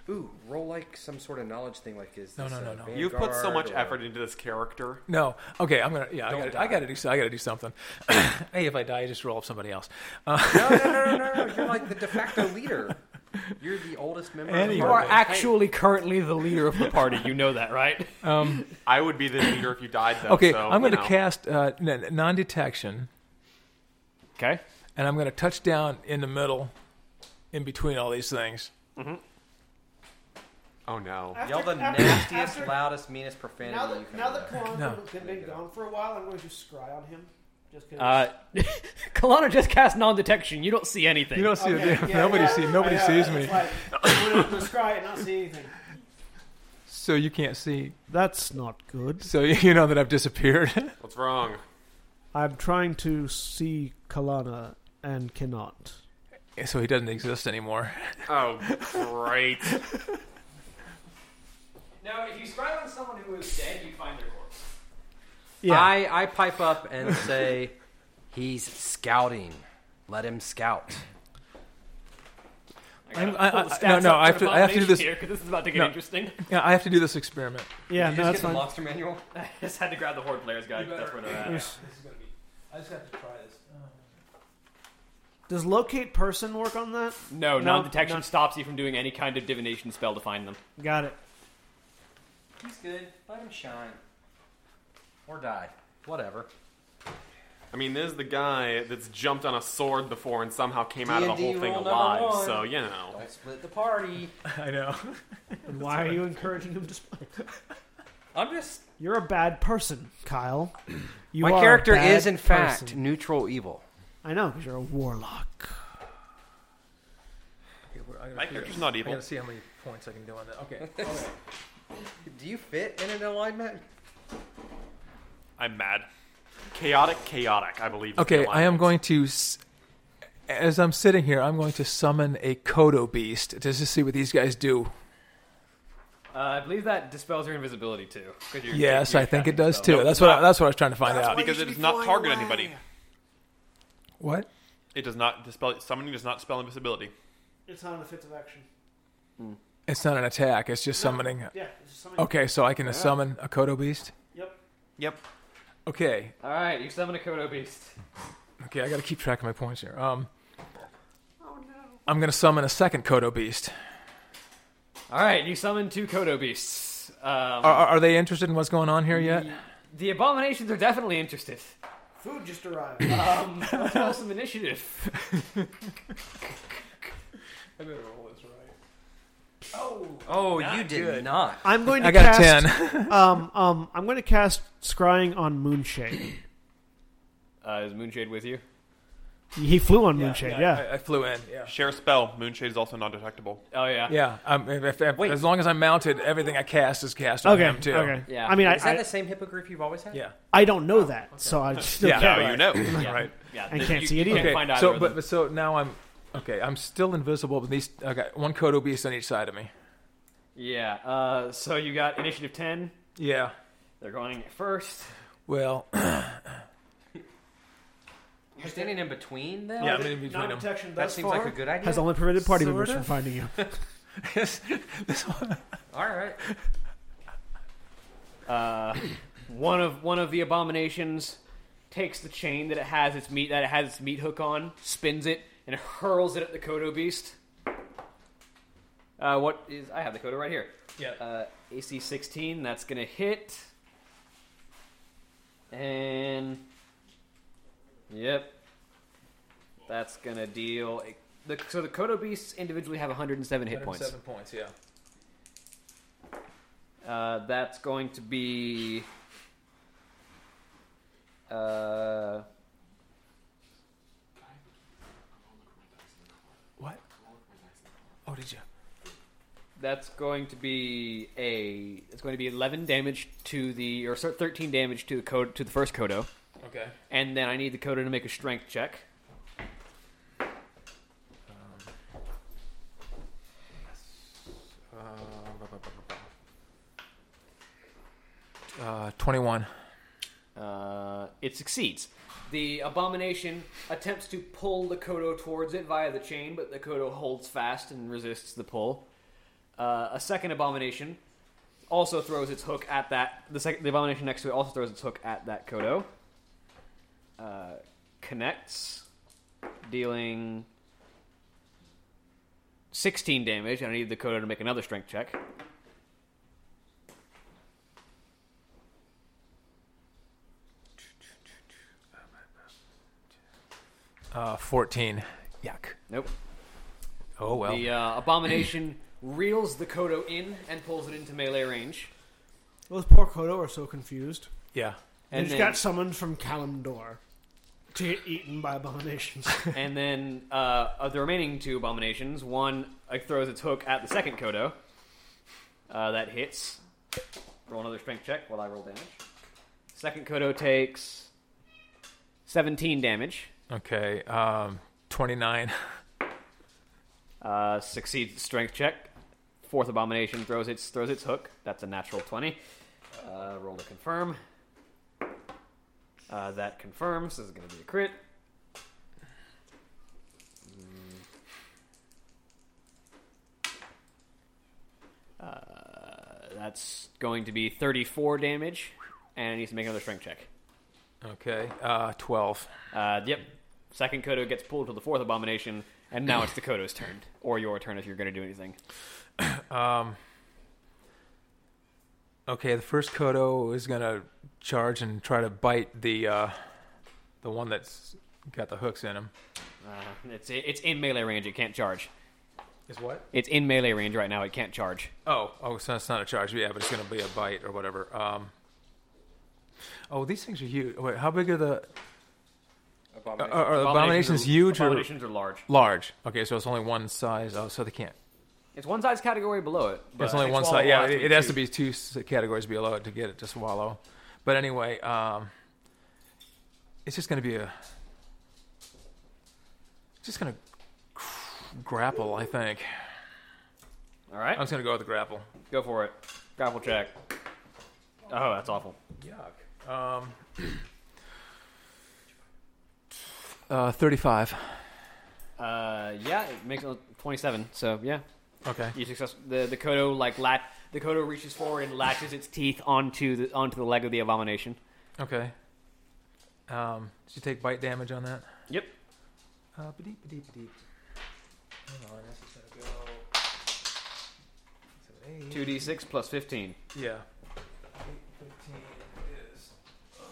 S5: Ooh, roll like some sort of knowledge thing. Like is
S4: No,
S5: this
S4: no, no,
S5: a
S4: no.
S8: You've put so
S5: vanguard
S8: much
S5: or-
S8: effort into this character.
S4: No. Okay, I'm gonna. Yeah, I
S5: Don't
S4: gotta, I
S5: die.
S4: gotta do. so- I gotta do something. hey, if I die, I just roll up somebody else. Uh,
S5: No, no, no, no, no, no. You're like the de facto leader. You're the oldest member. of the
S2: You
S4: Anyway.
S2: are
S5: party.
S2: actually currently the leader of the party. You know that, right?
S8: I would be the leader if you died, though.
S4: Okay,
S8: so,
S4: I'm
S8: you
S4: gonna
S8: know.
S4: cast uh, n- non-detection.
S2: Okay.
S4: and I'm going to touch down in the middle, in between all these things.
S8: Oh no.
S5: Yell
S1: After-
S5: the
S1: after-
S5: nastiest, loudest, meanest profanity
S1: Now
S5: you
S1: that
S5: can.
S1: now that Kalana's
S4: No.
S1: been, been gone for a while, I'm going to scry on him. Just 'cause-
S2: Uh, Kalana just cast non-detection. You don't see anything.
S4: You don't see
S1: Okay, yeah,
S4: nobody
S1: yeah.
S4: see nobody
S1: Yeah, it's
S4: sees me,
S1: like, I'm going to scry and not see anything.
S4: so you can't see.
S1: That's not good.
S4: So you know that I've disappeared.
S8: What's wrong?
S1: I'm trying to see Kalana and cannot.
S4: so he doesn't exist anymore.
S8: Oh, great.
S2: Now, if you spy on someone who is dead, you find their corpse.
S1: Yeah.
S5: I, I pipe up and say, he's scouting. Let him scout.
S4: I'm- I- I- no, no, I have to- I have to do this-
S2: because this is about to get
S4: No.
S2: interesting.
S4: Yeah, I have to do this experiment.
S1: yeah, no, that's
S5: Did you just get the
S1: fine.
S5: monster manual.
S2: I just had to grab the horde players guy. That's where they're at.
S1: Yes.
S4: This is gonna be. I just have to try this.
S1: Does locate person work on that?
S2: No,
S1: No,
S2: non-detection
S1: no.
S2: stops you from doing any kind of divination spell to find them.
S1: Got it.
S5: He's good. Let him shine. Or die. Whatever.
S8: I mean, there's the guy that's jumped on a sword before and somehow came out of the
S5: D&D
S8: whole thing
S5: rule number
S8: alive.
S5: one.
S8: So you know,
S5: Don't split the party.
S4: I know.
S1: And why are you encouraging him to? Spy?
S5: I'm just.
S1: You're a bad person, Kyle. You
S5: My
S1: are a
S5: character
S1: bad
S5: is, in fact,
S1: person.
S5: neutral evil.
S1: I know because you're a warlock.
S3: My character's not
S4: I
S3: evil.
S4: gotta see how many points I can do on that. Okay.
S5: Do you fit in an alignment?
S3: I'm mad.
S8: Chaotic, chaotic. I believe. is the
S4: Okay, I am
S8: alignment.
S4: going to. s- As I'm sitting here, I'm going to summon a Kodo beast just to see what these guys do.
S2: Uh, I believe that dispels your invisibility too. 'cause you're-
S4: Yes,
S2: you're
S4: I think
S2: casting
S4: it does
S2: spells.
S4: too. that's what I, that's what I was trying to find out.
S3: Because it does not target anybody.
S4: What?
S3: It does not dispel. Summoning does not spell invisibility.
S1: It's not an offensive action.
S4: It's not an attack. It's just summoning.
S1: Yeah, it's just something.
S4: Okay, so I can summon a Kodo beast.
S1: Yep.
S3: Yep.
S4: Okay,
S2: All right, you summon a Kodo beast.
S4: okay, I got to keep track of my points here. Um, I'm going to summon a second Kodo beast.
S2: All right, you summon two Kodo beasts. Um,
S1: Uh.
S4: Are, are, are they interested in what's going on here yet?
S2: the abominations are definitely interested.
S1: Food just arrived.
S2: Um, let's roll some initiative.
S5: Oh, you did not.
S1: I'm going to
S4: I got a
S1: cast.
S4: ten.
S1: Um, um, I'm going to cast scrying on Moonshade.
S2: Uh, is Moonshade with you?
S1: He flew on Moonshade. Yeah.
S4: I, I flew in. Yeah.
S3: Share a spell. Moonshade is also non-detectable.
S2: Oh yeah.
S4: Yeah, um, if, if, if- as long as I'm mounted, everything I cast is cast on
S1: Okay.
S4: him too.
S1: Okay.
S2: Yeah.
S1: I mean, I,
S5: Is that
S1: I,
S5: the same hippogriff you've always had?
S4: Yeah.
S1: I don't know that, so I still
S4: Yeah.
S1: can't.
S3: Now you know.
S4: Right.
S2: Yeah.
S1: And
S2: th-
S1: can't
S2: you,
S1: see it
S2: you
S1: either.
S2: Can't find either
S4: so,
S2: of
S4: but,
S2: them.
S4: but so now I'm okay. I'm still invisible, but these I got one Kodo beast on each side of me.
S2: Yeah. Uh, so you got initiative ten.
S4: Yeah.
S2: They're going first.
S4: Well,
S5: You're standing in between them.
S4: yeah, I'm in between them.
S1: detection
S5: That seems like a good idea.
S1: has only prevented party
S4: Sort
S1: members
S4: of.
S1: from finding you.
S4: this one.
S5: All right.
S2: Uh, one of one of the abominations takes the chain that it has its meat that it has its meat hook on, spins it, and hurls it at the Kodo beast. Uh, what is? I have the Kodo right here.
S4: Yeah.
S2: Uh, AC 16. That's gonna hit. And yep, that's gonna deal. a- The, so the Kodo beasts individually have 107 hit points.
S4: Seven points. Yeah.
S2: Uh, that's going to be. Uh,
S4: What? Oh, did you?
S2: that's going to be a. It's going to be eleven damage to the, or sorry, thirteen damage to the code to the first Kodo,
S4: Okay.
S2: and then I need the Kodo to make a strength check.
S4: Uh, twenty-one.
S2: Uh, it succeeds. The abomination attempts to pull the Kodo towards it via the chain, but the Kodo holds fast and resists the pull. Uh, a second abomination also throws its hook at that. The, sec- the abomination next to it also throws its hook at that Kodo. Uh, connects, dealing 16 damage, and I need the Kodo to make another strength check.
S4: Uh, fourteen. Yuck.
S2: Nope.
S4: Oh well.
S2: The uh, abomination reels the Kodo in and pulls it into melee range.
S1: Those poor Kodo are so confused.
S4: Yeah.
S1: And
S2: And
S1: they
S2: then,
S1: just got summoned from Kalimdor to get eaten by abominations.
S2: and then uh, of the remaining two abominations, one uh, throws its hook at the second Kodo. Uh, that hits. Roll another strength check while I roll damage. Second Kodo takes 17 damage.
S4: Okay. Um, twenty-nine.
S2: Uh, succeeds the strength check. Fourth abomination throws its throws its hook. That's a natural twenty. Uh, roll to confirm. Uh, that confirms. This is going to be a crit. Mm. Uh, that's going to be thirty-four damage, and it needs to make another strength check.
S4: Okay. Uh, twelve.
S2: Uh, yep. Second Kodo gets pulled to the fourth abomination, and now it's the Kodo's turn, or your turn if you're going to do anything.
S4: Okay, the first Kodo is gonna charge and try to bite the uh, the one that's got the hooks in him.
S2: Uh, it's it's in melee range. It can't charge.
S4: Is what?
S2: It's in melee range right now. It can't charge.
S4: Oh, oh, so it's not a charge. Yeah, but it's gonna be a bite or whatever. Um, oh, these things are huge. Wait, how big are the? uh, Are, are the abominations huge or
S2: Abominations are large.
S4: large? Okay, so it's only one size. Oh, so they can't.
S2: It's one size category below it. but
S4: it's only
S2: they
S4: one
S2: swallow
S4: size. Yeah,
S2: all
S4: it,
S2: after
S4: it has
S2: two.
S4: to be two s- categories below it to get it to swallow. But anyway, um, it's just going to be a just going to grapple. I think
S2: All right,
S4: I'm just going to go with the grapple.
S2: go for it. Grapple check. Oh, that's awful.
S4: Yuck. Um, uh, Thirty-five.
S2: Uh, yeah, it makes a 27. So yeah,
S4: Okay.
S2: you success. The the kodo like lat. The kodo reaches forward and latches its teeth onto the onto the leg of the abomination.
S4: Okay. Um, did you take bite damage on that?
S2: Yep.
S4: Uh, ba-deep, ba-deep, ba-deep. Hang on, that's just gonna go. So eight.
S2: Two d six plus 15.
S4: Yeah. Eight fifteen is uh,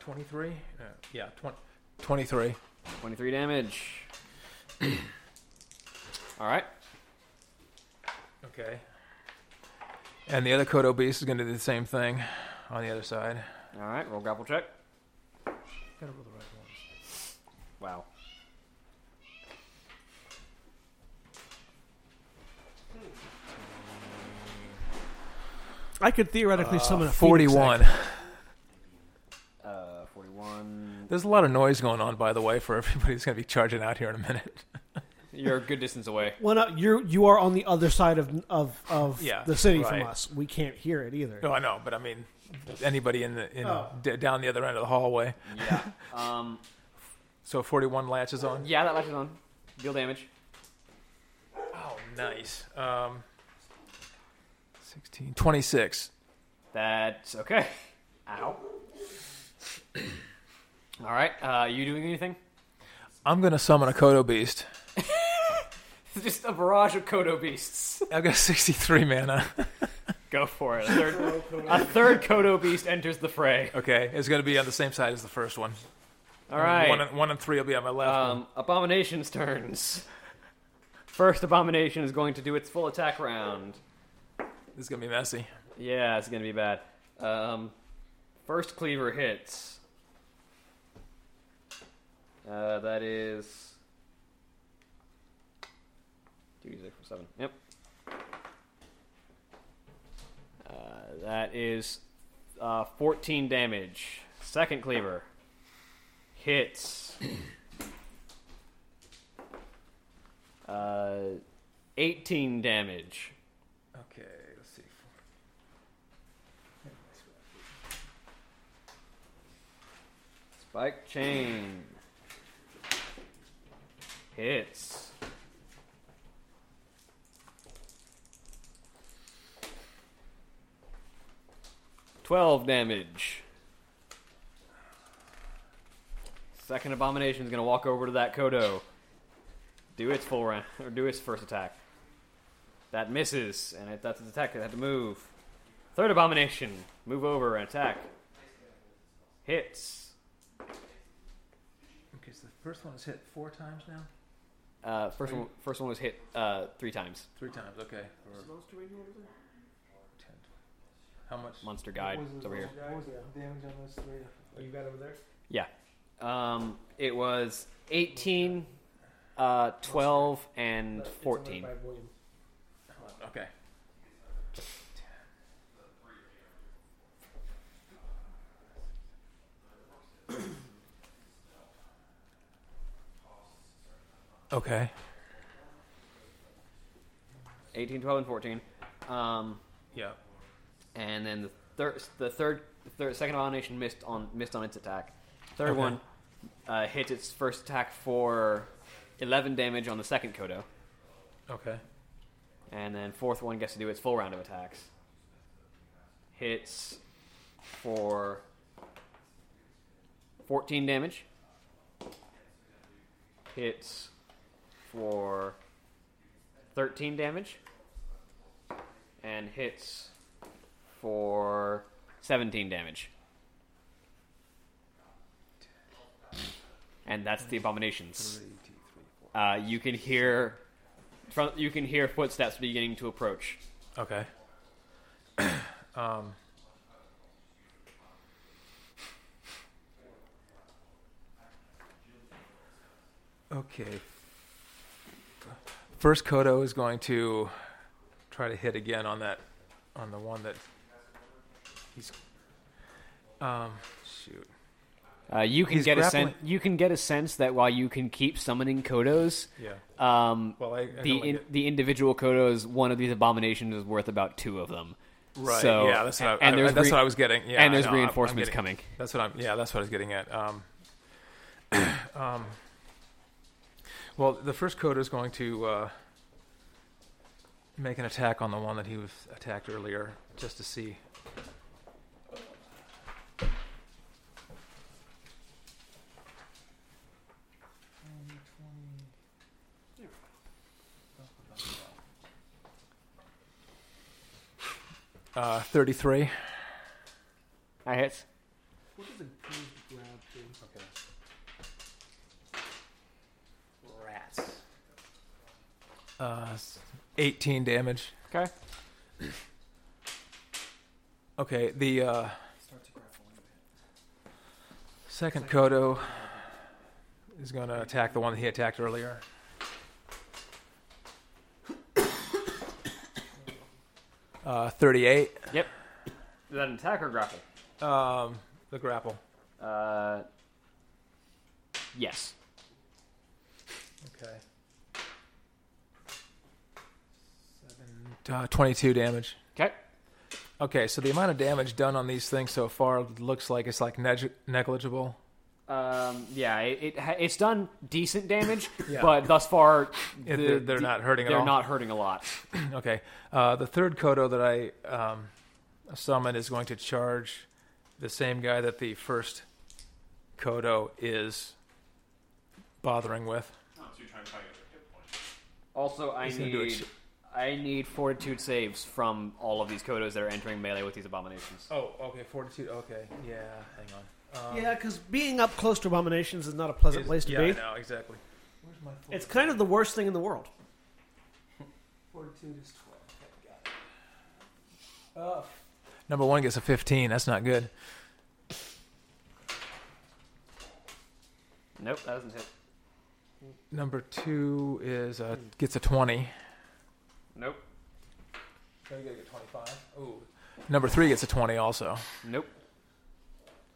S4: twenty-three. No, yeah, twenty. Twenty-three.
S2: 23 damage. All right.
S4: Okay. And the other Kodo beast is going to do the same thing on the other side.
S2: All right. Roll grapple check.
S4: Gotta roll the right ones.
S2: Wow.
S1: I could theoretically summon a phoenix,
S4: Forty-one.
S2: Uh, 41.
S4: There's a lot of noise going on, by the way, for everybody that's going to be charging out here in a minute.
S2: You're a good distance away.
S1: Well, no, you're you are on the other side of of, of
S4: Yeah,
S1: the city
S4: right.
S1: from us. We can't hear it either.
S4: No, I know, but I mean, anybody in the in d- down the other end of the hallway.
S2: Yeah. Um.
S4: So forty-one latches on.
S2: Yeah, that latches on. Deal damage.
S4: Oh, nice. Um, 16, 26.
S2: That's okay. Ow. All right. Uh, you doing anything?
S4: I'm gonna summon a Kodo beast.
S2: Just a barrage of Kodo beasts.
S4: I've got sixty-three mana.
S2: Go for it. A third, a third Kodo beast enters the fray.
S4: Okay, it's gonna be on the same side as the first one.
S2: All right.
S4: One, and, one and three will be on my left.
S2: Um, abomination's turns. First abomination is going to do its full attack round.
S4: this is gonna be messy.
S2: Yeah, it's gonna be bad. Um, first cleaver hits. Uh, that is two d six plus seven. Yep. Uh, that is uh, fourteen damage. Second cleaver hits. Uh, eighteen damage.
S4: Okay, let's see.
S2: Spike chain. Hits. Twelve damage. Second abomination is gonna walk over to that Kodo. Do its full round or do its first attack. That misses, and if that's its attack, it had to move. Third abomination, move over and attack. Hits.
S4: Okay, so the first one is hit four times now.
S2: Uh, first one, first one was hit uh, three times.
S4: Three times. Okay. Or ten. How much?
S2: Monster guide it's over here.
S4: What was the damage on those three? You got over there.
S2: Yeah, um, it was 18, uh, 12, and 14.
S4: Okay. Okay.
S2: 18, 12, and 14. Um,
S4: Yeah.
S2: and then the third, the third, the third, second abomination missed on missed on its attack. Third
S4: Okay.
S2: one uh, hits its first attack for 11 damage on the second Kodo,
S4: Okay.
S2: and then fourth one gets to do its full round of attacks. Hits for 14 damage. Hits for 13 damage. And hits for 17 damage. And that's the abominations. Uh, you can hear from, you can hear footsteps beginning to approach.
S4: Okay. um. Okay. First, Kodo is going to try to hit again on that, on the one that he's Um,
S2: Uh, you can
S4: He's
S2: get a
S4: grappling.
S2: sense. You can get a sense that while you can keep summoning kodos,
S4: yeah.
S2: um,
S4: Well, I, I don't
S2: the
S4: like
S2: in,
S4: it.
S2: the individual kodos, one of these abominations is worth about two of them.
S4: Right.
S2: So,
S4: yeah, that's what I,
S2: and
S4: I-
S2: there's
S4: that's
S2: re-
S4: what I was getting. Yeah,
S2: and there's
S4: I know, I'm- I'm
S2: reinforcements
S4: getting-
S2: coming.
S4: That's what I'm. Yeah, that's what I was getting at. Um, um, well, the first coda is going to uh, make an attack on the one that he was attacked earlier, just to see. Uh, Thirty-three.
S2: That hits.
S4: Uh, 18 damage.
S2: Okay.
S4: Okay, the uh, second Kodo is going to attack the one that he attacked earlier. Uh, 38.
S2: Is that an attack or grapple?
S4: Um, the grapple.
S2: Uh, yes.
S4: Okay. Seven, uh, 22 damage.
S2: Okay.
S4: Okay, so the amount of damage done on these things so far looks like it's like neg- negligible.
S2: Um, yeah, it, it ha- it's done decent damage,
S4: Yeah.
S2: but thus far
S4: Yeah,
S2: the-
S4: they're- they're
S2: the-
S4: not hurting at
S2: They're
S4: all.
S2: not hurting a lot.
S4: Okay. Uh, the third Kodo that I um, summon is going to charge the same guy that the first Kodo is bothering with.
S2: Also, I
S4: He's gonna do a
S2: need
S4: ch-
S2: I need fortitude saves from all of these kodos that are entering melee with these abominations.
S4: Oh, okay. Fortitude. Okay. Yeah. Hang on.
S1: yeah, because being up close to abominations is not a pleasant place to
S4: Uh, yeah,
S1: be.
S4: I know, exactly. Where's my
S1: It's kind of the worst thing in the world.
S4: fortitude is 12. Uh, Number one gets a 15. That's not good.
S2: Nope, that doesn't hit.
S4: Number two is uh, gets a 20.
S2: Nope,
S4: So you gotta get 25. Ooh. Number three gets a 20 also.
S2: nope.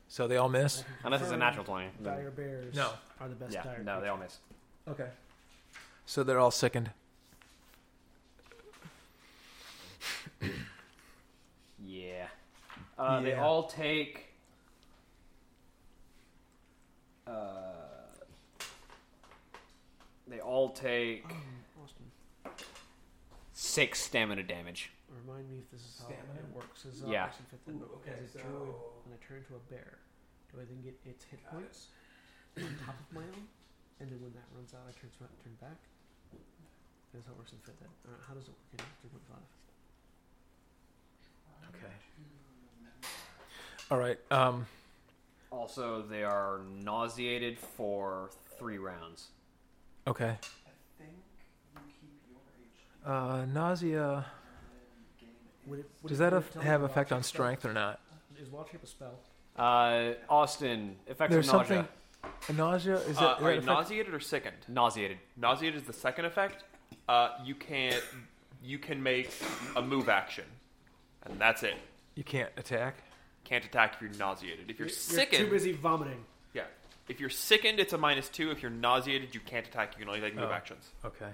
S4: So they all miss?
S2: Unless it's a natural twenty. then-
S1: Dire bears
S4: No.
S1: are the best
S2: yeah,
S1: dire
S2: no,
S1: bears.
S2: they all miss.
S4: Okay. So they're all sickened.
S2: Yeah. Uh, They
S4: Yeah.
S2: all take. Uh, they all take
S1: Austin,
S2: six stamina damage.
S1: remind me if this is how
S4: Stamina?
S1: it works. As
S2: Yeah.
S1: action fit then. As a druid, when I turn into a bear, do I then get its hit points on top of my own? And then when that runs out, I turn, turn back? That's how it works in fit then. All right, how does it work in 3.5?
S4: Okay. All right. Um,
S2: Also, they are nauseated for three rounds.
S4: okay. Uh, nausea.
S1: Would it, would
S4: Does
S1: it-
S4: that
S1: would
S4: af-
S1: it tell me
S4: have
S1: if
S4: effect
S1: wild
S4: on
S1: shape spell-
S4: strength or not?
S1: Is wild shape a spell?
S2: Uh, Austin, effects
S4: There's
S2: of nausea.
S4: something. Nausea is that,
S3: Uh,
S4: is
S3: are
S4: that
S3: you
S4: affect-
S3: nauseated or sickened?
S2: Nauseated.
S3: Nauseated is the second effect. Uh, you can you can make a move action, and that's it.
S4: You can't attack.
S3: Can't attack if you're nauseated. If you're, sickened,
S1: too busy vomiting.
S3: yeah. If you're sickened, it's a minus two. If you're nauseated, you can't attack. You can only take move
S4: Oh.
S3: actions.
S4: Okay.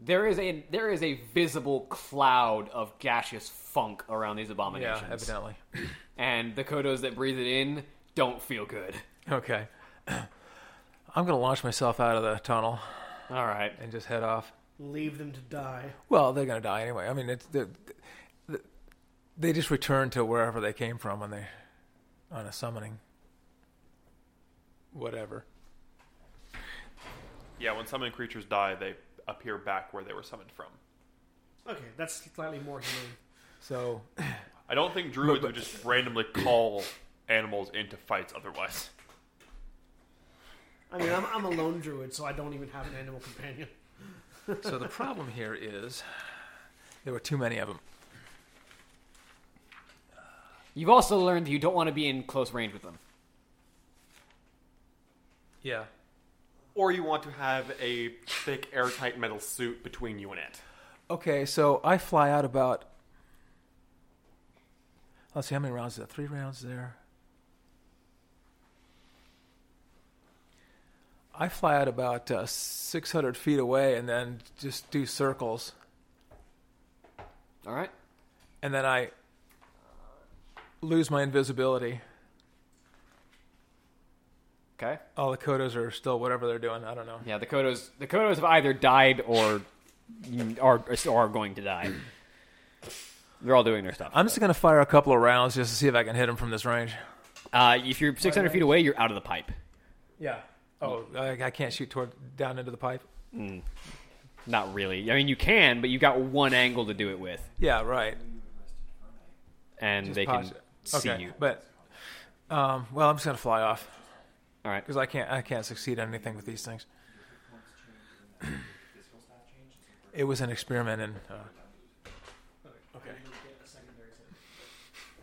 S2: There is a there is a visible cloud of gaseous funk around these
S4: Yeah,
S2: abominations,
S4: evidently.
S2: and the kodos that breathe it in don't feel good.
S4: Okay. I'm gonna launch myself out of the tunnel
S2: All right.
S4: and just head off.
S1: Leave them to die.
S4: Well, they're gonna die anyway. I mean, it's the, the, they just return to wherever they came from when they on a summoning. Whatever.
S3: Yeah, when summoned creatures die, they appear back where they were summoned from.
S1: Okay, that's slightly more humane.
S4: So
S3: I don't think druids would just randomly call animals into fights otherwise.
S1: I mean, I'm, I'm a lone druid, so I don't even have an animal companion.
S4: So the problem here is there were too many of them.
S2: You've also learned that you don't want to be in close range with them.
S4: Yeah.
S6: or you want to have a thick, airtight metal suit between you and it.
S4: Okay, so I fly out about. Let's see, how many rounds is that? Three rounds there. I fly out about uh, 600 feet away and then just do circles.
S2: All right.
S4: And then I lose my invisibility.
S2: Okay.
S4: All the Kodos are still whatever they're doing. I don't know.
S2: Yeah, the Kodos the Kodos have either died or mm, are or are going to die. They're all doing their stuff.
S4: I'm just going to fire a couple of rounds just to see if I can hit them from this range.
S2: Uh, if you're 600 feet away, you're out of the pipe.
S4: Yeah. Oh, I, I can't shoot toward down into the pipe.
S2: Not really. I mean, you can, but you've got one angle to do it with,
S4: Yeah, right.
S2: and they
S4: Pause
S2: can
S4: it.
S2: see
S4: okay.
S2: you.
S4: But um, well, I'm just gonna fly off
S2: All right.
S4: because I can't I can't succeed at anything with these things. it was an experiment, and uh,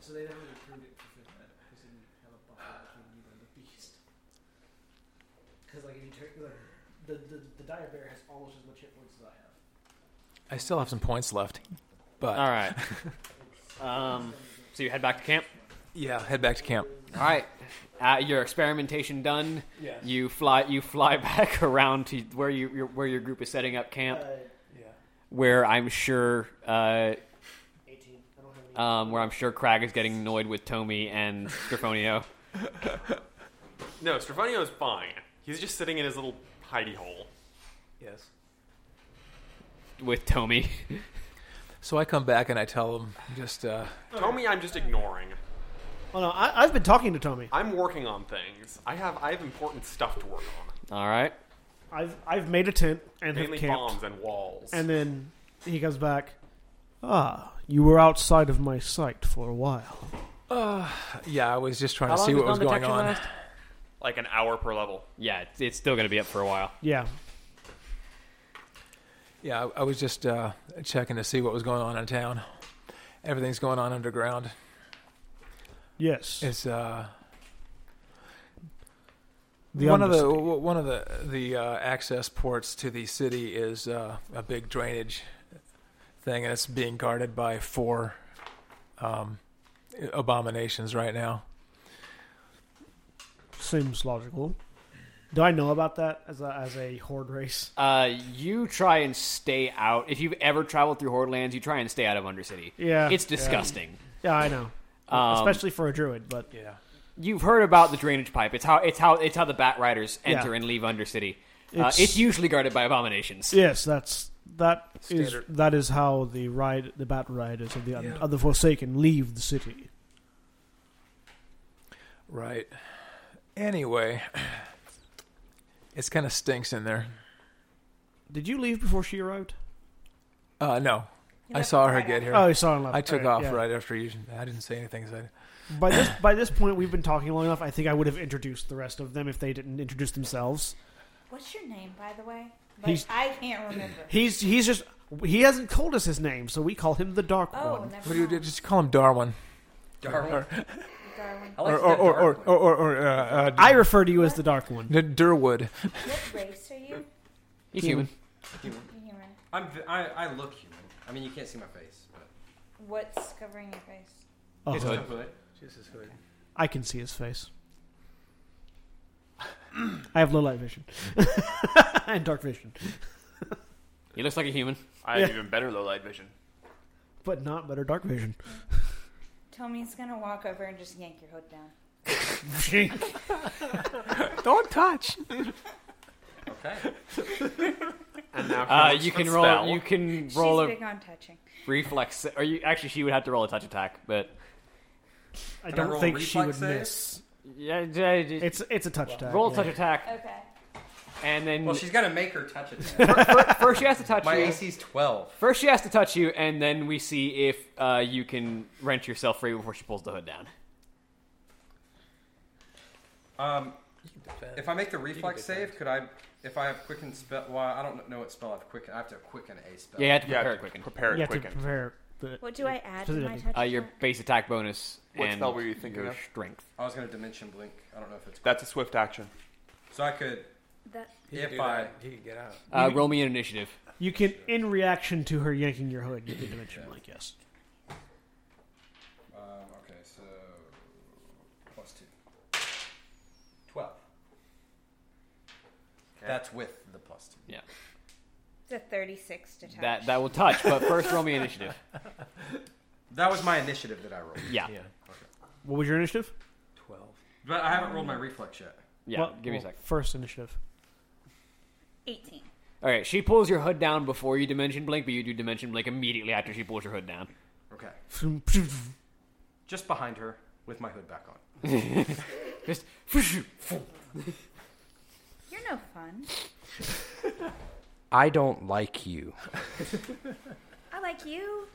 S1: So they haven't approved it for fifth ed because they didn't have a buffer between you and the beast. Because like if you take the the, the the dire bear has almost as much hit points as I have.
S4: I still have some points left. But
S2: All right. um, so you head back to camp.
S4: yeah, head back to camp.
S2: All right. Uh, your experimentation done.
S4: Yes.
S2: You fly. You fly back around to where you your, where your group is setting up camp.
S1: Uh,
S4: yeah.
S2: Where I'm sure. Uh,
S1: 18. I don't have any.
S2: um, where I'm sure Crag is getting annoyed with Tommy and Scrifonio.
S6: No, Strafanio is fine. He's just sitting in his little hidey hole.
S4: Yes.
S2: with Tommy.
S4: So I come back and I tell them just uh,
S3: Oh,
S6: Tommy, I'm just ignoring.
S1: Oh no, I, I've been talking to Tommy.
S6: I'm working on things. I have I have important stuff to work on.
S2: All right.
S1: I've I've made a tent and have
S6: Mainly
S1: camped.
S6: bombs and walls.
S1: And then he comes back. Ah, you were outside of my sight for a while.
S4: yeah, I was just trying to see what was going on.
S6: like an hour per level.
S2: Yeah, it's, it's still going to be up for a while.
S1: Yeah.
S4: Yeah, I, I was just uh, checking to see what was going on in town. Everything's going on underground.
S1: Yes.
S4: It's uh,
S1: The
S4: one of the
S1: understatement.
S4: w- one of the the uh, access ports to the city is uh, a big drainage thing, and it's being guarded by four um, abominations right now.
S1: seems logical. Do I know about that as a as a horde race?
S2: Uh, you try and stay out. If you've ever traveled through Hordelands, you try and stay out of Undercity.
S1: Yeah.
S2: It's disgusting.
S1: Yeah, I know.
S2: Um,
S1: Especially for a druid, but
S4: Yeah,
S2: You've heard about the drainage pipe. It's how it's how it's how the Bat Riders enter
S1: Yeah.
S2: and leave Undercity. Uh,
S1: It's-
S2: it's usually guarded by abominations.
S1: yes, that's that is
S4: Standard.
S1: that is how the ride the bat riders of the un-
S4: Yeah.
S1: of the Forsaken leave the city.
S4: right. Anyway, it's kind of stinks in there.
S1: Did you leave before she arrived?
S4: Uh, no,
S7: You
S4: I
S7: left
S4: saw
S7: the
S4: her
S7: light
S4: get here.
S1: Oh, you saw her left.
S4: I took
S1: All
S4: off
S1: yeah.
S4: right after you. I didn't say anything. So I,
S1: By this by this point, we've been talking long enough. I think I would have introduced the rest of them if they didn't introduce themselves.
S7: What's your name, by the way? Like,
S1: He's-
S7: I can't remember.
S1: He's he's just he hasn't told us his name, so we call him the Dark One.
S7: Oh,
S4: what
S7: never
S4: do you do?
S7: mind,
S4: Just call him Darwin,
S5: Darwin.
S7: Darwin.
S5: I like
S4: or
S5: the
S4: or or or,
S5: dark
S4: or,
S5: one.
S4: or, or uh, uh,
S1: I refer to you as the Dark One.
S4: D- Durwood.
S7: What race are you?
S2: He's human.
S7: You're human.
S5: I'm, v- I, I look human. I mean, you can't see my face, but
S7: What's covering your face?
S1: Oh,
S5: it's hood.
S1: I can see his face. I have low light vision and dark vision,
S2: He looks like a human.
S3: I have
S1: Yeah.
S3: even better low light vision.
S1: but not better dark vision.
S7: Tommy's gonna walk over and just yank your hood down.
S4: Don't touch.
S5: Okay.
S6: And now
S2: Uh,
S6: he
S2: you
S6: wants
S2: can
S6: a
S2: roll.
S6: spell.
S2: You can
S7: She's
S2: roll a
S7: big on touching.
S2: reflex. sa- Or you actually, she would have to roll a touch attack. But
S1: I
S5: Can I
S1: don't
S5: roll
S1: think
S5: reflex
S1: she would
S5: save?
S1: miss.
S2: yeah, yeah, yeah,
S1: It's it's a touch tag.
S2: roll a
S1: yeah.
S2: touch attack,
S7: Okay.
S2: and then
S5: Well, she's got to make her touch it. now.
S2: first she has to touch
S5: my
S2: you.
S5: AC's 12.
S2: First, she has to touch you, and then we see if uh, you can wrench yourself free before she pulls the hood down.
S5: Um, if I make the reflex save, could I? If I have quicken spell, well, I don't know what spell I've quicken. I have to quicken a spell.
S2: Yeah, you have to
S3: Yeah,
S2: prepare it quicken.
S3: Prepare
S1: You
S3: it
S1: have to
S3: quicken.
S1: prepare. The,
S7: What do I add to my
S1: Specifically.
S7: touch?
S2: Uh, your
S7: attack?
S2: base attack bonus.
S3: What
S2: and
S3: spell were you thinking
S2: your
S3: of?
S2: Strength.
S5: I was gonna dimension blink. I don't know if it's.
S3: That's a swift action.
S5: So I could
S7: That
S4: He could
S5: If
S4: do
S5: I-
S4: that. He could get out.
S2: Uh, roll me an initiative.
S1: You can, in reaction to her yanking your hood, you can dimension like yes.
S5: Um, okay, so plus two. Twelve. That's with the plus two.
S2: Yeah,
S7: it's a thirty-six to touch.
S2: that that will touch. But first, roll me initiative.
S5: That was my initiative that I rolled.
S2: Yeah, yeah.
S4: Yeah.
S1: What was your initiative?
S4: Twelve.
S5: But I haven't rolled my reflex yet.
S1: Well,
S2: give me a
S1: well,
S2: sec.
S1: First initiative.
S7: Eighteen.
S2: All right, she pulls your hood down before you dimension blink, but you do dimension blink immediately after she pulls your hood down.
S5: Okay. Just behind her with my hood back on.
S2: Just
S7: You're no fun.
S5: I don't like you.
S7: I like you.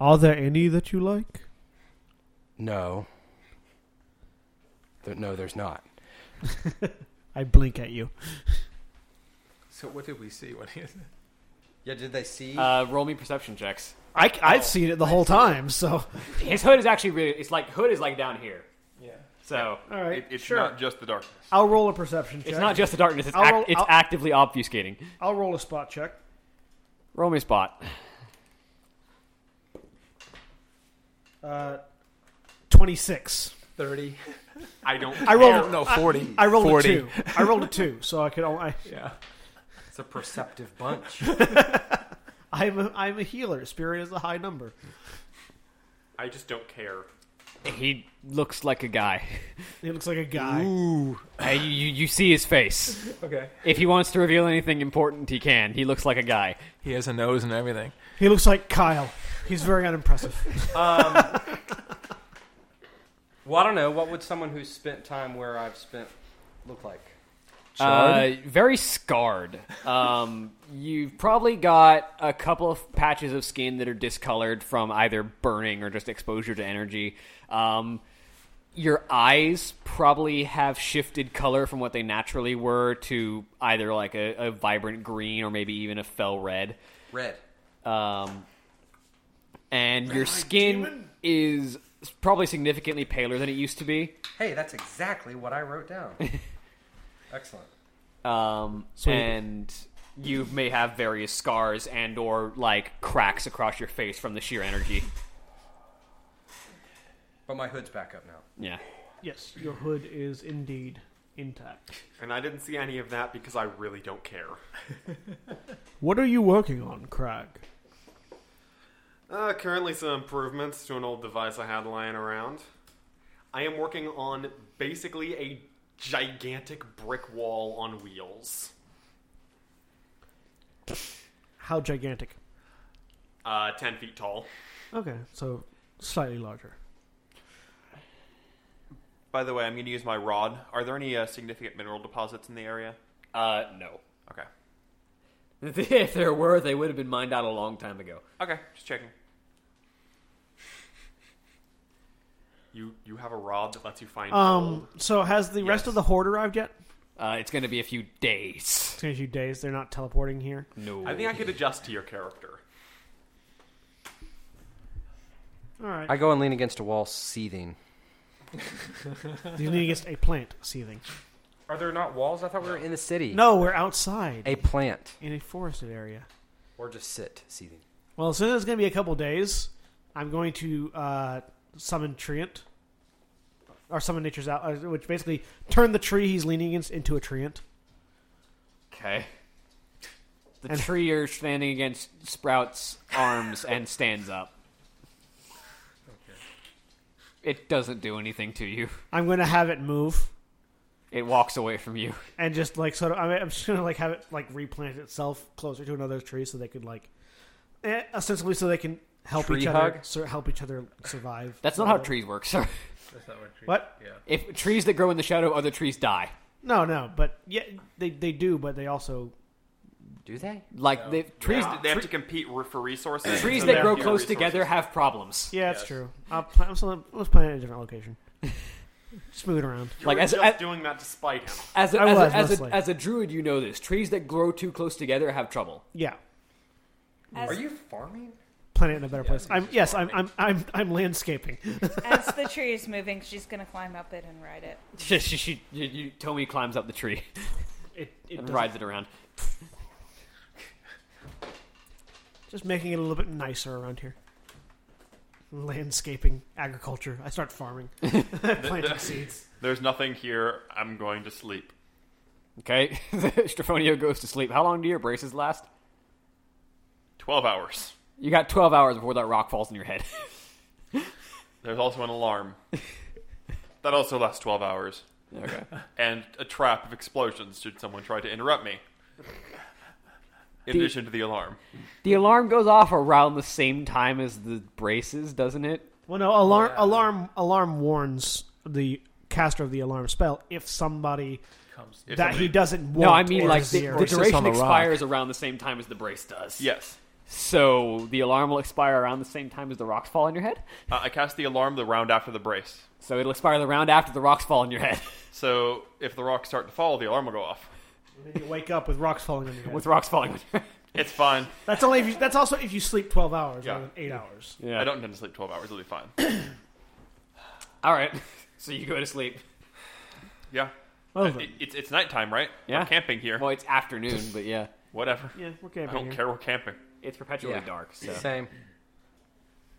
S1: Are there any that you like?
S5: No. There, no, there's not.
S1: I blink at you.
S4: So what did we see? What is it?
S5: Yeah, did they see?
S2: uh, roll me perception checks.
S1: I, I've seen it the whole time, so.
S2: His hood is actually really. It's like hood is like down here.
S4: Yeah.
S2: So
S1: All right,
S3: It, it's
S1: sure.
S3: not just the darkness.
S1: I'll roll a perception check.
S2: it's not just the darkness. It's
S1: I'll
S2: act,
S1: roll-
S2: it's
S1: I'll-
S2: actively obfuscating.
S1: I'll roll a spot check.
S2: Roll me a spot.
S1: Uh, 26.
S4: Thirty.
S3: I don't.
S1: Oh, I rolled,
S4: No, forty.
S1: I rolled a
S4: 40.
S1: 2. I rolled a 2, so I could only. I,
S4: Yeah.
S5: it's a perceptive bunch.
S1: I'm, a, I'm a healer. Spirit is a high number.
S3: I just don't care.
S2: He looks like a guy.
S1: He looks like a guy.
S2: Uh, you, you you see his face.
S4: Okay.
S2: If he wants to reveal anything important, he can. He looks like a guy.
S4: He has a nose and everything.
S1: He looks like Kyle. He's very unimpressive.
S5: well, I don't know. What would someone who's spent time where I've spent look like?
S2: Uh, very scarred. Um, you've probably got a couple of patches of skin that are discolored from either burning or just exposure to energy. Um, your eyes probably have shifted color from what they naturally were to either like a, a vibrant green or maybe even a fell red.
S5: Red.
S2: Um, and your skin is probably significantly paler than it used to be.
S5: Hey, that's exactly what I wrote down. Excellent.
S2: um, and you may have various scars and or like cracks across your face from the sheer energy.
S5: But my hood's back up now.
S2: Yeah.
S1: yes, your hood is indeed intact.
S8: And I didn't see any of that because I really don't care.
S1: What are you working on, Crag?
S8: Uh, currently, some improvements to an old device I had lying around.
S6: I am working on basically a gigantic brick wall on wheels.
S1: How gigantic?
S6: Uh, 10 feet tall.
S1: Okay, so slightly larger.
S3: By the way, I'm going to use my rod. Are there any uh, significant mineral deposits in the area?
S2: Uh, no.
S3: Okay.
S2: if there were, they would have been mined out a long time ago.
S3: Okay, just checking.
S8: You you have a rod that lets you find gold.
S1: Um, so has the rest of the horde arrived yet?
S2: Uh, it's going to be a few days.
S1: It's gonna few days. They're not teleporting here.
S2: No.
S8: I think I could adjust to your character.
S1: All right.
S5: I go and lean against a wall, seething.
S1: You're leaning against a plant seething.
S5: Are there not walls? I thought we were in the city.
S1: No, we're outside
S5: A plant.
S1: in a forested area.
S5: Or just sit, seething.
S1: Well, since it's gonna be a couple days, I'm going to uh, summon Treant, or summon Nature's out, uh, which basically turn the tree he's leaning against into a Treant.
S2: Okay. The tree you're standing against sprouts arms and stands up. It doesn't do anything to you.
S1: I'm going to have it move
S2: It walks away from you.
S1: and just like sort of. I mean, I'm just going to like have it like replant itself closer to another tree so they could like eh, essentially so they can help
S5: Tree
S1: each other
S5: hug?
S1: sur- help each other survive.
S2: That's not how trees work, sir.
S4: That's not what. Tree,
S1: What?
S4: Yeah.
S2: If trees that grow in the shadow of other trees die.
S1: No, no, but yeah, they they do, but they also
S5: Do they?
S2: Like the trees,
S3: They- they have to compete re- for resources.
S2: trees
S3: so they
S2: that
S3: have
S2: grow
S3: fewer
S2: close
S3: resources.
S2: together have problems.
S1: yeah, it's true. I'll plan, I'm still, let's plan at a different location. just move it around.
S2: Like as
S8: just
S2: as,
S8: doing that to spite him.
S2: as, a,
S1: I
S2: as,
S1: was,
S2: a, as, a,
S1: mostly.
S2: as a druid, you know this. Trees that grow too close together have trouble.
S1: Yeah,
S7: As,
S5: Are you farming?
S1: planet in a better place. I'm yes, I'm I'm I'm, I'm landscaping.
S7: As the tree is moving, she's gonna climb up it and ride it.
S2: she, she, she, you, you, Tommy climbs up the tree
S1: It, it
S2: and
S1: doesn't-
S2: rides it around.
S1: just making it a little bit nicer around here. Landscaping, agriculture. I start farming, planting seeds.
S3: There's nothing here. I'm going to sleep.
S2: Okay, Strafonio goes to sleep. How long do your braces last?
S3: 12 hours.
S2: You got 12 hours before that rock falls in your head.
S3: There's also an alarm. that also lasts 12 hours.
S2: okay.
S3: And a trap of explosions should someone try to interrupt me. In
S2: The-
S3: addition to the alarm.
S2: The alarm goes off around the same time as the braces, doesn't it?
S1: Well, no alarm, alarm, alarm warns the caster of the alarm spell if somebody that
S3: If somebody-
S1: he doesn't want.
S2: No, I mean
S1: or
S2: like the,
S1: desires.
S2: the
S10: sits on
S2: duration
S10: the rock.
S2: expires around the same time as the brace does.
S3: Yes.
S2: So the alarm will expire around the same time as the rocks fall on your head.
S3: Uh, I cast the alarm the round after the brace.
S2: So it'll expire the round after the rocks fall on your head.
S3: So if the rocks start to fall, the alarm will go off.
S1: Then you wake up with rocks falling on your head.
S2: With rocks falling on your head.
S3: It's fine.
S1: That's only. If you, that's also if you sleep twelve hours,
S3: Yeah.
S1: rather than eight hours.
S2: Yeah.
S3: I don't intend to sleep 12 hours. It'll be fine.
S2: All right. So you go to sleep.
S3: Yeah.
S1: Well,
S3: It- it's, it's nighttime, right? We're
S2: Yeah.
S3: camping here.
S2: Well, it's afternoon, but yeah,
S3: Whatever.
S1: yeah, we're
S3: I don't
S1: camping here.
S3: care. We're camping.
S2: it's perpetually
S5: Yeah.
S2: dark. So
S5: Same.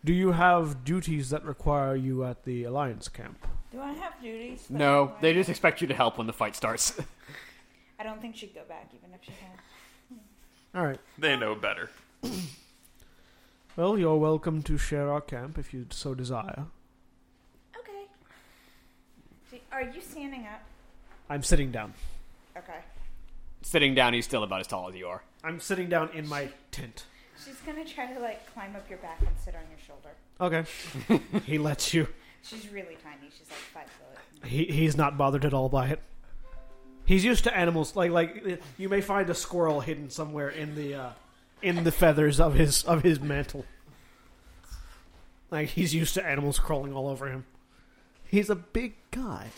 S1: Do you have duties that require you at the alliance camp?
S7: Do I have duties? that
S2: no,
S7: require
S2: they
S7: that?
S2: just expect you to help when the fight starts.
S7: I don't think she'd go back, even if she had.
S1: All right.
S3: They know better.
S1: Well, you're welcome to share our camp if you so desire.
S7: Okay. See, are you standing up?
S1: I'm sitting down.
S7: Okay.
S2: Sitting down, he's still about as tall as you are.
S1: I'm sitting down in my tent.
S7: She's gonna try to like climb up your back and sit on your shoulder.
S1: Okay. he lets you.
S7: She's really tiny. She's like five foot.
S1: He, he's not bothered at all by it. He's used to animals like like you may find a squirrel hidden somewhere in the uh, in the feathers of his of his mantle. Like he's used to animals crawling all over him. He's a big guy.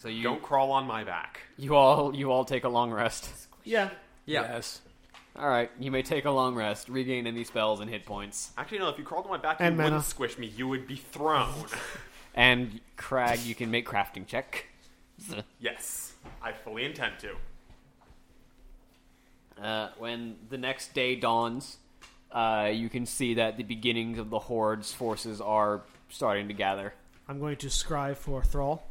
S2: So you
S8: Don't crawl on my back.
S2: you all you all take a long rest.
S1: Yeah.
S5: Yeah.
S4: Yes.
S2: All right, you may take a long rest, regain any spells and hit points,
S8: Actually, no. If you crawled on my back,
S1: And
S8: you wouldn't
S1: mana.
S8: squish me. You would be thrown.
S2: and Crag, you can make crafting check.
S8: yes, I fully intend to.
S2: Uh, when the next day dawns, uh, you can see that the beginnings of the horde's forces are starting to gather.
S1: I'm going to scry for Thrall.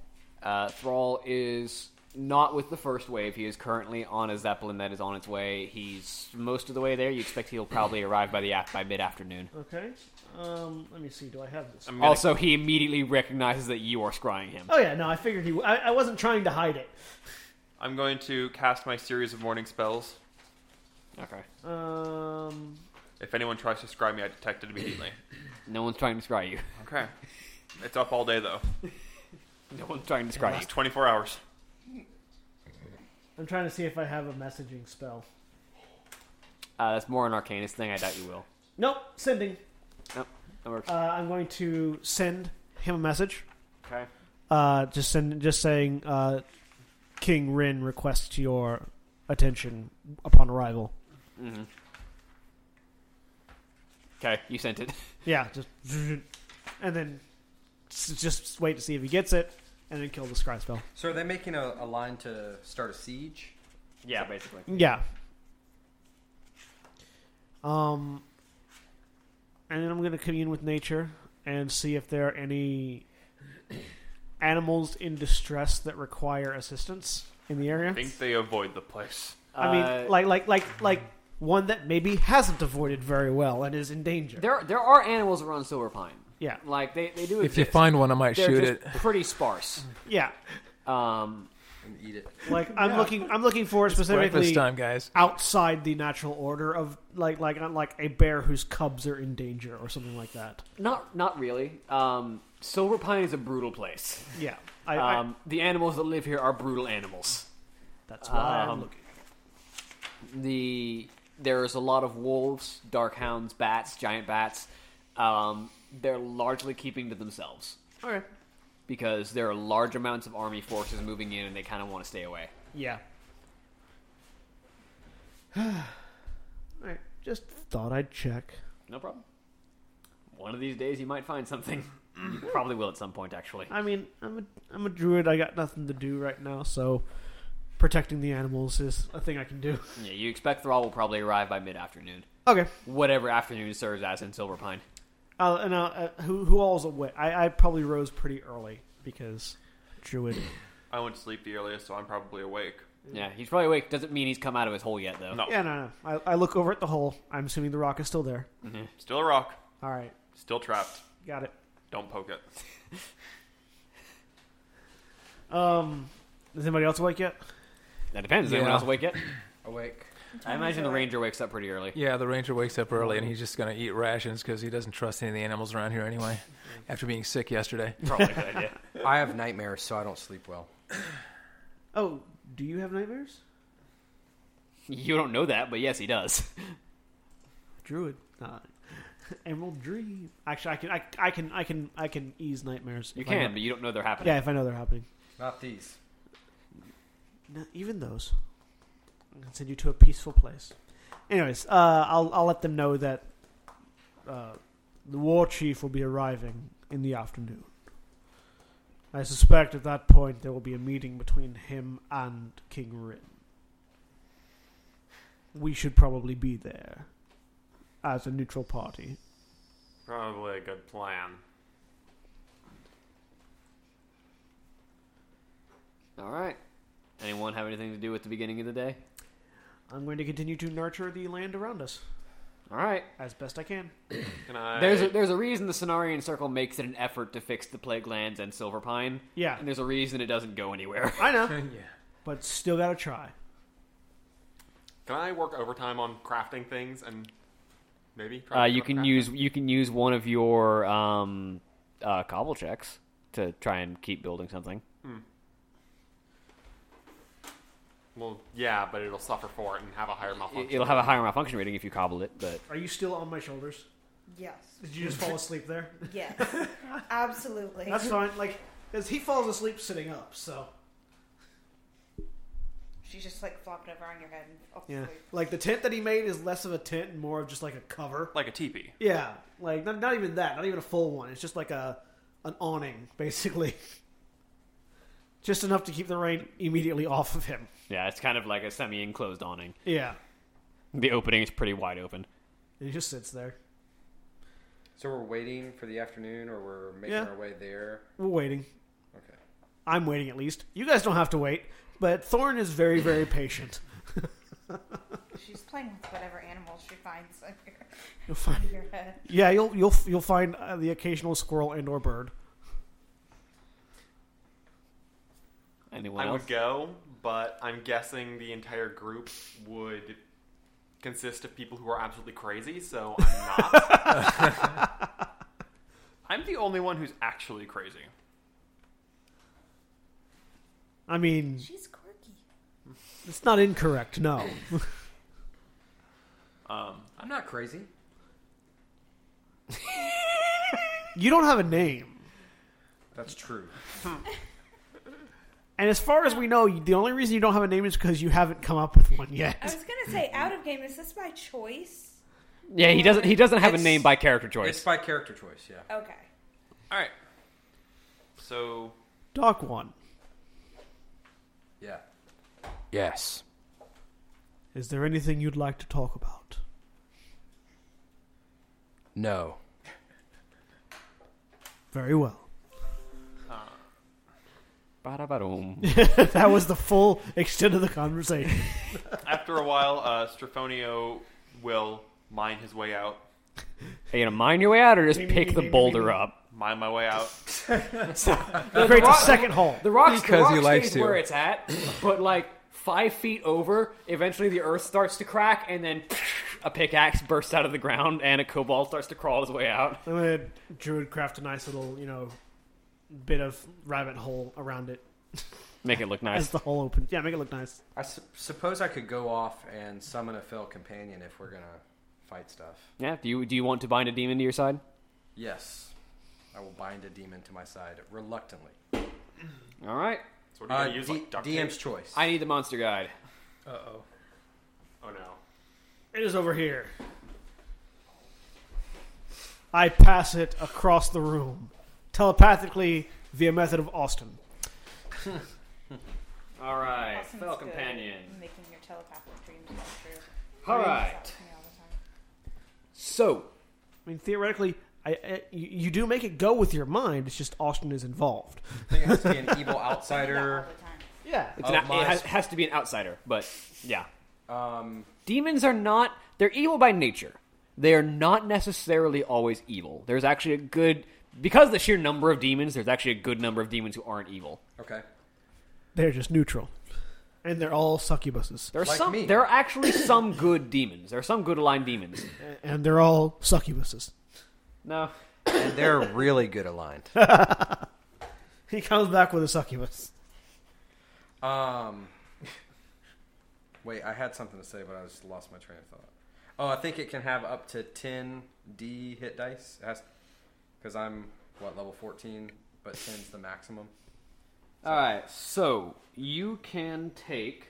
S2: Uh, Thrall is not with the first wave. He is currently on a zeppelin that is on its way. He's most of the way there. You expect he'll probably arrive by the af- by mid afternoon.
S1: Okay. Um, let me see. Do I have this?
S8: I'm gonna-
S2: Also, he immediately recognizes that you are scrying him.
S1: Oh yeah, no. I figured he. I, I wasn't trying to hide it.
S3: I'm going to cast my series of morning spells.
S2: Okay.
S1: Um,
S3: If anyone tries to scry me, I detect it immediately.
S2: No one's trying to scry you.
S3: okay. It's up all day though.
S2: No one's trying to scry you.
S3: It's 24 hours.
S1: I'm trying to see if I have a messaging spell.
S2: Uh, that's more an Arcanist thing. I doubt you will.
S1: Nope. Sending.
S2: Nope. That works.
S1: Uh, I'm going to send him a message.
S2: Okay.
S1: Uh, just send, just saying, uh, King Rin requests your attention upon arrival.
S2: Okay, you sent it.
S1: Yeah, just and then s- just wait to see if he gets it, and then kill the scry spell.
S5: So are they making a, a line to start a siege?
S2: yeah, basically.
S1: Yeah. Um, and then I'm going to commune with nature and see if there are any animals in distress that require assistance in the area.
S3: I think they avoid the place.
S1: I
S2: Uh,
S1: mean, like, like, like, like one that maybe hasn't avoided very well and is in danger.
S2: there there are animals around Silver Pine.
S1: Yeah,
S2: Like they, they do
S4: If you
S2: exist.
S4: find one, I might
S2: They're
S4: shoot
S2: just
S4: it.
S2: pretty sparse.
S1: yeah.
S2: Um,
S5: And eat it.
S1: Like I'm looking, I'm looking for
S4: Breakfast
S1: specifically
S4: time, guys.
S1: outside the natural order of like, like, like a bear whose cubs are in danger or something like that.
S2: not not really. Um, Silver Pine is a brutal place.
S1: Yeah, I, I-
S2: Um, the animals that live here are brutal animals.
S1: that's why I'm
S2: um,
S1: looking.
S2: the there's a lot of wolves, dark hounds, bats, giant bats. Um, they're largely keeping to themselves
S1: Okay.
S2: because there are large amounts of army forces moving in, and they kind of want to stay away.
S1: Yeah. Alright. Just thought I'd check.
S2: No problem. One of these days you might find something. You probably will at some point, actually.
S1: I mean, I'm a I'm a druid. I got nothing to do right now, so protecting the animals is a thing I can do.
S2: Yeah, you expect Thrall will probably arrive by mid-afternoon.
S1: Okay,
S2: Whatever afternoon serves as in Silver Pine.
S1: uh, and uh, uh, who who all's away? I, I probably rose pretty early because druid.
S3: I went to sleep the earliest, so I'm probably awake.
S2: Yeah, he's probably awake. Doesn't mean he's come out of his hole yet, though.
S3: No.
S1: Yeah, no, no. I, I look over at the hole. I'm assuming the rock is still there.
S3: Still a rock.
S1: All right,
S3: Still trapped.
S1: got it.
S3: Don't poke it.
S1: Um, is anybody else awake yet?
S2: That depends. Is anyone
S4: Yeah.
S2: else awake yet?
S5: Awake.
S2: I imagine the ranger wakes up pretty early.
S4: Yeah, the ranger wakes up early and he's just going to eat rations because he doesn't trust any of the animals around here anyway. After being sick yesterday,
S2: Probably a good idea.
S5: I have nightmares, so I don't sleep well.
S1: Oh, do you have nightmares?
S2: You don't know that, but yes, he does.
S1: Druid, uh, Emerald Dream. Actually, I can, I, I can, I can, I can ease nightmares.
S2: You
S1: if I know-
S2: can, but you don't know they're happening.
S1: yeah, if I know they're happening.
S5: Not these.
S1: No, even those. I can send you to a peaceful place. Anyways, uh, I'll I'll let them know that uh, the war chief will be arriving in the afternoon. I suspect at that point there will be a meeting between him and King Rin. We should probably be there as a neutral party.
S8: Probably a good plan.
S2: All right. Anyone have anything to do at the beginning of the day?
S1: I'm going to continue to nurture the land around us
S2: All right.
S1: as best I can.
S8: Can I?
S2: There's a, there's a reason the Cenarian Circle makes it an effort to fix the plague lands and Silver Pine,
S1: Yeah,
S2: and there's a reason it doesn't go anywhere.
S1: I know,
S4: yeah,
S1: but still gotta try.
S8: Can I work overtime on crafting things and maybe?
S2: Uh,
S8: try to
S2: you
S8: crafting?
S2: can use you can use one of your um, uh, cobble checks to try and keep building something.
S8: Well, yeah, but it'll suffer for it and have a higher malfunction.
S2: It'll have a higher malfunction rating if you cobble it, but
S1: Are you still on my shoulders?
S7: Yes.
S1: Did you just fall asleep there?
S7: Yes. Absolutely.
S1: That's fine. Like, because he falls asleep sitting up, so
S7: She just like flopped over on your head and off
S1: yeah.
S7: the sleep.
S1: Like the tent that he made is less of a tent and more of just like a cover.
S3: Like a teepee.
S1: Yeah, like not, not even that. Not even a full one. It's just like a an awning, basically. just enough to keep the rain immediately off of him.
S2: yeah, it's kind of like a semi-enclosed awning.
S1: Yeah,
S2: The opening is pretty wide open.
S1: and he just sits there.
S5: So we're waiting for the afternoon, or we're making
S1: Yeah.
S5: our way there.
S1: We're waiting.
S5: Okay.
S1: I'm waiting at least. You guys don't have to wait, but Thorn is very, very patient.
S7: She's playing with whatever animals she finds on your,
S1: You'll find,
S7: on your head.
S1: yeah, you'll you'll you'll find uh, the occasional squirrel and or bird.
S2: Anyone
S8: I
S2: else?
S8: would go, but I'm guessing the entire group would consist of people who are absolutely crazy, so I'm not.
S3: I'm the only one who's actually crazy.
S1: I mean,
S7: She's quirky.
S1: it's not incorrect. No.
S3: Um,
S5: I'm not crazy.
S1: You don't have a name.
S5: That's true.
S1: And as far as we know, the only reason you don't have a name is because you haven't come up with one
S7: I
S1: yet.
S7: was gonna say out of game. Is this by choice?
S2: Yeah, he doesn't. He doesn't have a
S5: It's-
S2: name by character choice.
S5: It's by character choice, yeah.
S7: Okay.
S3: all right. So
S1: Doc one.
S5: Yeah. Yes.
S1: Is there anything you'd like to talk about?
S5: No.
S1: Very well.
S2: Ba-da-ba-dum.
S1: that was the full extent of the conversation.
S3: after a while, uh, Strafonio will mine his way out.
S2: Are you gonna mine your way out, or just
S1: Ding,
S2: pick
S1: ding,
S2: the
S1: ding,
S2: boulder
S1: ding, ding.
S2: up?
S3: Mine my way out.
S1: Creates a second hole.
S2: The rocks
S4: Because
S2: the rock
S4: he likes
S2: stays
S4: to.
S2: where it's at, but like five feet over, eventually the earth starts to crack, and then a pickaxe bursts out of the ground, and a cobalt starts to crawl his way out.
S1: I'm gonna druid craft a nice little, you know, bit of rabbit hole around it
S2: Make it look
S1: as
S2: nice.
S1: the hole opens. Yeah, make it look nice.
S5: I su- suppose I could go off and summon a fell companion if we're going to fight stuff.
S2: Yeah. Do you do you want to bind a demon to your side?
S5: Yes. I will bind a demon to my side reluctantly.
S2: All right.
S8: So what are you gonna
S5: Uh,
S8: use?
S5: D-
S8: like duct
S5: DM's
S8: tape?
S5: choice.
S2: I need the monster guide.
S4: Uh oh.
S8: Oh no.
S1: It is over here. I pass it across the room, telepathically via method of Austin.
S2: All right,
S7: Austin's
S2: fellow
S7: good at
S2: companion.
S7: Making your telepathic dreams come true.
S2: All
S7: He does
S2: right.
S7: that with me all the time.
S2: So,
S1: I mean, theoretically, I, I you, you do make it go with your mind. It's just Austin is involved.
S5: I think it has to be an evil outsider.
S7: All the time.
S1: Yeah,
S4: Oh,
S2: it's an,
S5: Of my
S2: it has,
S5: sp-
S2: has to be an outsider, but yeah.
S5: Um,
S2: Demons are not, they're evil by nature. They are not necessarily always evil. There's actually a good, because of the sheer number of demons, there's actually a good number of demons who aren't evil.
S5: okay.
S1: they're just neutral, and they're all succubuses,
S2: There are
S5: Like
S2: some,
S5: me.
S2: there are actually some good demons. There are some good aligned demons.
S1: and they're all succubuses.
S2: No.
S5: And they're really good aligned.
S1: He comes back with a succubus.
S5: Um, wait, I had something to say, but I just lost my train of thought. Oh, I think it can have up to ten D hit dice. Because I'm what level fourteen, but 10's the maximum.
S2: All right, so you can take.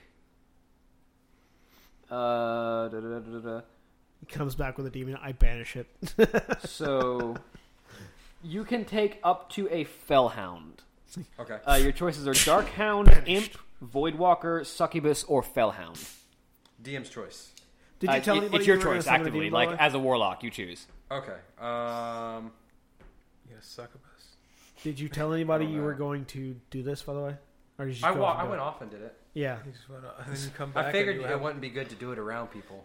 S2: Uh, da, da, da, da, da.
S1: He comes back with a demon. I banish it.
S2: So you can take up to a fellhound.
S5: Okay.
S2: Uh, your choices are darkhound, imp, voidwalker, succubus, or fellhound.
S5: DM's choice.
S1: Did you
S2: Uh,
S1: tell
S2: it-
S1: anybody
S2: it's your
S1: you were gonna
S2: choice
S1: summon a
S2: actively,
S1: demon,
S2: like
S1: by the way?
S2: as a warlock, you choose.
S5: Okay. Um,
S4: You a succubus?
S1: Did you tell anybody
S5: don't
S1: you
S5: know.
S1: were going to do this? By the way, or did you? Just
S5: I
S1: go
S5: wa-
S1: off
S5: I
S1: and do
S5: went
S1: it?
S5: off and did it.
S1: Yeah,
S4: You just went out, and then you come back.
S5: I
S4: and
S5: figured
S4: you
S5: it
S4: have-
S5: wouldn't be good to do it around people.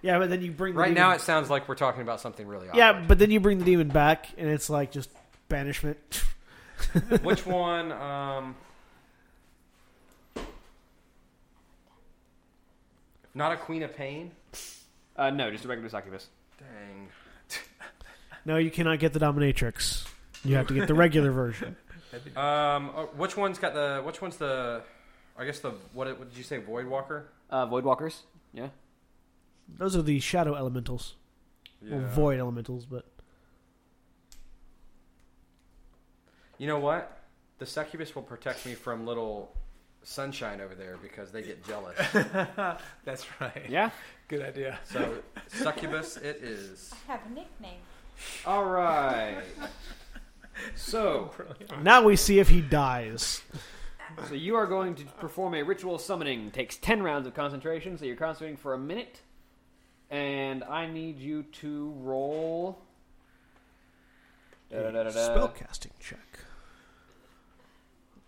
S1: yeah, but then you bring the
S5: Right
S1: demon-
S5: now, it sounds like we're talking about something really awkward.
S1: Yeah, but then you bring the demon back, and it's like just banishment.
S5: Which one? Um, not a queen of pain.
S2: Uh, no, just a regular succubus.
S5: Dang.
S1: no, you cannot get the dominatrix. You have to get the regular version.
S5: Um, uh, which one's got the? Which one's the? I guess the what? What did you say? Void Walker.
S2: Uh, voidwalkers. Yeah.
S1: Those are the shadow elementals, or void elementals. But
S5: You know what? The succubus will protect me from little sunshine over there because they get jealous.
S4: That's right.
S2: Yeah.
S4: Good idea.
S5: So succubus, it is.
S7: I have a nickname.
S2: All right. So,
S1: now we see if he dies.
S2: so you are going to perform a ritual summoning. Takes ten rounds of concentration, so you're concentrating for a minute. And I need you to roll. Da-da-da-da-da.
S1: Spellcasting check.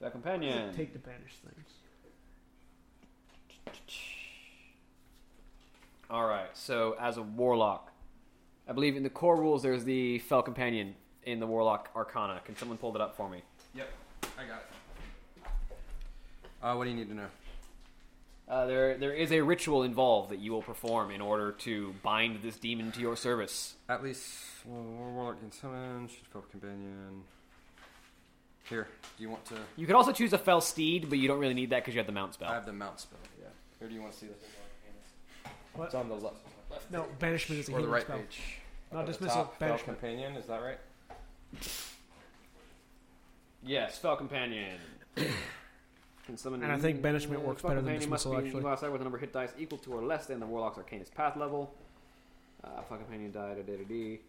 S2: The
S5: Hmm.
S2: companion.
S1: Take the banish things.
S2: All right. So as a warlock, I believe in the core rules there's the fell companion in the warlock arcana. Can someone pull that up for me?
S5: Yep, I got it. Uh, what do you need to know?
S2: Uh, there, there is a ritual involved that you will perform in order to bind this demon to your service.
S5: At least well, warlock can summon. Should fill companion. Here, do you want to?
S2: You can also choose a fell steed, but you don't really need that because you have the mount spell.
S5: I have the mount spell. Yeah. Here, do you want to see this?
S1: What?
S5: It's on the left
S1: No, banishment is a
S5: or the
S1: healing
S5: right
S1: spell.
S5: page.
S1: No,
S5: Up at the
S1: dismissal,
S5: top, spell
S1: banishment.
S5: companion. Is that right?
S2: Yes, fell companion. Can summon
S1: And I think banishment works
S2: Fell
S1: better than
S2: companion must
S1: dismissal,
S2: be
S1: actually.
S2: classified with a number of hit dice equal to or less than the warlock's arcanist path level. Uh, fell companion died at d.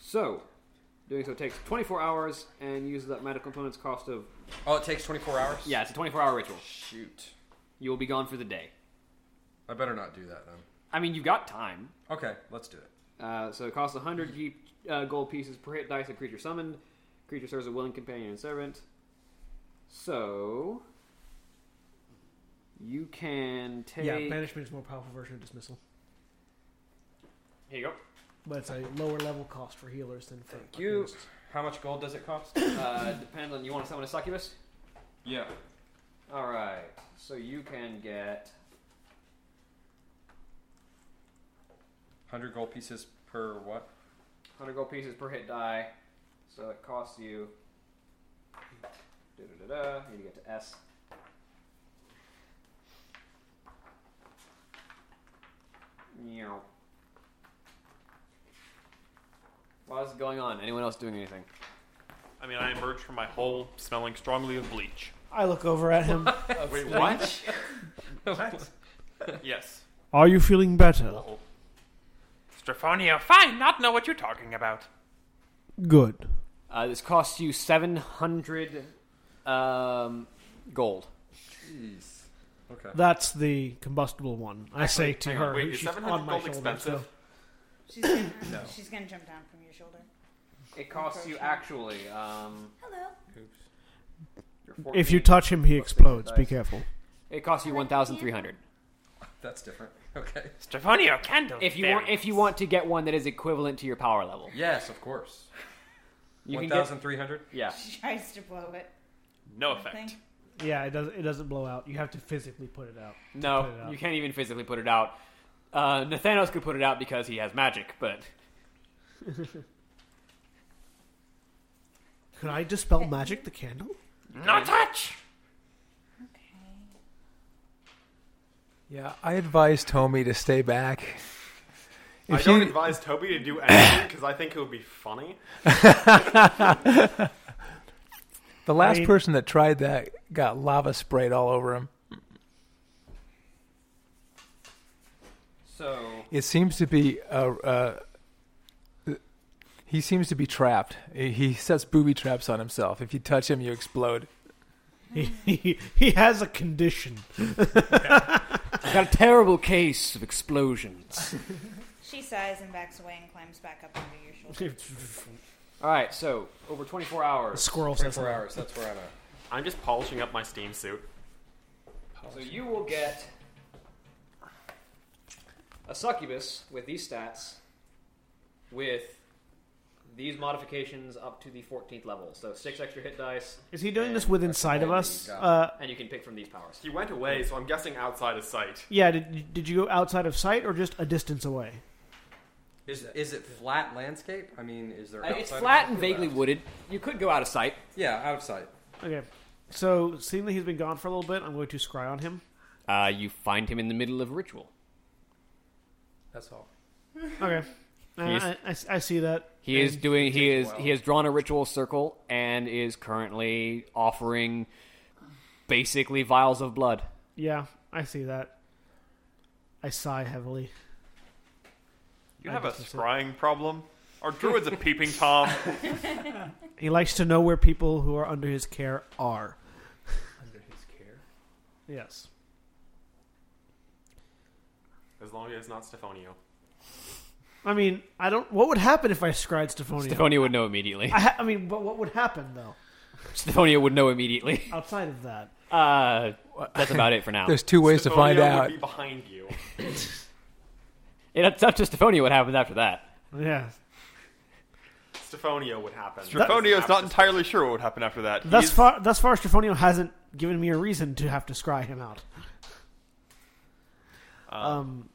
S2: So, doing so takes 24 hours and uses up magical component's cost of.
S5: Oh, it takes 24 hours.
S2: Yeah, it's a 24 hour ritual.
S5: Shoot.
S2: You will be gone for the day.
S5: I better not do that then.
S2: I mean, you've got time.
S5: Okay, let's do it.
S2: Uh, so it costs 100 G, uh, gold pieces per hit dice a creature summoned. Creature serves a willing companion and servant. So you can take.
S1: Yeah, banishment is a more powerful version of dismissal,
S2: Here you
S1: but it's a lower level cost for healers than for.
S5: Thank you. How much gold does it cost?
S2: go. Uh, depends on you want to summon a succubus.
S5: yeah.
S2: All right. So you can get
S5: 100 gold pieces per what?
S2: 100 gold pieces per hit die. So it costs you. Da-da-da-da. You get to S. Meow. What is going on? Anyone else doing anything?
S3: I mean, I emerged from my hole smelling strongly of bleach.
S1: I look over at him.
S3: Wait,
S2: What?
S3: Yes.
S1: Are you feeling better?
S3: Uh-oh.
S9: Strafonio, fine, not know what you're talking about.
S1: Good.
S2: Uh, this costs you 700 um, gold.
S1: That's the combustible one. I say to
S3: hang on,
S1: her,
S3: wait,
S1: who-
S3: is
S1: she's
S3: 700
S1: on my
S3: gold
S1: shoulder,
S3: expensive?
S1: so-
S7: She's gonna, she's gonna jump down from your shoulder.
S2: It costs you actually. Um,
S7: Hello.
S2: your
S1: if you
S2: 14
S1: touch him, he explodes. Be
S2: dice.
S1: careful.
S2: it costs you 1,300.
S5: That's different. Okay.
S9: Strafonio, candle.
S2: If you want, if you want to get one that is equivalent to your power level,
S5: Yes, of course.
S2: you
S5: One
S2: can get.
S5: thousand three hundred.
S2: Yeah,
S7: She tries to blow it.
S3: No
S7: I
S3: effect.
S7: think.
S1: Yeah, it does. It doesn't blow out. You have to physically put it out.
S2: no,
S1: put it out.
S2: you can't even physically put it out. Uh, Nathanos could put it out because he has magic, but
S1: Could I dispel magic the candle?
S9: No touch!
S7: Okay.
S4: Yeah, I advise Tommy to stay back.
S8: I
S4: If
S8: don't
S4: you-
S8: advise Toby to do anything because I think it would be funny.
S4: the last
S1: I mean-
S4: person that tried that got lava sprayed all over him.
S2: so
S4: It seems to be a. a he seems to be trapped. He- He sets booby traps on himself. If you touch him, you explode.
S1: He, he, he has a condition.
S2: I've got a terrible case of explosions.
S7: She sighs and backs away and climbs back up onto your shoulder.
S2: All right, so over 24 hours.
S1: Squirrel says
S5: Four
S1: hello.
S5: hours. That's where I'm at.
S8: I'm just polishing up my steam suit.
S2: So you will get a succubus with these stats, with these modifications up to the 14th level. So six extra hit dice,
S1: Is he doing this with inside of us?
S5: Got it.
S1: Uh,
S2: and you can pick from these powers.
S8: He went away, so I'm guessing outside of sight.
S1: yeah. Did, did you go outside of sight or just a distance away?
S5: Is is it flat landscape? I mean, is there?
S2: Uh, it's
S5: outside
S2: flat
S5: of-
S2: and vaguely wooded. You could go out of sight.
S5: Yeah, outside.
S1: Okay. So seeing that he's been gone for a little bit, I'm going to scry on him.
S2: Uh, you find him in the middle of ritual.
S4: That's all.
S1: Okay. Uh,
S2: He's-
S1: I, I, I see that.
S2: He is
S1: And-
S2: doing. He is. He has drawn a ritual circle and is currently offering basically vials of blood.
S1: Yeah, I see that. I sigh heavily.
S3: You
S1: I
S3: have a
S1: guess that's it.
S3: scrying problem. Our druid's a peeping tom.
S1: He likes to know where people who are under his care are.
S4: Under his care.
S1: Yes.
S8: As long as it's not Stefanio.
S1: I mean, I don't. What would happen if I scried Stefania?
S2: Stefania would know immediately.
S1: I, ha- I mean, but what would happen though?
S2: Stefania would know immediately.
S1: Outside of that,
S2: Uh, that's about it for now.
S4: There's two ways to find
S8: Stefanio
S4: out.
S8: Would be behind you.
S2: It's up to Stefania what happens after that.
S1: yeah.
S8: Stefanio would happen.
S3: Draconio's not entirely sure what would happen after that.
S1: Thus
S3: He's-
S1: far, thus far, Stefanio hasn't given me a reason to have to scry him out. Um.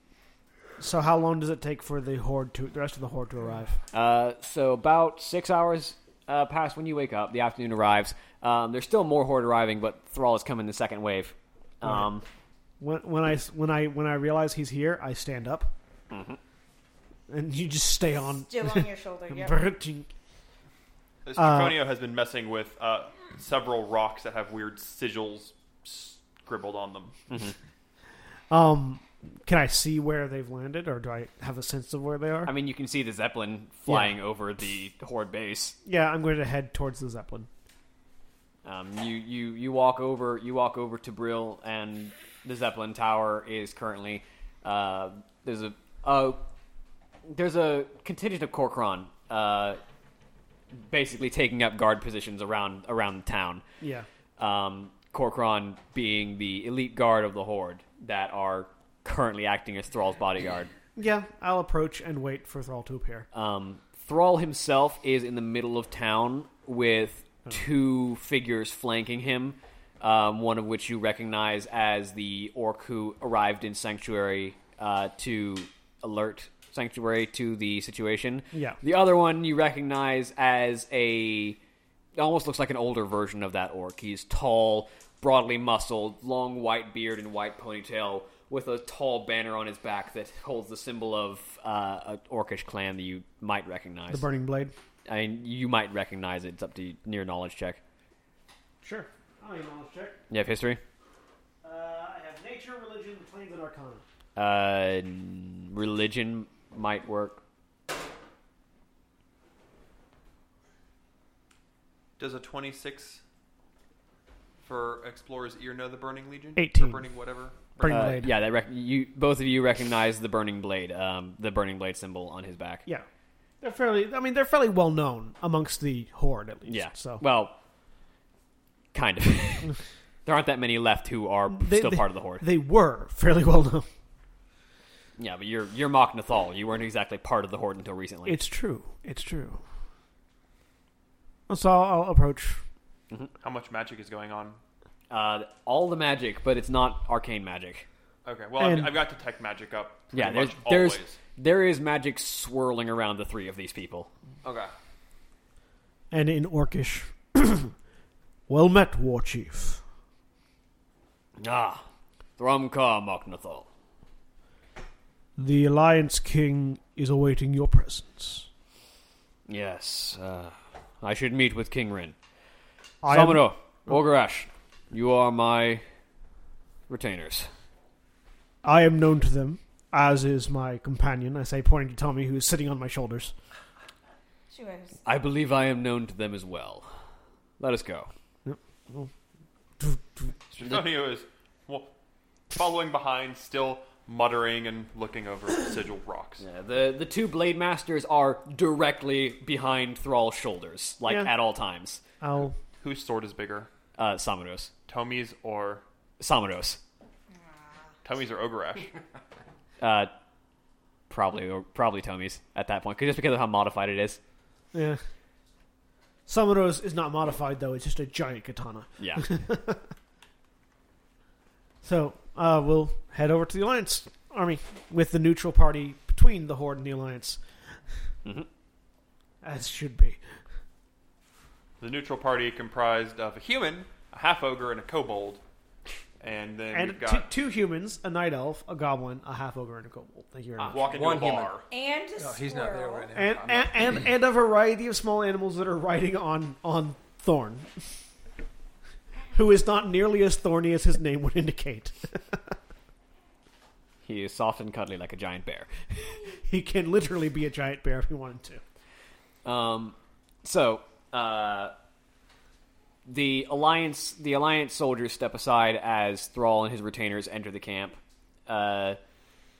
S1: So how long does it take for the horde to the rest of the horde to arrive?
S2: Uh, so about six hours uh, past when you wake up, the afternoon arrives. Um, there's still more horde arriving, but Thrall is coming the second wave. Um,
S1: When when I when I when I realize he's here, I stand up. And you just stay on.
S7: Still on your shoulder. Yep.
S3: This Draconio has been messing with uh, several rocks that have weird sigils scribbled on them.
S1: Um, can I see where they've landed, or do I have a sense of where they are?
S2: I mean, you can see the zeppelin flying over the horde base.
S1: yeah, I'm going to head towards the zeppelin.
S2: Um, you, you you walk over you walk over to Brill, and the zeppelin tower is currently uh, there's a uh, there's a contingent of Corcoran uh, basically taking up guard positions around around the town.
S1: Yeah.
S2: um, Corcoran being the elite guard of the Horde that are currently acting as Thrall's bodyguard.
S1: Yeah, I'll approach and wait for Thrall to appear.
S2: Um, Thrall himself is in the middle of town with two figures flanking him, um, one of which you recognize as the orc who arrived in Sanctuary uh, to alert Sanctuary to the situation.
S1: Yeah.
S2: The other one you recognize as a almost looks like an older version of that orc. He's tall, broadly muscled, long white beard and white ponytail, with a tall banner on his back that holds the symbol of uh, an orcish clan that you might recognize.
S1: The Burning Blade.
S2: I mean, you might recognize it. It's up to your knowledge check.
S1: Sure. I'll knowledge check.
S2: You have history?
S1: Uh, I have nature, religion, planes, and arcana.
S2: Uh, n- religion might work.
S3: Does a 26 for Explorer's Ear know the Burning Legion?
S1: 18.
S3: Or Burning whatever?
S1: Burning
S2: Uh,
S1: blade.
S2: yeah, that rec- you both of you recognize the burning blade, um, the burning blade symbol on his back.
S1: Yeah. They're fairly. I mean, they're fairly well known amongst the horde, at least.
S2: Yeah.
S1: So
S2: well, kind of. there aren't that many left who are
S1: They-
S2: still
S1: they-
S2: part of the horde.
S1: they were fairly well known.
S2: yeah, but you're you're Mach Nathal. You weren't exactly part of the horde until recently.
S1: It's true. It's true. So I'll, I'll approach.
S3: How much magic is going on?
S2: uh, all the magic, but it's not arcane magic.
S3: Okay, well, I've,
S1: And-
S3: I've got Detect Magic up. pretty
S2: Yeah, there's
S3: much
S2: there's
S3: always.
S2: there is magic swirling around the three of these people.
S3: Okay.
S1: and in Orcish. well met, War Chief.
S2: Ah, Thrumkar Mach Nathal.
S1: The Alliance King is awaiting your presence.
S2: Yes, uh, I should meet with King Rin.
S1: I am- Oh.
S2: Samuro, Ogarash, you are my retainers.
S1: I am known to them, as is my companion, I say, pointing to Tommy, who is sitting on my shoulders.
S7: She was.
S2: I believe I am known to them as well. Let us go.
S3: Antonio is well, following behind, still muttering and looking over sigil rocks.
S2: Yeah, the the two blade masters are directly behind Thrall's shoulders, like
S1: Yeah.
S2: at all times.
S1: I'll.
S3: Whose sword is bigger,
S2: Uh, Samaros,
S3: Tommy's or
S2: Samaros,
S7: ah.
S3: Tommy's or Ogreash?
S2: uh, probably or probably Tommy's at that point, 'cause- just because of how modified it is.
S1: Yeah. Samuro's is not modified, though, it's just a giant katana.
S2: Yeah,
S1: So, uh, we'll head over to the Alliance army with the neutral party between the Horde and the Alliance. As should be.
S3: the neutral party comprised of a human, a half ogre, and a kobold. And then
S1: And
S3: we've got
S1: two, two humans, a night elf, a goblin, a half ogre, and a kobold. Thank you very much.
S3: walking to a
S5: One human.
S3: bar.
S7: And a
S4: No, Oh, he's not there
S7: squirrel.
S4: right now.
S1: and, and, and and a variety of small animals that are riding on on Thorn, who is not nearly as thorny as his name would indicate.
S2: he is soft and cuddly like a giant bear.
S1: He can literally be a giant bear if he wanted to.
S2: Um, so uh, the alliance the alliance soldiers step aside as Thrall and his retainers enter the camp. Uh,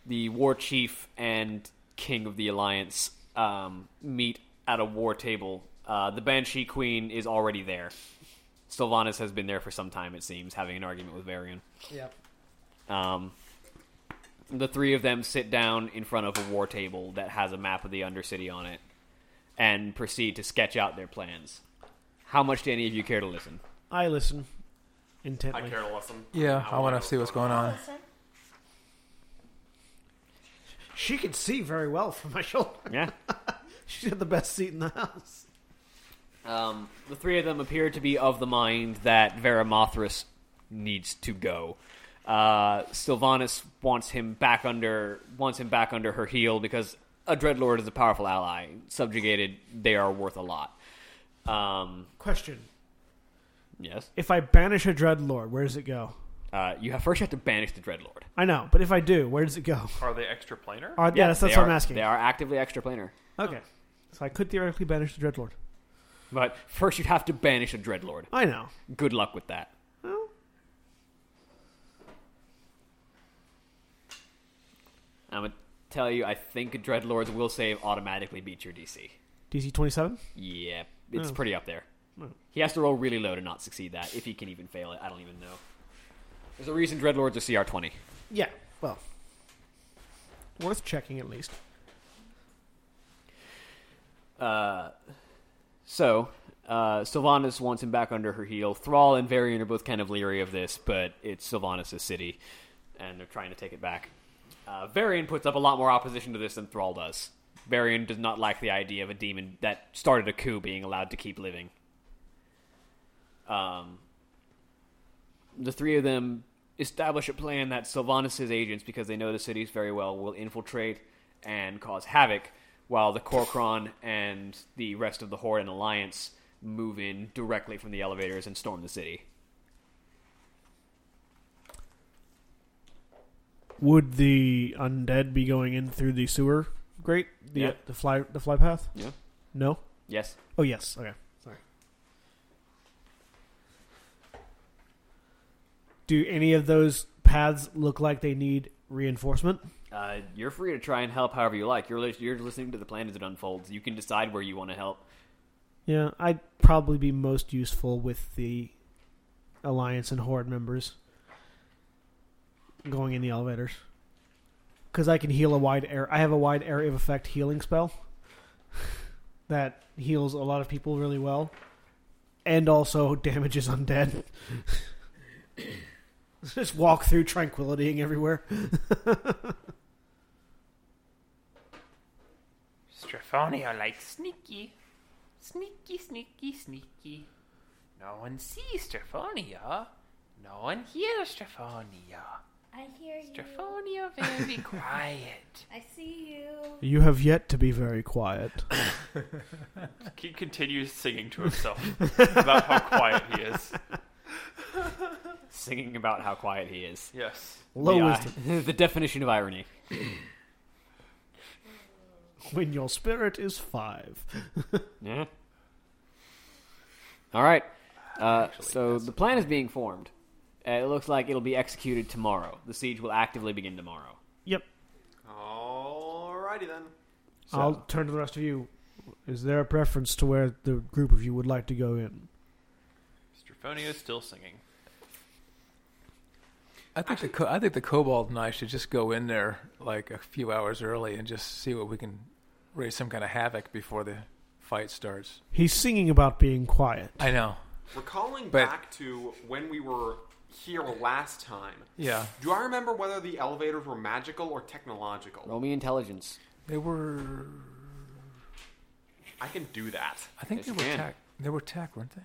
S2: the war chief and king of the alliance um, meet at a war table. Uh, the Banshee Queen is already there. Sylvanas has been there for some time, it seems, having an argument with Varian.
S1: Yep.
S2: Um, the three of them sit down in front of a war table that has a map of the Undercity on it and proceed to sketch out their plans. How much do any of you care to listen?
S1: I listen
S8: I
S1: intently.
S8: care to listen.
S4: Yeah, I want to see what's going on.
S7: Listen.
S1: She can see very well from my shoulder.
S2: Yeah.
S1: She had the best seat in the house.
S2: Um, the three of them appear to be of the mind that Veramothras needs to go. Uh, Sylvanas wants him back under wants him back under her heel because a dreadlord is a powerful ally. Subjugated, they are worth a lot. Um,
S1: Question:
S2: yes,
S1: If I banish a dreadlord, where does it go?
S2: uh, you have first you have to banish the dreadlord.
S1: I know, but if I do, where does it go?
S3: Are they extra planar?
S1: Are, yeah, that's,
S2: they
S1: that's what
S2: are-
S1: I'm asking.
S2: They are actively extraplanar.
S1: Okay, so I could theoretically banish the dreadlord.
S2: But first you'd have to banish a dreadlord.
S1: I know.
S2: Good luck with that.
S1: Well,
S2: I'm going to tell you, I think dreadlords will save automatically beat your DC.
S1: DC twenty-seven.
S2: Yeah, it's
S1: Oh.
S2: pretty up there. He has to roll really low to not succeed that, if he can even fail it. I don't even know. There's a reason dreadlords are CR 20.
S1: Yeah, well, worth checking at least.
S2: So, uh, Sylvanas wants him back under her heel. Thrall and Varian are both kind of leery of this, but it's Sylvanas' city, and they're trying to take it back. Uh, Varian puts up a lot more opposition to this than Thrall does. Varian does not like the idea of a demon that started a coup being allowed to keep living. Um, the three of them establish a plan that Sylvanas' agents, because they know the cities very well, will infiltrate and cause havoc, while the Corcron and the rest of the Horde and Alliance move in directly from the elevators and storm the city.
S1: Would the undead be going in through the sewer? Great. The
S2: Yeah.
S1: the fly the fly path.
S2: Yeah.
S1: No.
S2: Yes.
S1: Oh yes. Okay. Sorry. Do any of those paths look like they need reinforcement?
S2: Uh, you're free to try and help however you like. You're, lis- you're listening to the plan as it unfolds. You can decide where you want to help.
S1: Yeah, I'd probably be most useful with the Alliance and Horde members going in the elevators. Because I can heal a wide air. I have a wide area of effect healing spell that heals a lot of people really well and also damages undead. Just walk through tranquilitying everywhere.
S9: Strafonio likes sneaky. Sneaky, sneaky, sneaky. No one sees Strafonio. No one hears Strafonio.
S7: I hear you.
S9: Strafonio very quiet.
S7: I see you.
S1: You have yet to be very quiet.
S3: He continues singing to himself about how quiet he is.
S2: Singing about how quiet he is.
S3: Yes.
S1: Low
S2: the, uh,
S1: wisdom.
S2: the definition of irony.
S1: When your spirit is five.
S2: Yeah. All right. Uh, so the plan is being formed. Uh, it looks like it'll be executed tomorrow. The siege will actively begin tomorrow.
S1: Yep.
S6: Alrighty then.
S1: I'll turn to the rest of you. Is there a preference to where the group of you would like to go in?
S3: Strafonio is still singing.
S4: I think the co- I think the kobold and I should just go in there like a few hours early and just see what we can raise some kind of havoc before the fight starts.
S1: He's singing about being quiet.
S4: I know.
S6: Recalling
S4: But-
S6: back to when we were here last time.
S4: Yeah,
S6: Do I remember whether the elevators were magical or technological?
S2: Roll me intelligence.
S4: they were.
S6: I can do that.
S4: I think
S2: Yes,
S4: they
S2: you
S4: were
S2: can.
S4: tack. They were tack, weren't they?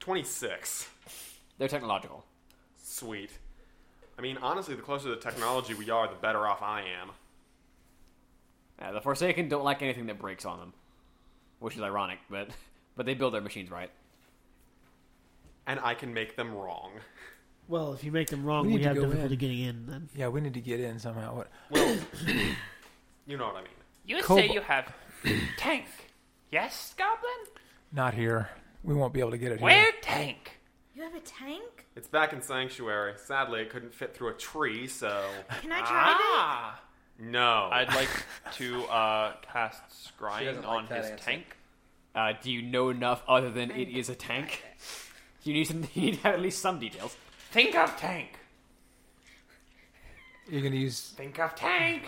S6: Twenty-six.
S2: They're technological.
S6: Sweet. I mean, honestly, the closer to the technology we are, the better off I am.
S2: Uh, the Forsaken don't like anything that breaks on them, which is ironic, but but they build their machines right.
S6: And I can make them wrong.
S1: Well, if you make them wrong,
S4: We
S1: we,
S4: need to
S1: have
S4: go
S1: difficulty
S4: in.
S1: getting in. Then
S4: Yeah, we need to get in somehow. What?
S6: You know what I mean.
S9: You
S1: Kobold.
S9: say you have tank. Yes, Goblin?
S4: Not here. We won't be able to get it
S9: Where
S4: here.
S9: tank?
S7: You have a tank?
S6: It's back in Sanctuary. Sadly, it couldn't fit through a tree, so.
S7: Can I try
S9: Ah,
S6: No.
S3: I'd like to uh, cast scrying
S5: doesn't like
S3: on
S5: that
S3: his
S5: answer.
S3: tank.
S2: Uh, do you know enough other than it is a tank? You need some. You need to have at least some details.
S9: think of tank.
S4: You're gonna use.
S9: Think of tank.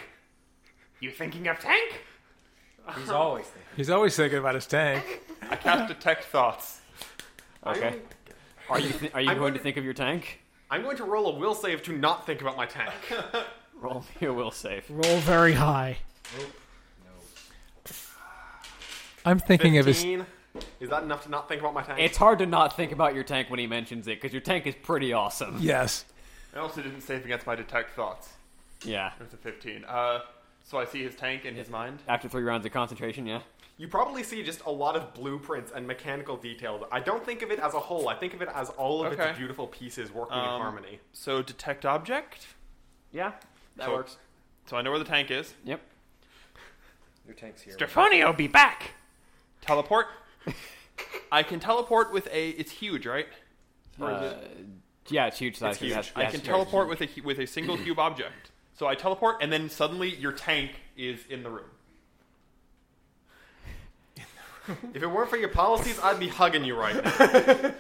S9: You thinking of tank?
S5: He's always there.
S4: He's always thinking about his tank.
S3: I cast detect thoughts.
S2: Okay. Are you th- are you going to think of your tank?
S6: I'm going to roll a will save to not think about my tank.
S2: Roll me a will save.
S1: roll very high.
S4: I'm thinking of his.
S6: 15. Is that enough to not think about my tank?
S2: It's hard to not think about your tank when he mentions it because your tank is pretty awesome.
S4: Yes.
S3: I also didn't save against my detect thoughts.
S2: Yeah.
S3: It was a 15. Uh, so I see his tank in his mind.
S2: After three rounds of concentration, yeah.
S6: You probably see just a lot of blueprints and mechanical detail. I don't think of it as a whole. I think of it as all of
S3: Okay.
S6: its beautiful pieces working in
S3: Um,
S6: harmony.
S3: So detect object.
S2: Yeah. That
S3: So-
S2: works.
S3: So I know where the tank is.
S2: Yep.
S5: Your tank's here.
S9: Strafonio be back.
S3: Teleport. I can teleport with a. It's huge, right? Or is
S2: Uh,
S3: it-
S2: yeah, it's huge size.
S3: it's huge.
S2: That's-
S3: I
S2: that's
S3: can
S2: very
S3: teleport
S2: huge.
S3: with a hu- with a single cube object. So I teleport, and then suddenly your tank is in the room.
S6: If it weren't for your policies, I'd be hugging you right now.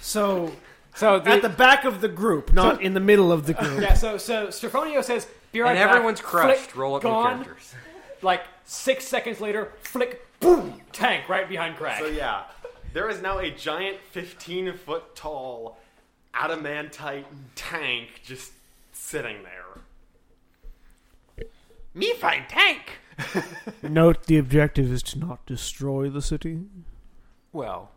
S1: So
S2: So
S1: at the back of the group, not in the middle of the group.
S2: Yeah, so so Strafonio says, "Be right
S5: And
S2: back."
S5: everyone's crushed.
S2: Flick,
S5: Roll up your
S2: gone.
S5: characters.
S2: Like six seconds later, flick, boom, tank right behind Craig.
S6: so yeah, there is now a giant 15 foot tall adamantite tank just sitting there.
S9: Me find tank.
S1: Note the objective is to not destroy the city.
S4: Well,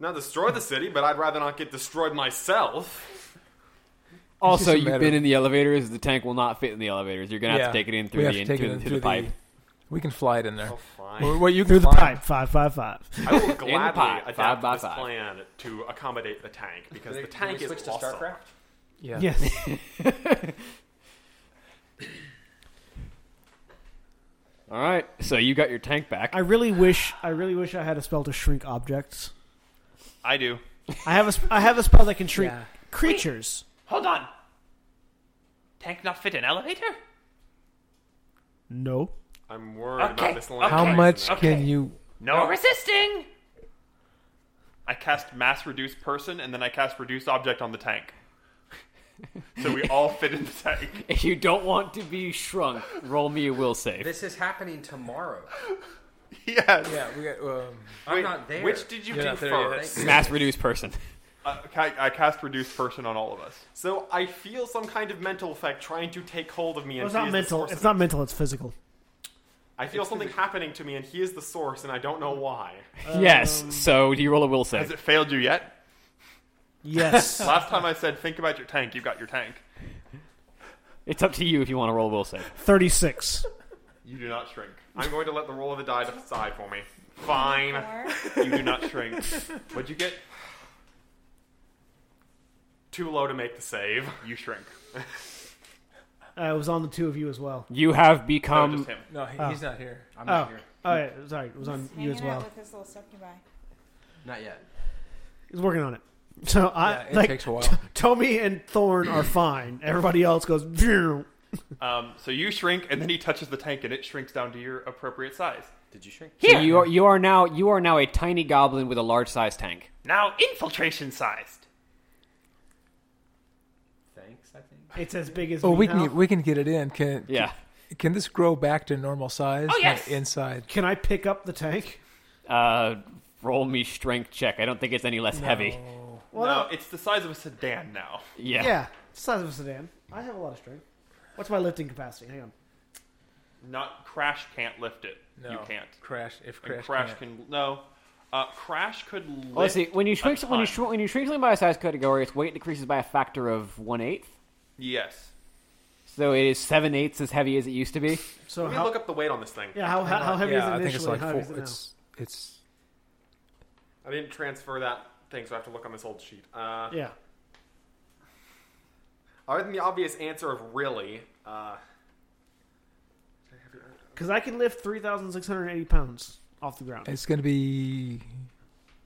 S6: Not destroy the city, but I'd rather not get destroyed myself.
S4: It's
S2: Also,
S4: just a
S2: you've
S4: matter
S2: been
S4: of-
S2: in the elevators. The tank will not fit in the elevators. You're gonna have to take it in through
S4: we
S2: the
S4: have to
S2: in-
S4: take
S2: through,
S4: it in
S2: the- through the pipe.
S4: We can fly it in there.
S6: Oh, fine.
S4: Well, well, you can
S1: Through the
S4: fly it.
S1: pipe, five, five, five.
S6: I will gladly
S2: pot,
S6: adapt
S2: five by
S6: this
S2: five.
S6: plan to accommodate the tank because the tank is
S5: switch to
S6: awesome.
S5: StarCraft.
S4: Yeah.
S1: Yes.
S2: All right, so you got your tank back.
S1: I really wish. I really wish I had a spell to shrink objects.
S3: I do.
S1: I have a sp- I have a spell that can shrink
S4: Yeah.
S1: creatures.
S9: Hold on. Tank not fit an elevator?
S1: No.
S8: I'm worried
S9: Okay,
S8: about this line.
S4: How
S9: Okay,
S4: much
S9: okay.
S4: can you?
S9: No resisting.
S3: I cast mass reduce person, and then I cast reduce object on the tank. so we all fit in the tank.
S2: If you don't want to be shrunk, roll me a will save.
S5: This is happening tomorrow.
S3: Yes.
S4: Yeah, we got. Um,
S5: I'm
S3: Wait,
S5: not there.
S3: Which did you
S4: You're
S3: do
S4: not there yet.
S3: first?
S2: Mass reduce person.
S3: Uh, I, I cast reduce person on all of us.
S6: So I feel some kind of mental effect trying to take hold of me. And
S1: It's
S6: he
S1: not
S6: is the
S1: mental.
S6: source
S1: It's
S6: of it.
S1: not mental. It's physical.
S6: I feel something happening to me, and he is the source, and I don't know why.
S2: yes. So do you roll a will
S3: Has
S2: save?
S3: it failed you yet?
S1: Yes.
S3: Last time I said think about your tank. You got your tank.
S2: It's up to you if you want to roll a will save.
S1: Thirty six.
S3: You do not shrink.
S6: I'm going to let the roll of the die decide for me.
S3: Fine.
S7: Four.
S3: You do not shrink. What'd you get?
S6: Too low to make the save.
S3: You shrink.
S1: Uh, it was on the two of you as well.
S2: You have
S3: No,
S2: become
S3: just him.
S4: no, he, he's not here.
S5: I'm
S1: Oh,
S5: not here.
S1: oh yeah, sorry. It was on
S7: He's
S1: you as
S7: hanging out
S1: well.
S7: with his little succubi.
S5: Not yet.
S1: He's working on it. So I
S4: Yeah, it
S1: like
S4: takes a while.
S1: T- Tommy and Thorn are fine. Everybody else goes. "Phew."
S3: Um, so you shrink, and then he touches the tank, and it shrinks down to your appropriate size.
S5: Did you shrink?
S2: So you are you are now you are now a tiny goblin with a large size tank.
S9: Now infiltration sized.
S5: Thanks, I think.
S1: It's as big as.
S4: Oh,
S1: me
S4: we
S1: now.
S4: can we can get it in. Can
S2: Yeah.
S4: Can this grow back to normal size?
S9: Oh, yes.
S4: Inside.
S1: Can I pick up the tank?
S2: Uh, roll me strength check. I don't think it's any less heavy.
S3: no, it's the size of a sedan now.
S2: Yeah.
S1: Yeah, it's the size of a sedan. I have a lot of strength. What's my lifting capacity? Hang on.
S3: Not Crash can't lift it. You can't.
S4: Crash if
S3: And
S4: crash.
S3: Crash
S4: can't. Oh,
S3: can no. Uh, Crash could lift.
S2: Well, let's see. When you shrink
S3: a
S2: when you
S3: ton.
S2: shrink when you shrink something by a size category, its weight decreases by a factor of one eighth.
S3: Yes.
S2: So it is seven eighths as heavy as it used to be.
S1: So
S6: Let me
S1: how?
S6: look up the weight on this thing.
S1: yeah, how, how, how heavy
S4: yeah,
S1: is it
S4: I
S1: initially?
S4: think it's like
S1: and how
S4: four.
S1: heavy is it now?
S4: It's it's
S6: I didn't transfer that thing, so I have to look on this old sheet. Uh,
S1: Yeah.
S6: Other than the obvious answer of really, uh,
S1: Because I can lift 3,680 pounds off the ground.
S4: it's going to be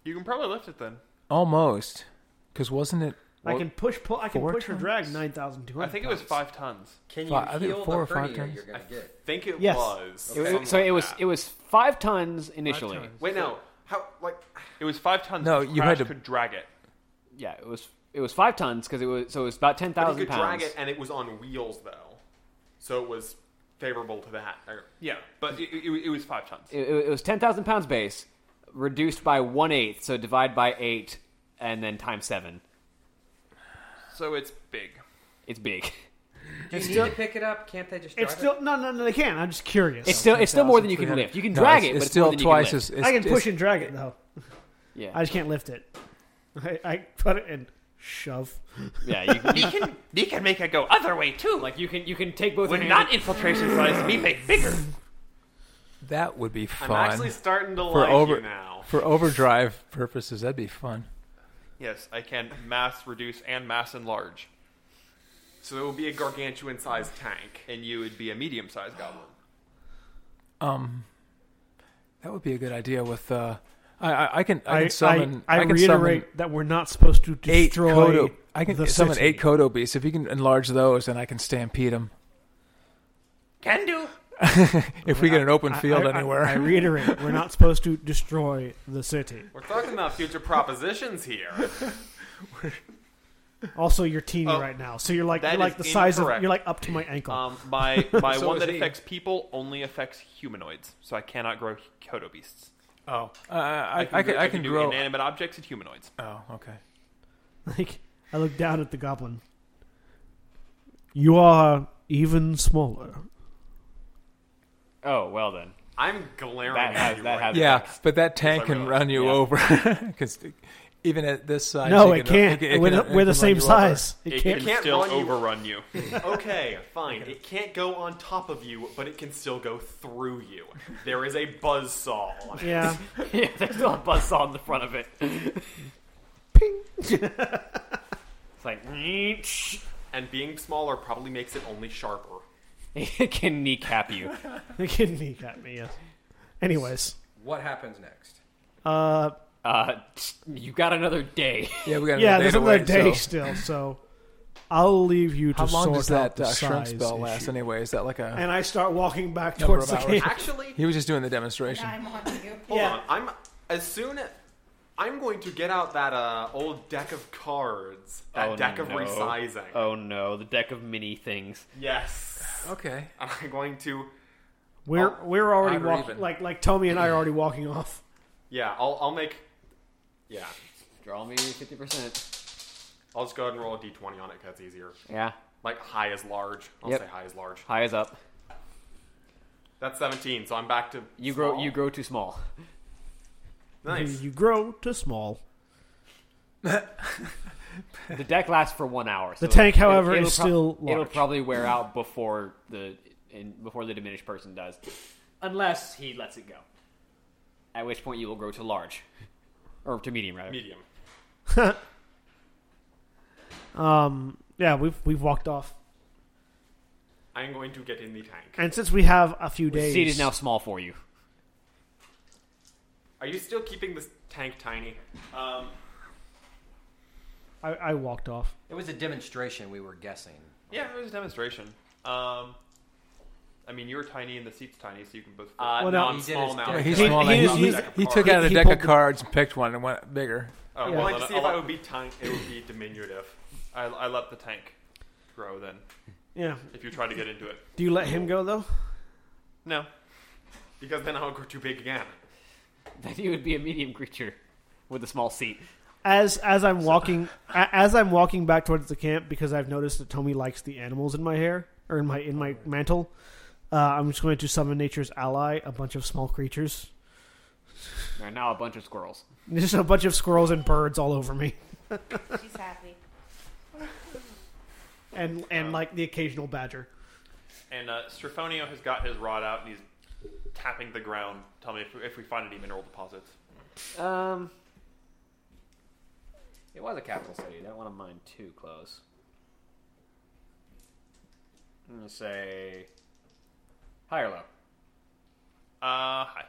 S3: You can probably lift it then.
S4: almost because wasn't it?
S1: I can push, pull, I can
S4: Four
S1: push or drag
S4: tons?
S1: 9,200.
S3: I think it was five tons.
S5: Can you
S4: Fi- I think
S5: heal
S4: four
S5: the
S4: or five
S5: hernia
S4: times.
S5: you're gonna get?
S6: think it
S1: Yes.
S6: was.
S2: It was-
S6: something
S2: so it
S6: like
S2: was
S6: that.
S2: it was five tons initially.
S6: Wait, no. How? Like,
S3: It was five tons.
S4: No,
S3: because
S4: you
S3: Crash
S4: had to-
S3: could drag it.
S2: Yeah, it was it was five tons because it was so it was about ten
S6: but he
S2: thousand
S6: could
S2: pounds.
S6: drag it, and it was on wheels though, so it was favorable to that. Or-
S3: Yeah, but it, it, it was five tons.
S2: It, it- it was ten thousand pounds base, reduced by one eighth, so divide by eight, and then times seven.
S3: So it's big.
S2: It's big.
S5: Do you need to pick it up? Can't they just?
S1: It's
S5: drive
S1: still, no, no, no, they can. I'm just curious.
S2: It's still it's still more than you can
S4: 10,300.
S2: lift. You can
S4: No,
S2: drag
S4: it's-
S2: it, but
S4: It's
S2: it's
S4: still
S2: more than you
S4: twice
S2: can
S4: as.
S2: lift.
S4: It's,
S1: I can push
S4: it's-
S1: and drag it, though.
S2: Yeah,
S1: I just can't lift it. I, I put it in shove.
S2: yeah. You,
S9: Me
S2: you-
S9: can me can make it go other way too. Like
S2: like you can you can take both.
S9: we're
S2: your hands
S9: not infiltration sized. Me make bigger.
S4: That would be
S6: I'm
S4: fun
S6: actually starting to
S4: For
S6: like
S4: over-
S6: you now.
S4: for overdrive purposes. That'd be fun.
S3: Yes, I can mass reduce and mass enlarge,
S6: So it will be a gargantuan-sized tank.
S3: and you would be a medium-sized goblin.
S4: Um, that would be a good idea. With uh, I, I, I can I,
S1: I,
S4: can summon.
S1: I, I,
S4: can
S1: reiterate
S4: summon
S1: that we're not supposed to
S4: eight
S1: destroy
S4: Kodo. I can
S1: the
S4: summon
S1: city.
S4: eight Kodo beasts. If you can enlarge those, then I can stampede them.
S9: Can do.
S4: If we get an open field
S1: I- I-
S4: anywhere,
S1: I, reiterate, we're not supposed to destroy the city.
S6: We're talking about future propositions here.
S1: Also, you're teeny
S3: Oh,
S1: right now, so you're like
S3: that
S1: you're like
S3: is
S1: the size of
S3: incorrect.
S1: you're like up to my ankle.
S3: Um, my my
S4: So
S3: one
S4: is
S3: that
S4: he.
S3: affects people only affects humanoids, so I cannot grow kodo beasts.
S4: oh, uh, I, I, can, I can,
S3: do, do
S4: grow.
S3: inanimate objects and humanoids.
S4: Oh, okay.
S1: like I look down at the goblin. You are even smaller.
S2: Oh well then.
S6: I'm glaring
S2: That
S6: at
S2: has
S6: you.
S2: that
S6: right
S2: has
S4: Yeah, but that tank
S3: Yes, I
S4: can
S3: realize.
S4: run you
S2: Yeah.
S4: over because even at this size,
S1: no,
S4: it
S1: it can't.
S4: can- it
S1: we're
S4: can-
S1: the,
S4: it
S1: we're
S4: can
S1: the
S4: run
S1: same
S4: you
S1: size.
S3: It
S1: It
S3: can
S1: can't.
S6: can't
S3: still
S6: run you.
S3: overrun you.
S6: now. Okay, fine. It can't go on top of you, but it can still go through you. There is a buzzsaw on it.
S1: Yeah.
S2: yeah, there's still a buzzsaw in the front of it.
S1: Ping.
S2: It's like it
S6: And being smaller probably makes it only sharper.
S2: can kneecap you.
S1: The kidney got me. Yes. Anyways,
S5: What happens next?
S1: uh,
S2: Uh, you got another day.
S4: Yeah, we got
S1: yeah,
S4: another
S1: there's
S4: to
S1: another
S4: wait,
S1: day
S4: so-
S1: still, so I'll leave you to
S4: How long
S1: sort
S4: does
S1: out
S4: that
S1: the
S4: uh, shrink
S1: size
S4: spell last
S1: issue.
S4: anyway? Is that like a?
S1: And I start walking back
S4: Number
S1: towards the
S4: of hours.
S1: cave.
S6: Actually,
S4: he was just doing the demonstration.
S7: I'm on you.
S6: Hold
S1: Yeah.
S6: on. I'm as soon I'm going to get out that uh, old deck of cards, that
S2: Oh,
S6: deck of
S2: no.
S6: resizing.
S2: Oh no, the deck of mini things.
S6: Yes.
S4: Okay.
S6: I'm going to
S1: We're we're already
S4: odd or
S1: walking.
S4: even.
S1: Like like Tommy and I are already walking off.
S6: yeah, I'll I'll make yeah.
S2: Draw me fifty percent.
S6: I'll just go ahead and roll a d20 on it cuz it's easier.
S2: Yeah,
S6: Like high is large. I'll
S2: Yep.
S6: say high is large.
S2: high is up.
S6: That's 17, so I'm back to
S2: You grow.
S6: small.
S2: You grow too small.
S6: Nice.
S1: You grow to small.
S2: The deck lasts for one hour. So
S1: The tank,
S2: it-
S1: however,
S2: it'll
S1: is
S2: prob-
S1: still
S2: It'll
S1: large.
S2: probably wear out before the in, before the diminished person does, unless he lets it go. At which point you will grow to large, or to medium rather.
S6: Medium.
S1: Um, yeah, we've we've walked off,
S6: I'm going to get in the tank.
S1: and since we have a few
S2: The
S1: days,
S2: seed is now small for you.
S6: Are you still keeping this tank tiny? Um
S1: I, I walked off.
S5: It was a demonstration. We were guessing.
S3: Yeah, it was a demonstration. Um, I mean, you were tiny and the seat's tiny, so you can both. fit.
S6: uh,
S1: Well, no,
S6: no,
S1: he
S6: I'm
S5: did
S6: small
S5: his
S6: now.
S4: Yeah,
S5: deck.
S4: he's
S1: He-
S4: small.
S1: he
S4: He,
S1: is-
S4: he,
S1: he's-
S4: he took
S1: he-
S4: out
S1: he
S4: of the deck
S1: pulled
S4: of
S1: the-
S4: cards and picked one and went bigger.
S3: Oh,
S6: I
S1: Yeah.
S3: well,
S6: wanted
S3: then
S6: to see if
S3: I'll-
S6: I would be tiny. It would be diminutive.
S3: I, I let the tank grow then.
S1: Yeah.
S3: If you try to get into it,
S1: Do you let him go though?
S3: no.
S6: Because then I'll grow too big again.
S2: Then you would be a medium creature with a small seat.
S1: As as I'm walking a- as I'm walking back towards the camp because I've noticed that Tommy likes the animals in my hair or in my in my mantle. Uh, I'm just going to summon nature's ally, a bunch of small creatures.
S2: There are now a bunch of squirrels.
S1: Just a bunch of squirrels and birds all over me,
S7: She's happy.
S1: and and like the occasional badger.
S3: And uh, Strafonio has got his rod out and he's tapping the ground. Tell me if, if we find any mineral deposits.
S2: Um, it was a capital city. That one of mine too close. I'm gonna say high or low.
S3: Uh, hi.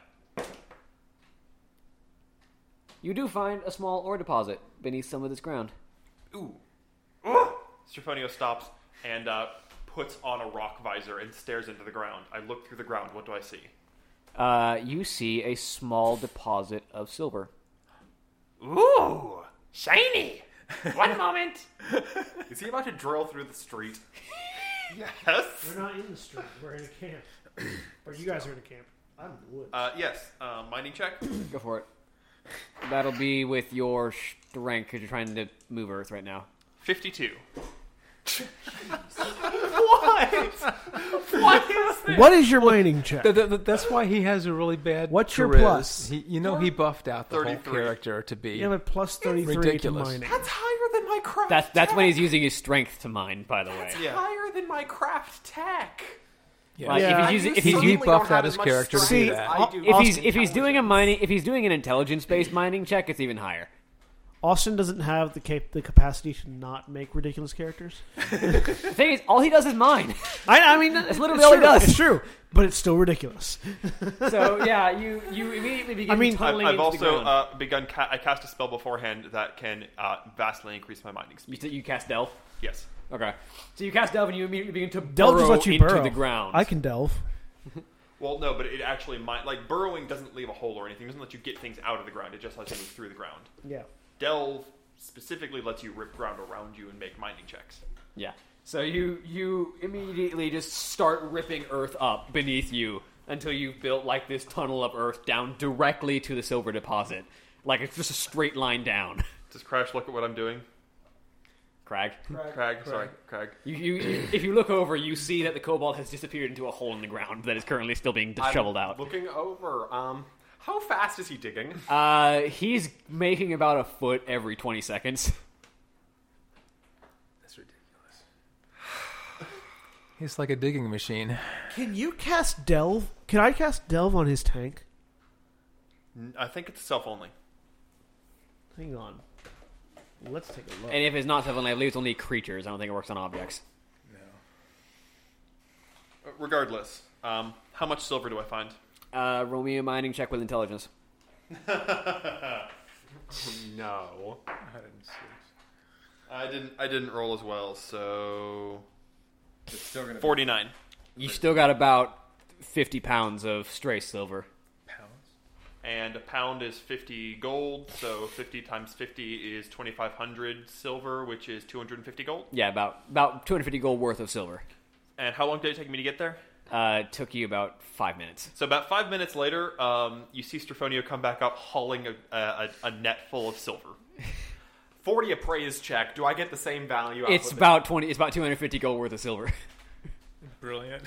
S2: You do find a small ore deposit beneath some of this ground.
S3: Ooh. Strafonio stops and uh, puts on a rock visor and stares into the ground. I look through the ground. What do I see?
S2: Uh, you see a small deposit of silver.
S9: Ooh, shiny. One moment.
S6: Is he about to drill through the street?
S3: Yes.
S1: We're not in the street. We're in a camp. Or you guys are in a camp. I'm in the woods.
S3: Uh, yes. Uh, mining check.
S2: Go for it. That'll be with your strength because you're trying to move Earth right now.
S3: Fifty-two.
S1: what is your mining check?
S4: Th- th- th- that's why he has a really bad.
S1: What's your
S4: charisma.
S1: plus?
S4: He, you know, he buffed out the whole
S3: 33.
S4: character to be.
S1: Yeah, but plus thirty three to
S4: ridiculous.
S1: mining.
S6: That's higher than my craft.
S2: That's that's
S6: tech.
S2: when he's using his strength to mine. By the way,
S3: Yeah.
S6: Higher than my craft tech.
S4: Yeah.
S2: Like,
S1: Yeah.
S2: if he's using, if
S4: He,
S2: he's
S4: he
S6: Certainly don't
S4: buffed
S6: have
S4: out
S6: as
S4: his
S6: much
S4: character to
S6: strength
S4: do
S1: See,
S4: that.
S6: I do.
S1: If
S2: if
S1: Austin
S2: he's if he's doing a mining if he's doing an intelligence based mining check, it's even higher.
S1: Austin doesn't have the cap- the capacity to not make ridiculous characters.
S2: The thing is, all he does is mine.
S1: I, I mean,
S2: That's literally all he does.
S1: It's true, but it's still ridiculous.
S2: So yeah, you you immediately begin.
S1: I mean,
S3: I've,
S2: tunneling
S3: I've
S2: into the
S3: also
S2: ground.
S3: uh, begun. Ca- I cast a spell beforehand that can uh, vastly increase my mining
S2: you,
S3: speed.
S2: said you cast delve.
S3: Yes.
S2: Okay, so you cast delve and you immediately begin to
S1: Delve
S2: burrow
S1: just lets you
S2: into
S1: burrow.
S2: the ground.
S1: I can delve.
S3: Well, no, but it actually might. Like burrowing doesn't leave a hole or anything. It doesn't let you get things out of the ground. It just lets you move through the ground.
S1: Yeah.
S3: Delve specifically lets you rip ground around you and make mining checks.
S2: Yeah. So you you immediately just start ripping earth up beneath you until you've built like this tunnel of earth down directly to the silver deposit. Like it's just a straight line down.
S3: Does Crash look at what I'm doing?
S2: Crag.
S3: Crag, sorry, Crag.
S2: You, you, you, if you look over, you see that the cobalt has disappeared into a hole in the ground that is currently still being
S6: I'm
S2: shoveled out.
S6: Looking over. Um, how fast is he digging?
S2: Uh, he's making about a foot every 20 seconds.
S4: That's ridiculous. He's like a digging machine.
S1: Can you cast delve? Can I cast delve on his tank?
S3: N- I think it's self only.
S1: Hang on. Let's take a look.
S2: And if it's not seven, I believe it's only creatures. I don't think it works on objects.
S3: Regardless, um, how much silver do I find?
S2: Uh, roll me a mining check with intelligence.
S8: No.
S4: 106.
S3: I didn't. I didn't roll as well, so
S10: It's still gonna
S3: forty nine.
S2: You still got about 50 pounds of stray silver.
S3: And a pound is fifty gold, so fifty times fifty is twenty five hundred silver, which is two hundred and fifty gold.
S2: Yeah, about about 250 gold worth of silver.
S3: And how long did it take me to get there?
S2: Uh, it took you about five minutes.
S3: So about five minutes later, um, you see Strafonio come back up, hauling a, a, a net full of silver.
S6: Forty appraise check. Do I get the same value? out
S2: It's
S6: of it?
S2: about 20. It's about 250 gold worth of silver.
S4: Brilliant.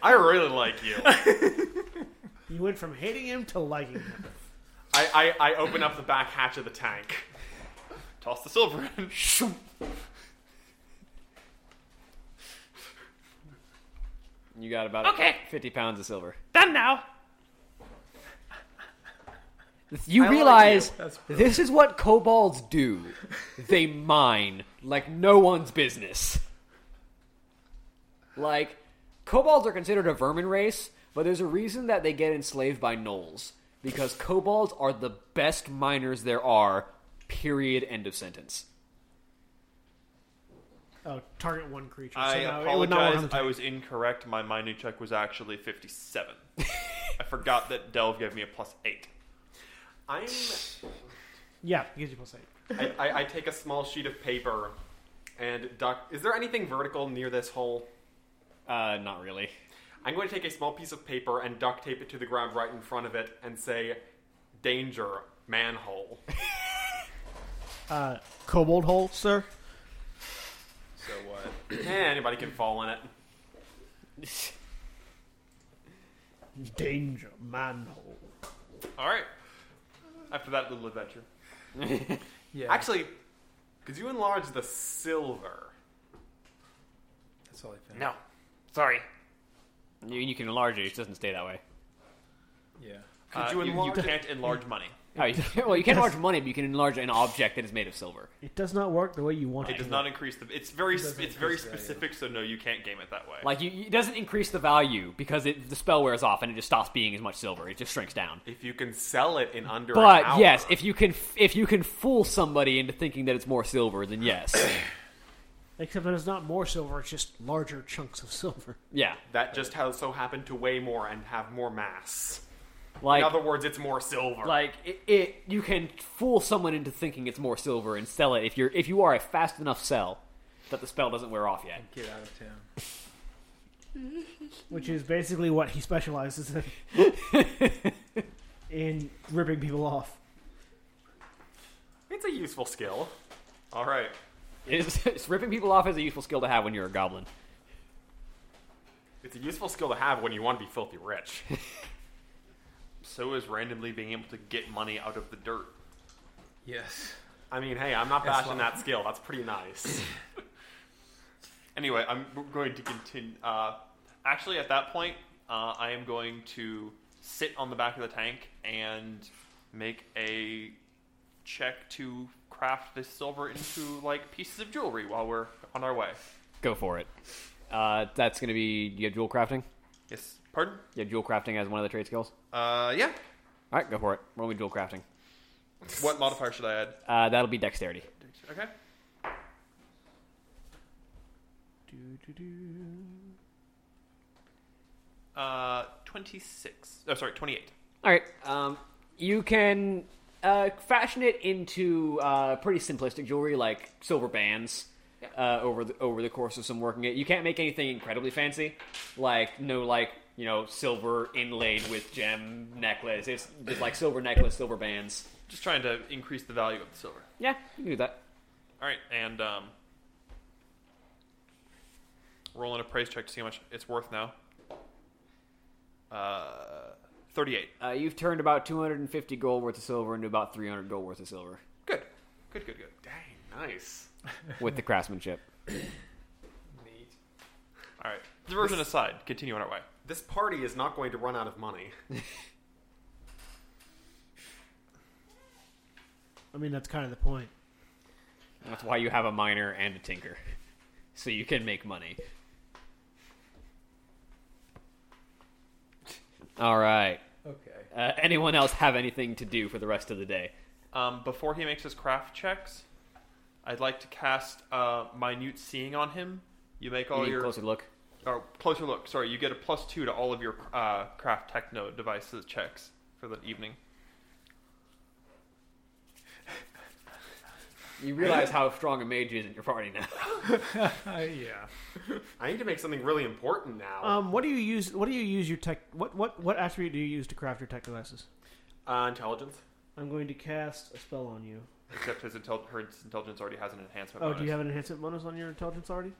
S3: I really like you.
S1: You went from hating him to liking him.
S6: I, I, I open up the back hatch of the tank.
S3: Toss the silver in.
S2: You got about
S9: Okay.
S2: 50 pounds of silver.
S9: Done now.
S2: You realize
S4: That's brilliant.
S2: this is what kobolds do. They mine like no one's business. Like, kobolds are considered a vermin race, but there's a reason that they get enslaved by gnolls. Because kobolds are the best miners there are, period, end of sentence.
S1: Oh, target one creature.
S3: I
S1: so no, it would not work on
S3: apologize.
S1: the
S3: I
S1: tank.
S3: was incorrect. My mining check was actually fifty-seven. I forgot that Delve gave me a plus eight.
S6: I'm.
S1: Yeah, it gives you plus eight.
S6: I, I, I take a small sheet of paper, and duck. Is there anything vertical near this hole?
S2: Uh, not really.
S6: I'm going to take a small piece of paper and duct tape it to the ground right in front of it and say, "Danger, manhole."
S1: Uh, kobold hole, sir.
S10: So what?
S6: Eh, anybody can fall in it.
S1: Danger manhole.
S3: All right. After that little adventure,
S4: Yeah.
S6: Actually, could you enlarge the silver?
S4: that's all I found.
S9: No. Sorry.
S2: You, you can enlarge it, it doesn't stay that way.
S4: Yeah.
S3: could Uh, you, enlarge? you can't enlarge money.
S2: Oh, you, well, you can enlarge money, but you can enlarge an object that is made of silver.
S1: It does not work the way you want it.
S3: It does
S1: to
S3: not
S1: work.
S3: increase the. It's very.
S4: doesn't
S3: It's very
S4: increase the value.
S3: specific. So no, you can't game it that way.
S2: Like, you, it doesn't increase the value because it, the spell wears off and it just stops being as much silver. It just shrinks down.
S6: If you can sell it in under an
S2: But
S6: hour.
S2: yes, if you can, if you can fool somebody into thinking that it's more silver, then yes,
S1: Except that it's not more silver. It's just larger chunks of silver.
S2: yeah.
S6: that just has so happened to weigh more and have more mass.
S2: Like,
S6: In other words, it's more silver.
S2: like it, it, you can fool someone into thinking it's more silver and sell it if you're if you are a fast enough sell that the spell doesn't wear off yet.
S4: Get out of town.
S1: which is basically what he specializes in in ripping people off.
S6: it's a useful skill.
S3: All right.
S2: It's, it's ripping people off is a useful skill to have when you're a goblin.
S6: It's a useful skill to have when you want to be filthy rich.
S3: So is randomly being able to get money out of the dirt.
S4: Yes.
S6: I mean, hey, I'm not
S4: That's why-
S6: bashing that skill. That's pretty nice.
S3: Anyway, I'm going to continue. Uh, actually, at that point, uh, I am going to sit on the back of the tank and make a check to craft this silver into like pieces of jewelry while we're on our way.
S2: Go for it. Uh, that's gonna be you have jewel crafting.
S3: Yes. Pardon?
S2: You have jewel crafting as one of the trade skills.
S3: Uh, yeah.
S2: All right, go for it. Roll me jewel crafting.
S3: What modifier should I add?
S2: Uh, that'll be dexterity.
S3: Okay. Uh, 26. Oh, sorry, 28.
S2: All right. Um, you can uh, fashion it into uh, pretty simplistic jewelry, like silver bands. Uh, over the over the course of some working it, you can't make anything incredibly fancy, like no like you know silver inlaid with gem necklace. It's just like silver necklace, silver bands.
S3: Just trying to increase the value of the silver.
S2: Yeah, you can do that.
S3: All right, and um, roll an appraise check to see how much it's worth now. Uh, thirty-eight.
S2: Uh, you've turned about two hundred and fifty gold worth of silver into about three hundred gold worth of silver
S3: Good, good, good, good.
S6: Dang, nice.
S2: with the craftsmanship.
S4: Neat.
S3: All right, diversion aside, continue on our way.
S6: This party is not going to run out of money.
S1: I mean, that's kind of the point.
S2: That's why you have a miner and a tinker, so you can make money. All right.
S4: Okay.
S2: Uh, anyone else have anything to do for the rest of the day?
S3: Um, before he makes his craft checks, I'd like to cast uh, minute seeing on him. You make all
S2: You need
S3: your
S2: closer look.
S3: or closer look. Sorry, you get a plus two to all of your uh, craft techno devices checks for the evening.
S2: You realize how strong a mage is in your party now.
S4: yeah.
S8: I need to make something really important now.
S1: Um, what do you use? What do you use your tech? What what what attribute do you use to craft your tech devices?
S8: Uh, intelligence.
S1: I'm going to cast a spell on you.
S3: Except his intel- her intelligence already has an enhancement.
S1: Oh,
S3: bonus.
S1: do you have an enhancement bonus on your intelligence already?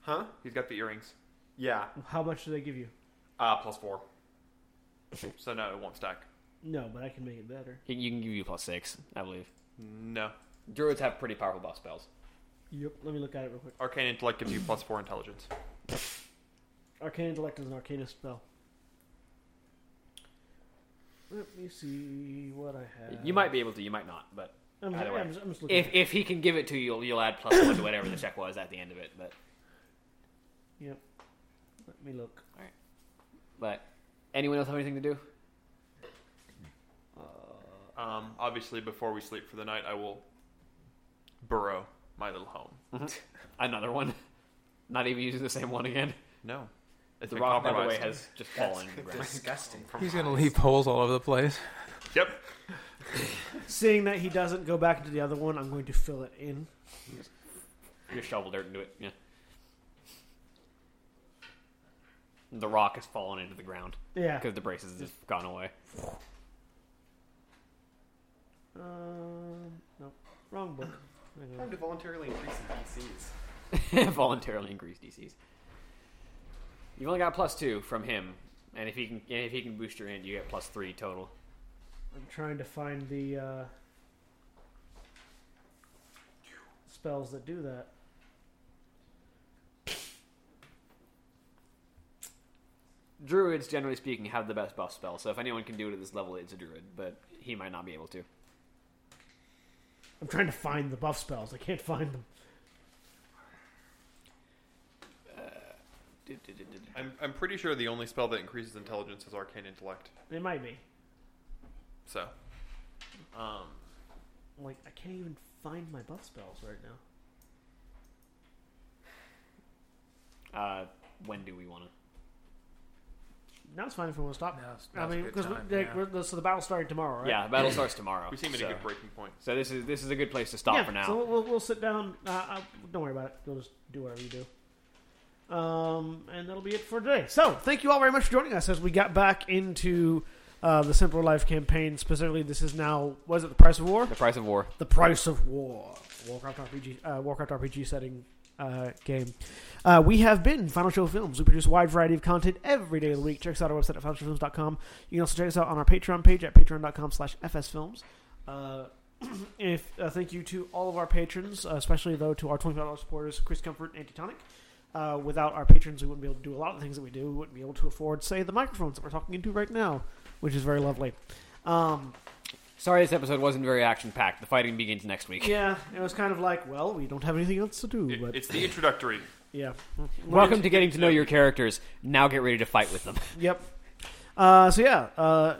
S8: Huh?
S3: He's got the earrings,
S8: Yeah.
S1: How much do they give you?
S8: Uh, plus four.
S3: so no, it won't stack.
S1: No, but I can make it better.
S2: He- You can give you plus six, I believe.
S3: No,
S2: Druids have pretty powerful buff spells.
S1: Yep. Let me look at it real quick.
S3: arcane intellect gives you plus four intelligence.
S1: Arcane Intellect is an arcana spell. Let me see what I have.
S2: You might be able to, you might not, but
S1: I'm,
S2: either way.
S1: I'm just, I'm just looking.
S2: if, if he can give it to you, you'll, you'll add plus one to whatever the check was at the end of it. But
S1: Yep. Let me look.
S2: but anyone else have anything to do?
S3: Um, obviously, before we sleep for the night, I will burrow my little home.
S2: Another one. Not even using the same one again.
S3: No, it's
S2: The
S3: been
S2: rock, by the way,
S3: compromised.
S2: has just fallen.
S5: Disgusting.
S4: He's going to leave holes all over the place.
S3: Yep.
S1: Seeing that he doesn't go back into the other one, I'm going to fill it in.
S2: Just shovel dirt into it. Yeah. The rock has fallen into the ground
S1: Yeah.
S2: because the braces have just gone away.
S1: Um, no, wrong book. Hang on.
S6: Time to voluntarily increase the DCs.
S2: voluntarily increase DCs. You've only got plus two from him, and if he can, and if he can boost your int, you get plus three total.
S1: I'm trying to find the uh, spells that do that.
S2: Druids, generally speaking, have the best buff spell, so if anyone can do it at this level, it's a druid, but he might not be able to.
S1: I'm trying to find the buff spells. I can't find them.
S3: I'm, I'm pretty sure the only spell that increases intelligence is arcane intellect.
S1: They might be.
S3: So, um,
S1: Like I can't even find my buff spells right now.
S2: Uh, when do we want to?
S1: Now it's fine if we want to stop.
S4: Now's-
S1: I
S4: now's a
S1: mean,
S4: good
S1: because
S4: time,
S1: like,
S4: yeah.
S1: we're- so the battle started tomorrow, right?
S2: Yeah, the battle starts tomorrow.
S3: we seem at
S2: so.
S3: a good breaking point.
S2: So this is this is a good place to stop
S1: yeah,
S2: for now.
S1: So we'll- we'll, we'll sit down. Uh, uh, don't worry about it. We'll just do whatever you do. Um, and that'll be it for today. So thank you all very much for joining us as we got back into uh, the Simpler Life campaign. Specifically, this is now was it the price of war?
S2: the price of war.
S1: The Price of War, Warcraft RPG, uh, Warcraft RPG setting uh, game. Uh, we have been Final Show Films. We produce a wide variety of content every day of the week. Check us out on our website at finalshowfilms.com. You can also check us out on our Patreon page at patreon.com slash fsfilms. Uh, if, uh, thank you to all of our patrons, uh, especially, though, to our $25 supporters, Chris Comfort and Antitonic. Uh, without our patrons, we wouldn't be able to do a lot of the things that we do. We wouldn't be able to afford, say, the microphones that we're talking into right now, which is very lovely. Um,
S2: Sorry, this episode wasn't very action packed. The fighting begins next week.
S1: yeah, it was kind of like, well, we don't have anything else to do,
S3: It-
S1: but
S3: it's the introductory.
S1: yeah,
S2: Welcome to getting to know your characters. Now get ready to fight with them.
S1: yep. Uh, so yeah, uh,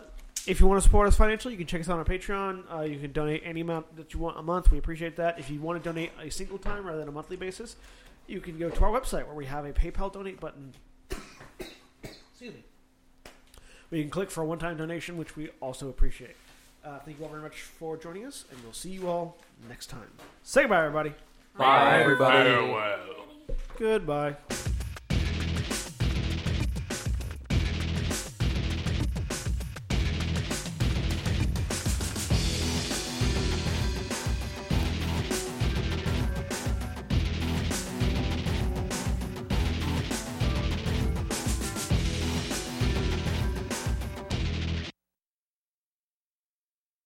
S1: if you want to support us financially, you can check us out on our Patreon. Uh, you can donate any amount that you want a month. We appreciate that. If you want to donate a single time rather than a monthly basis, you can go to our website where we have a PayPal donate button. Excuse me. Where you can click for a one-time donation, which we also appreciate. Uh, thank you all very much for joining us, and we'll see you all next time. Say goodbye, everybody.
S5: Bye, everybody.
S3: Farewell.
S1: Goodbye.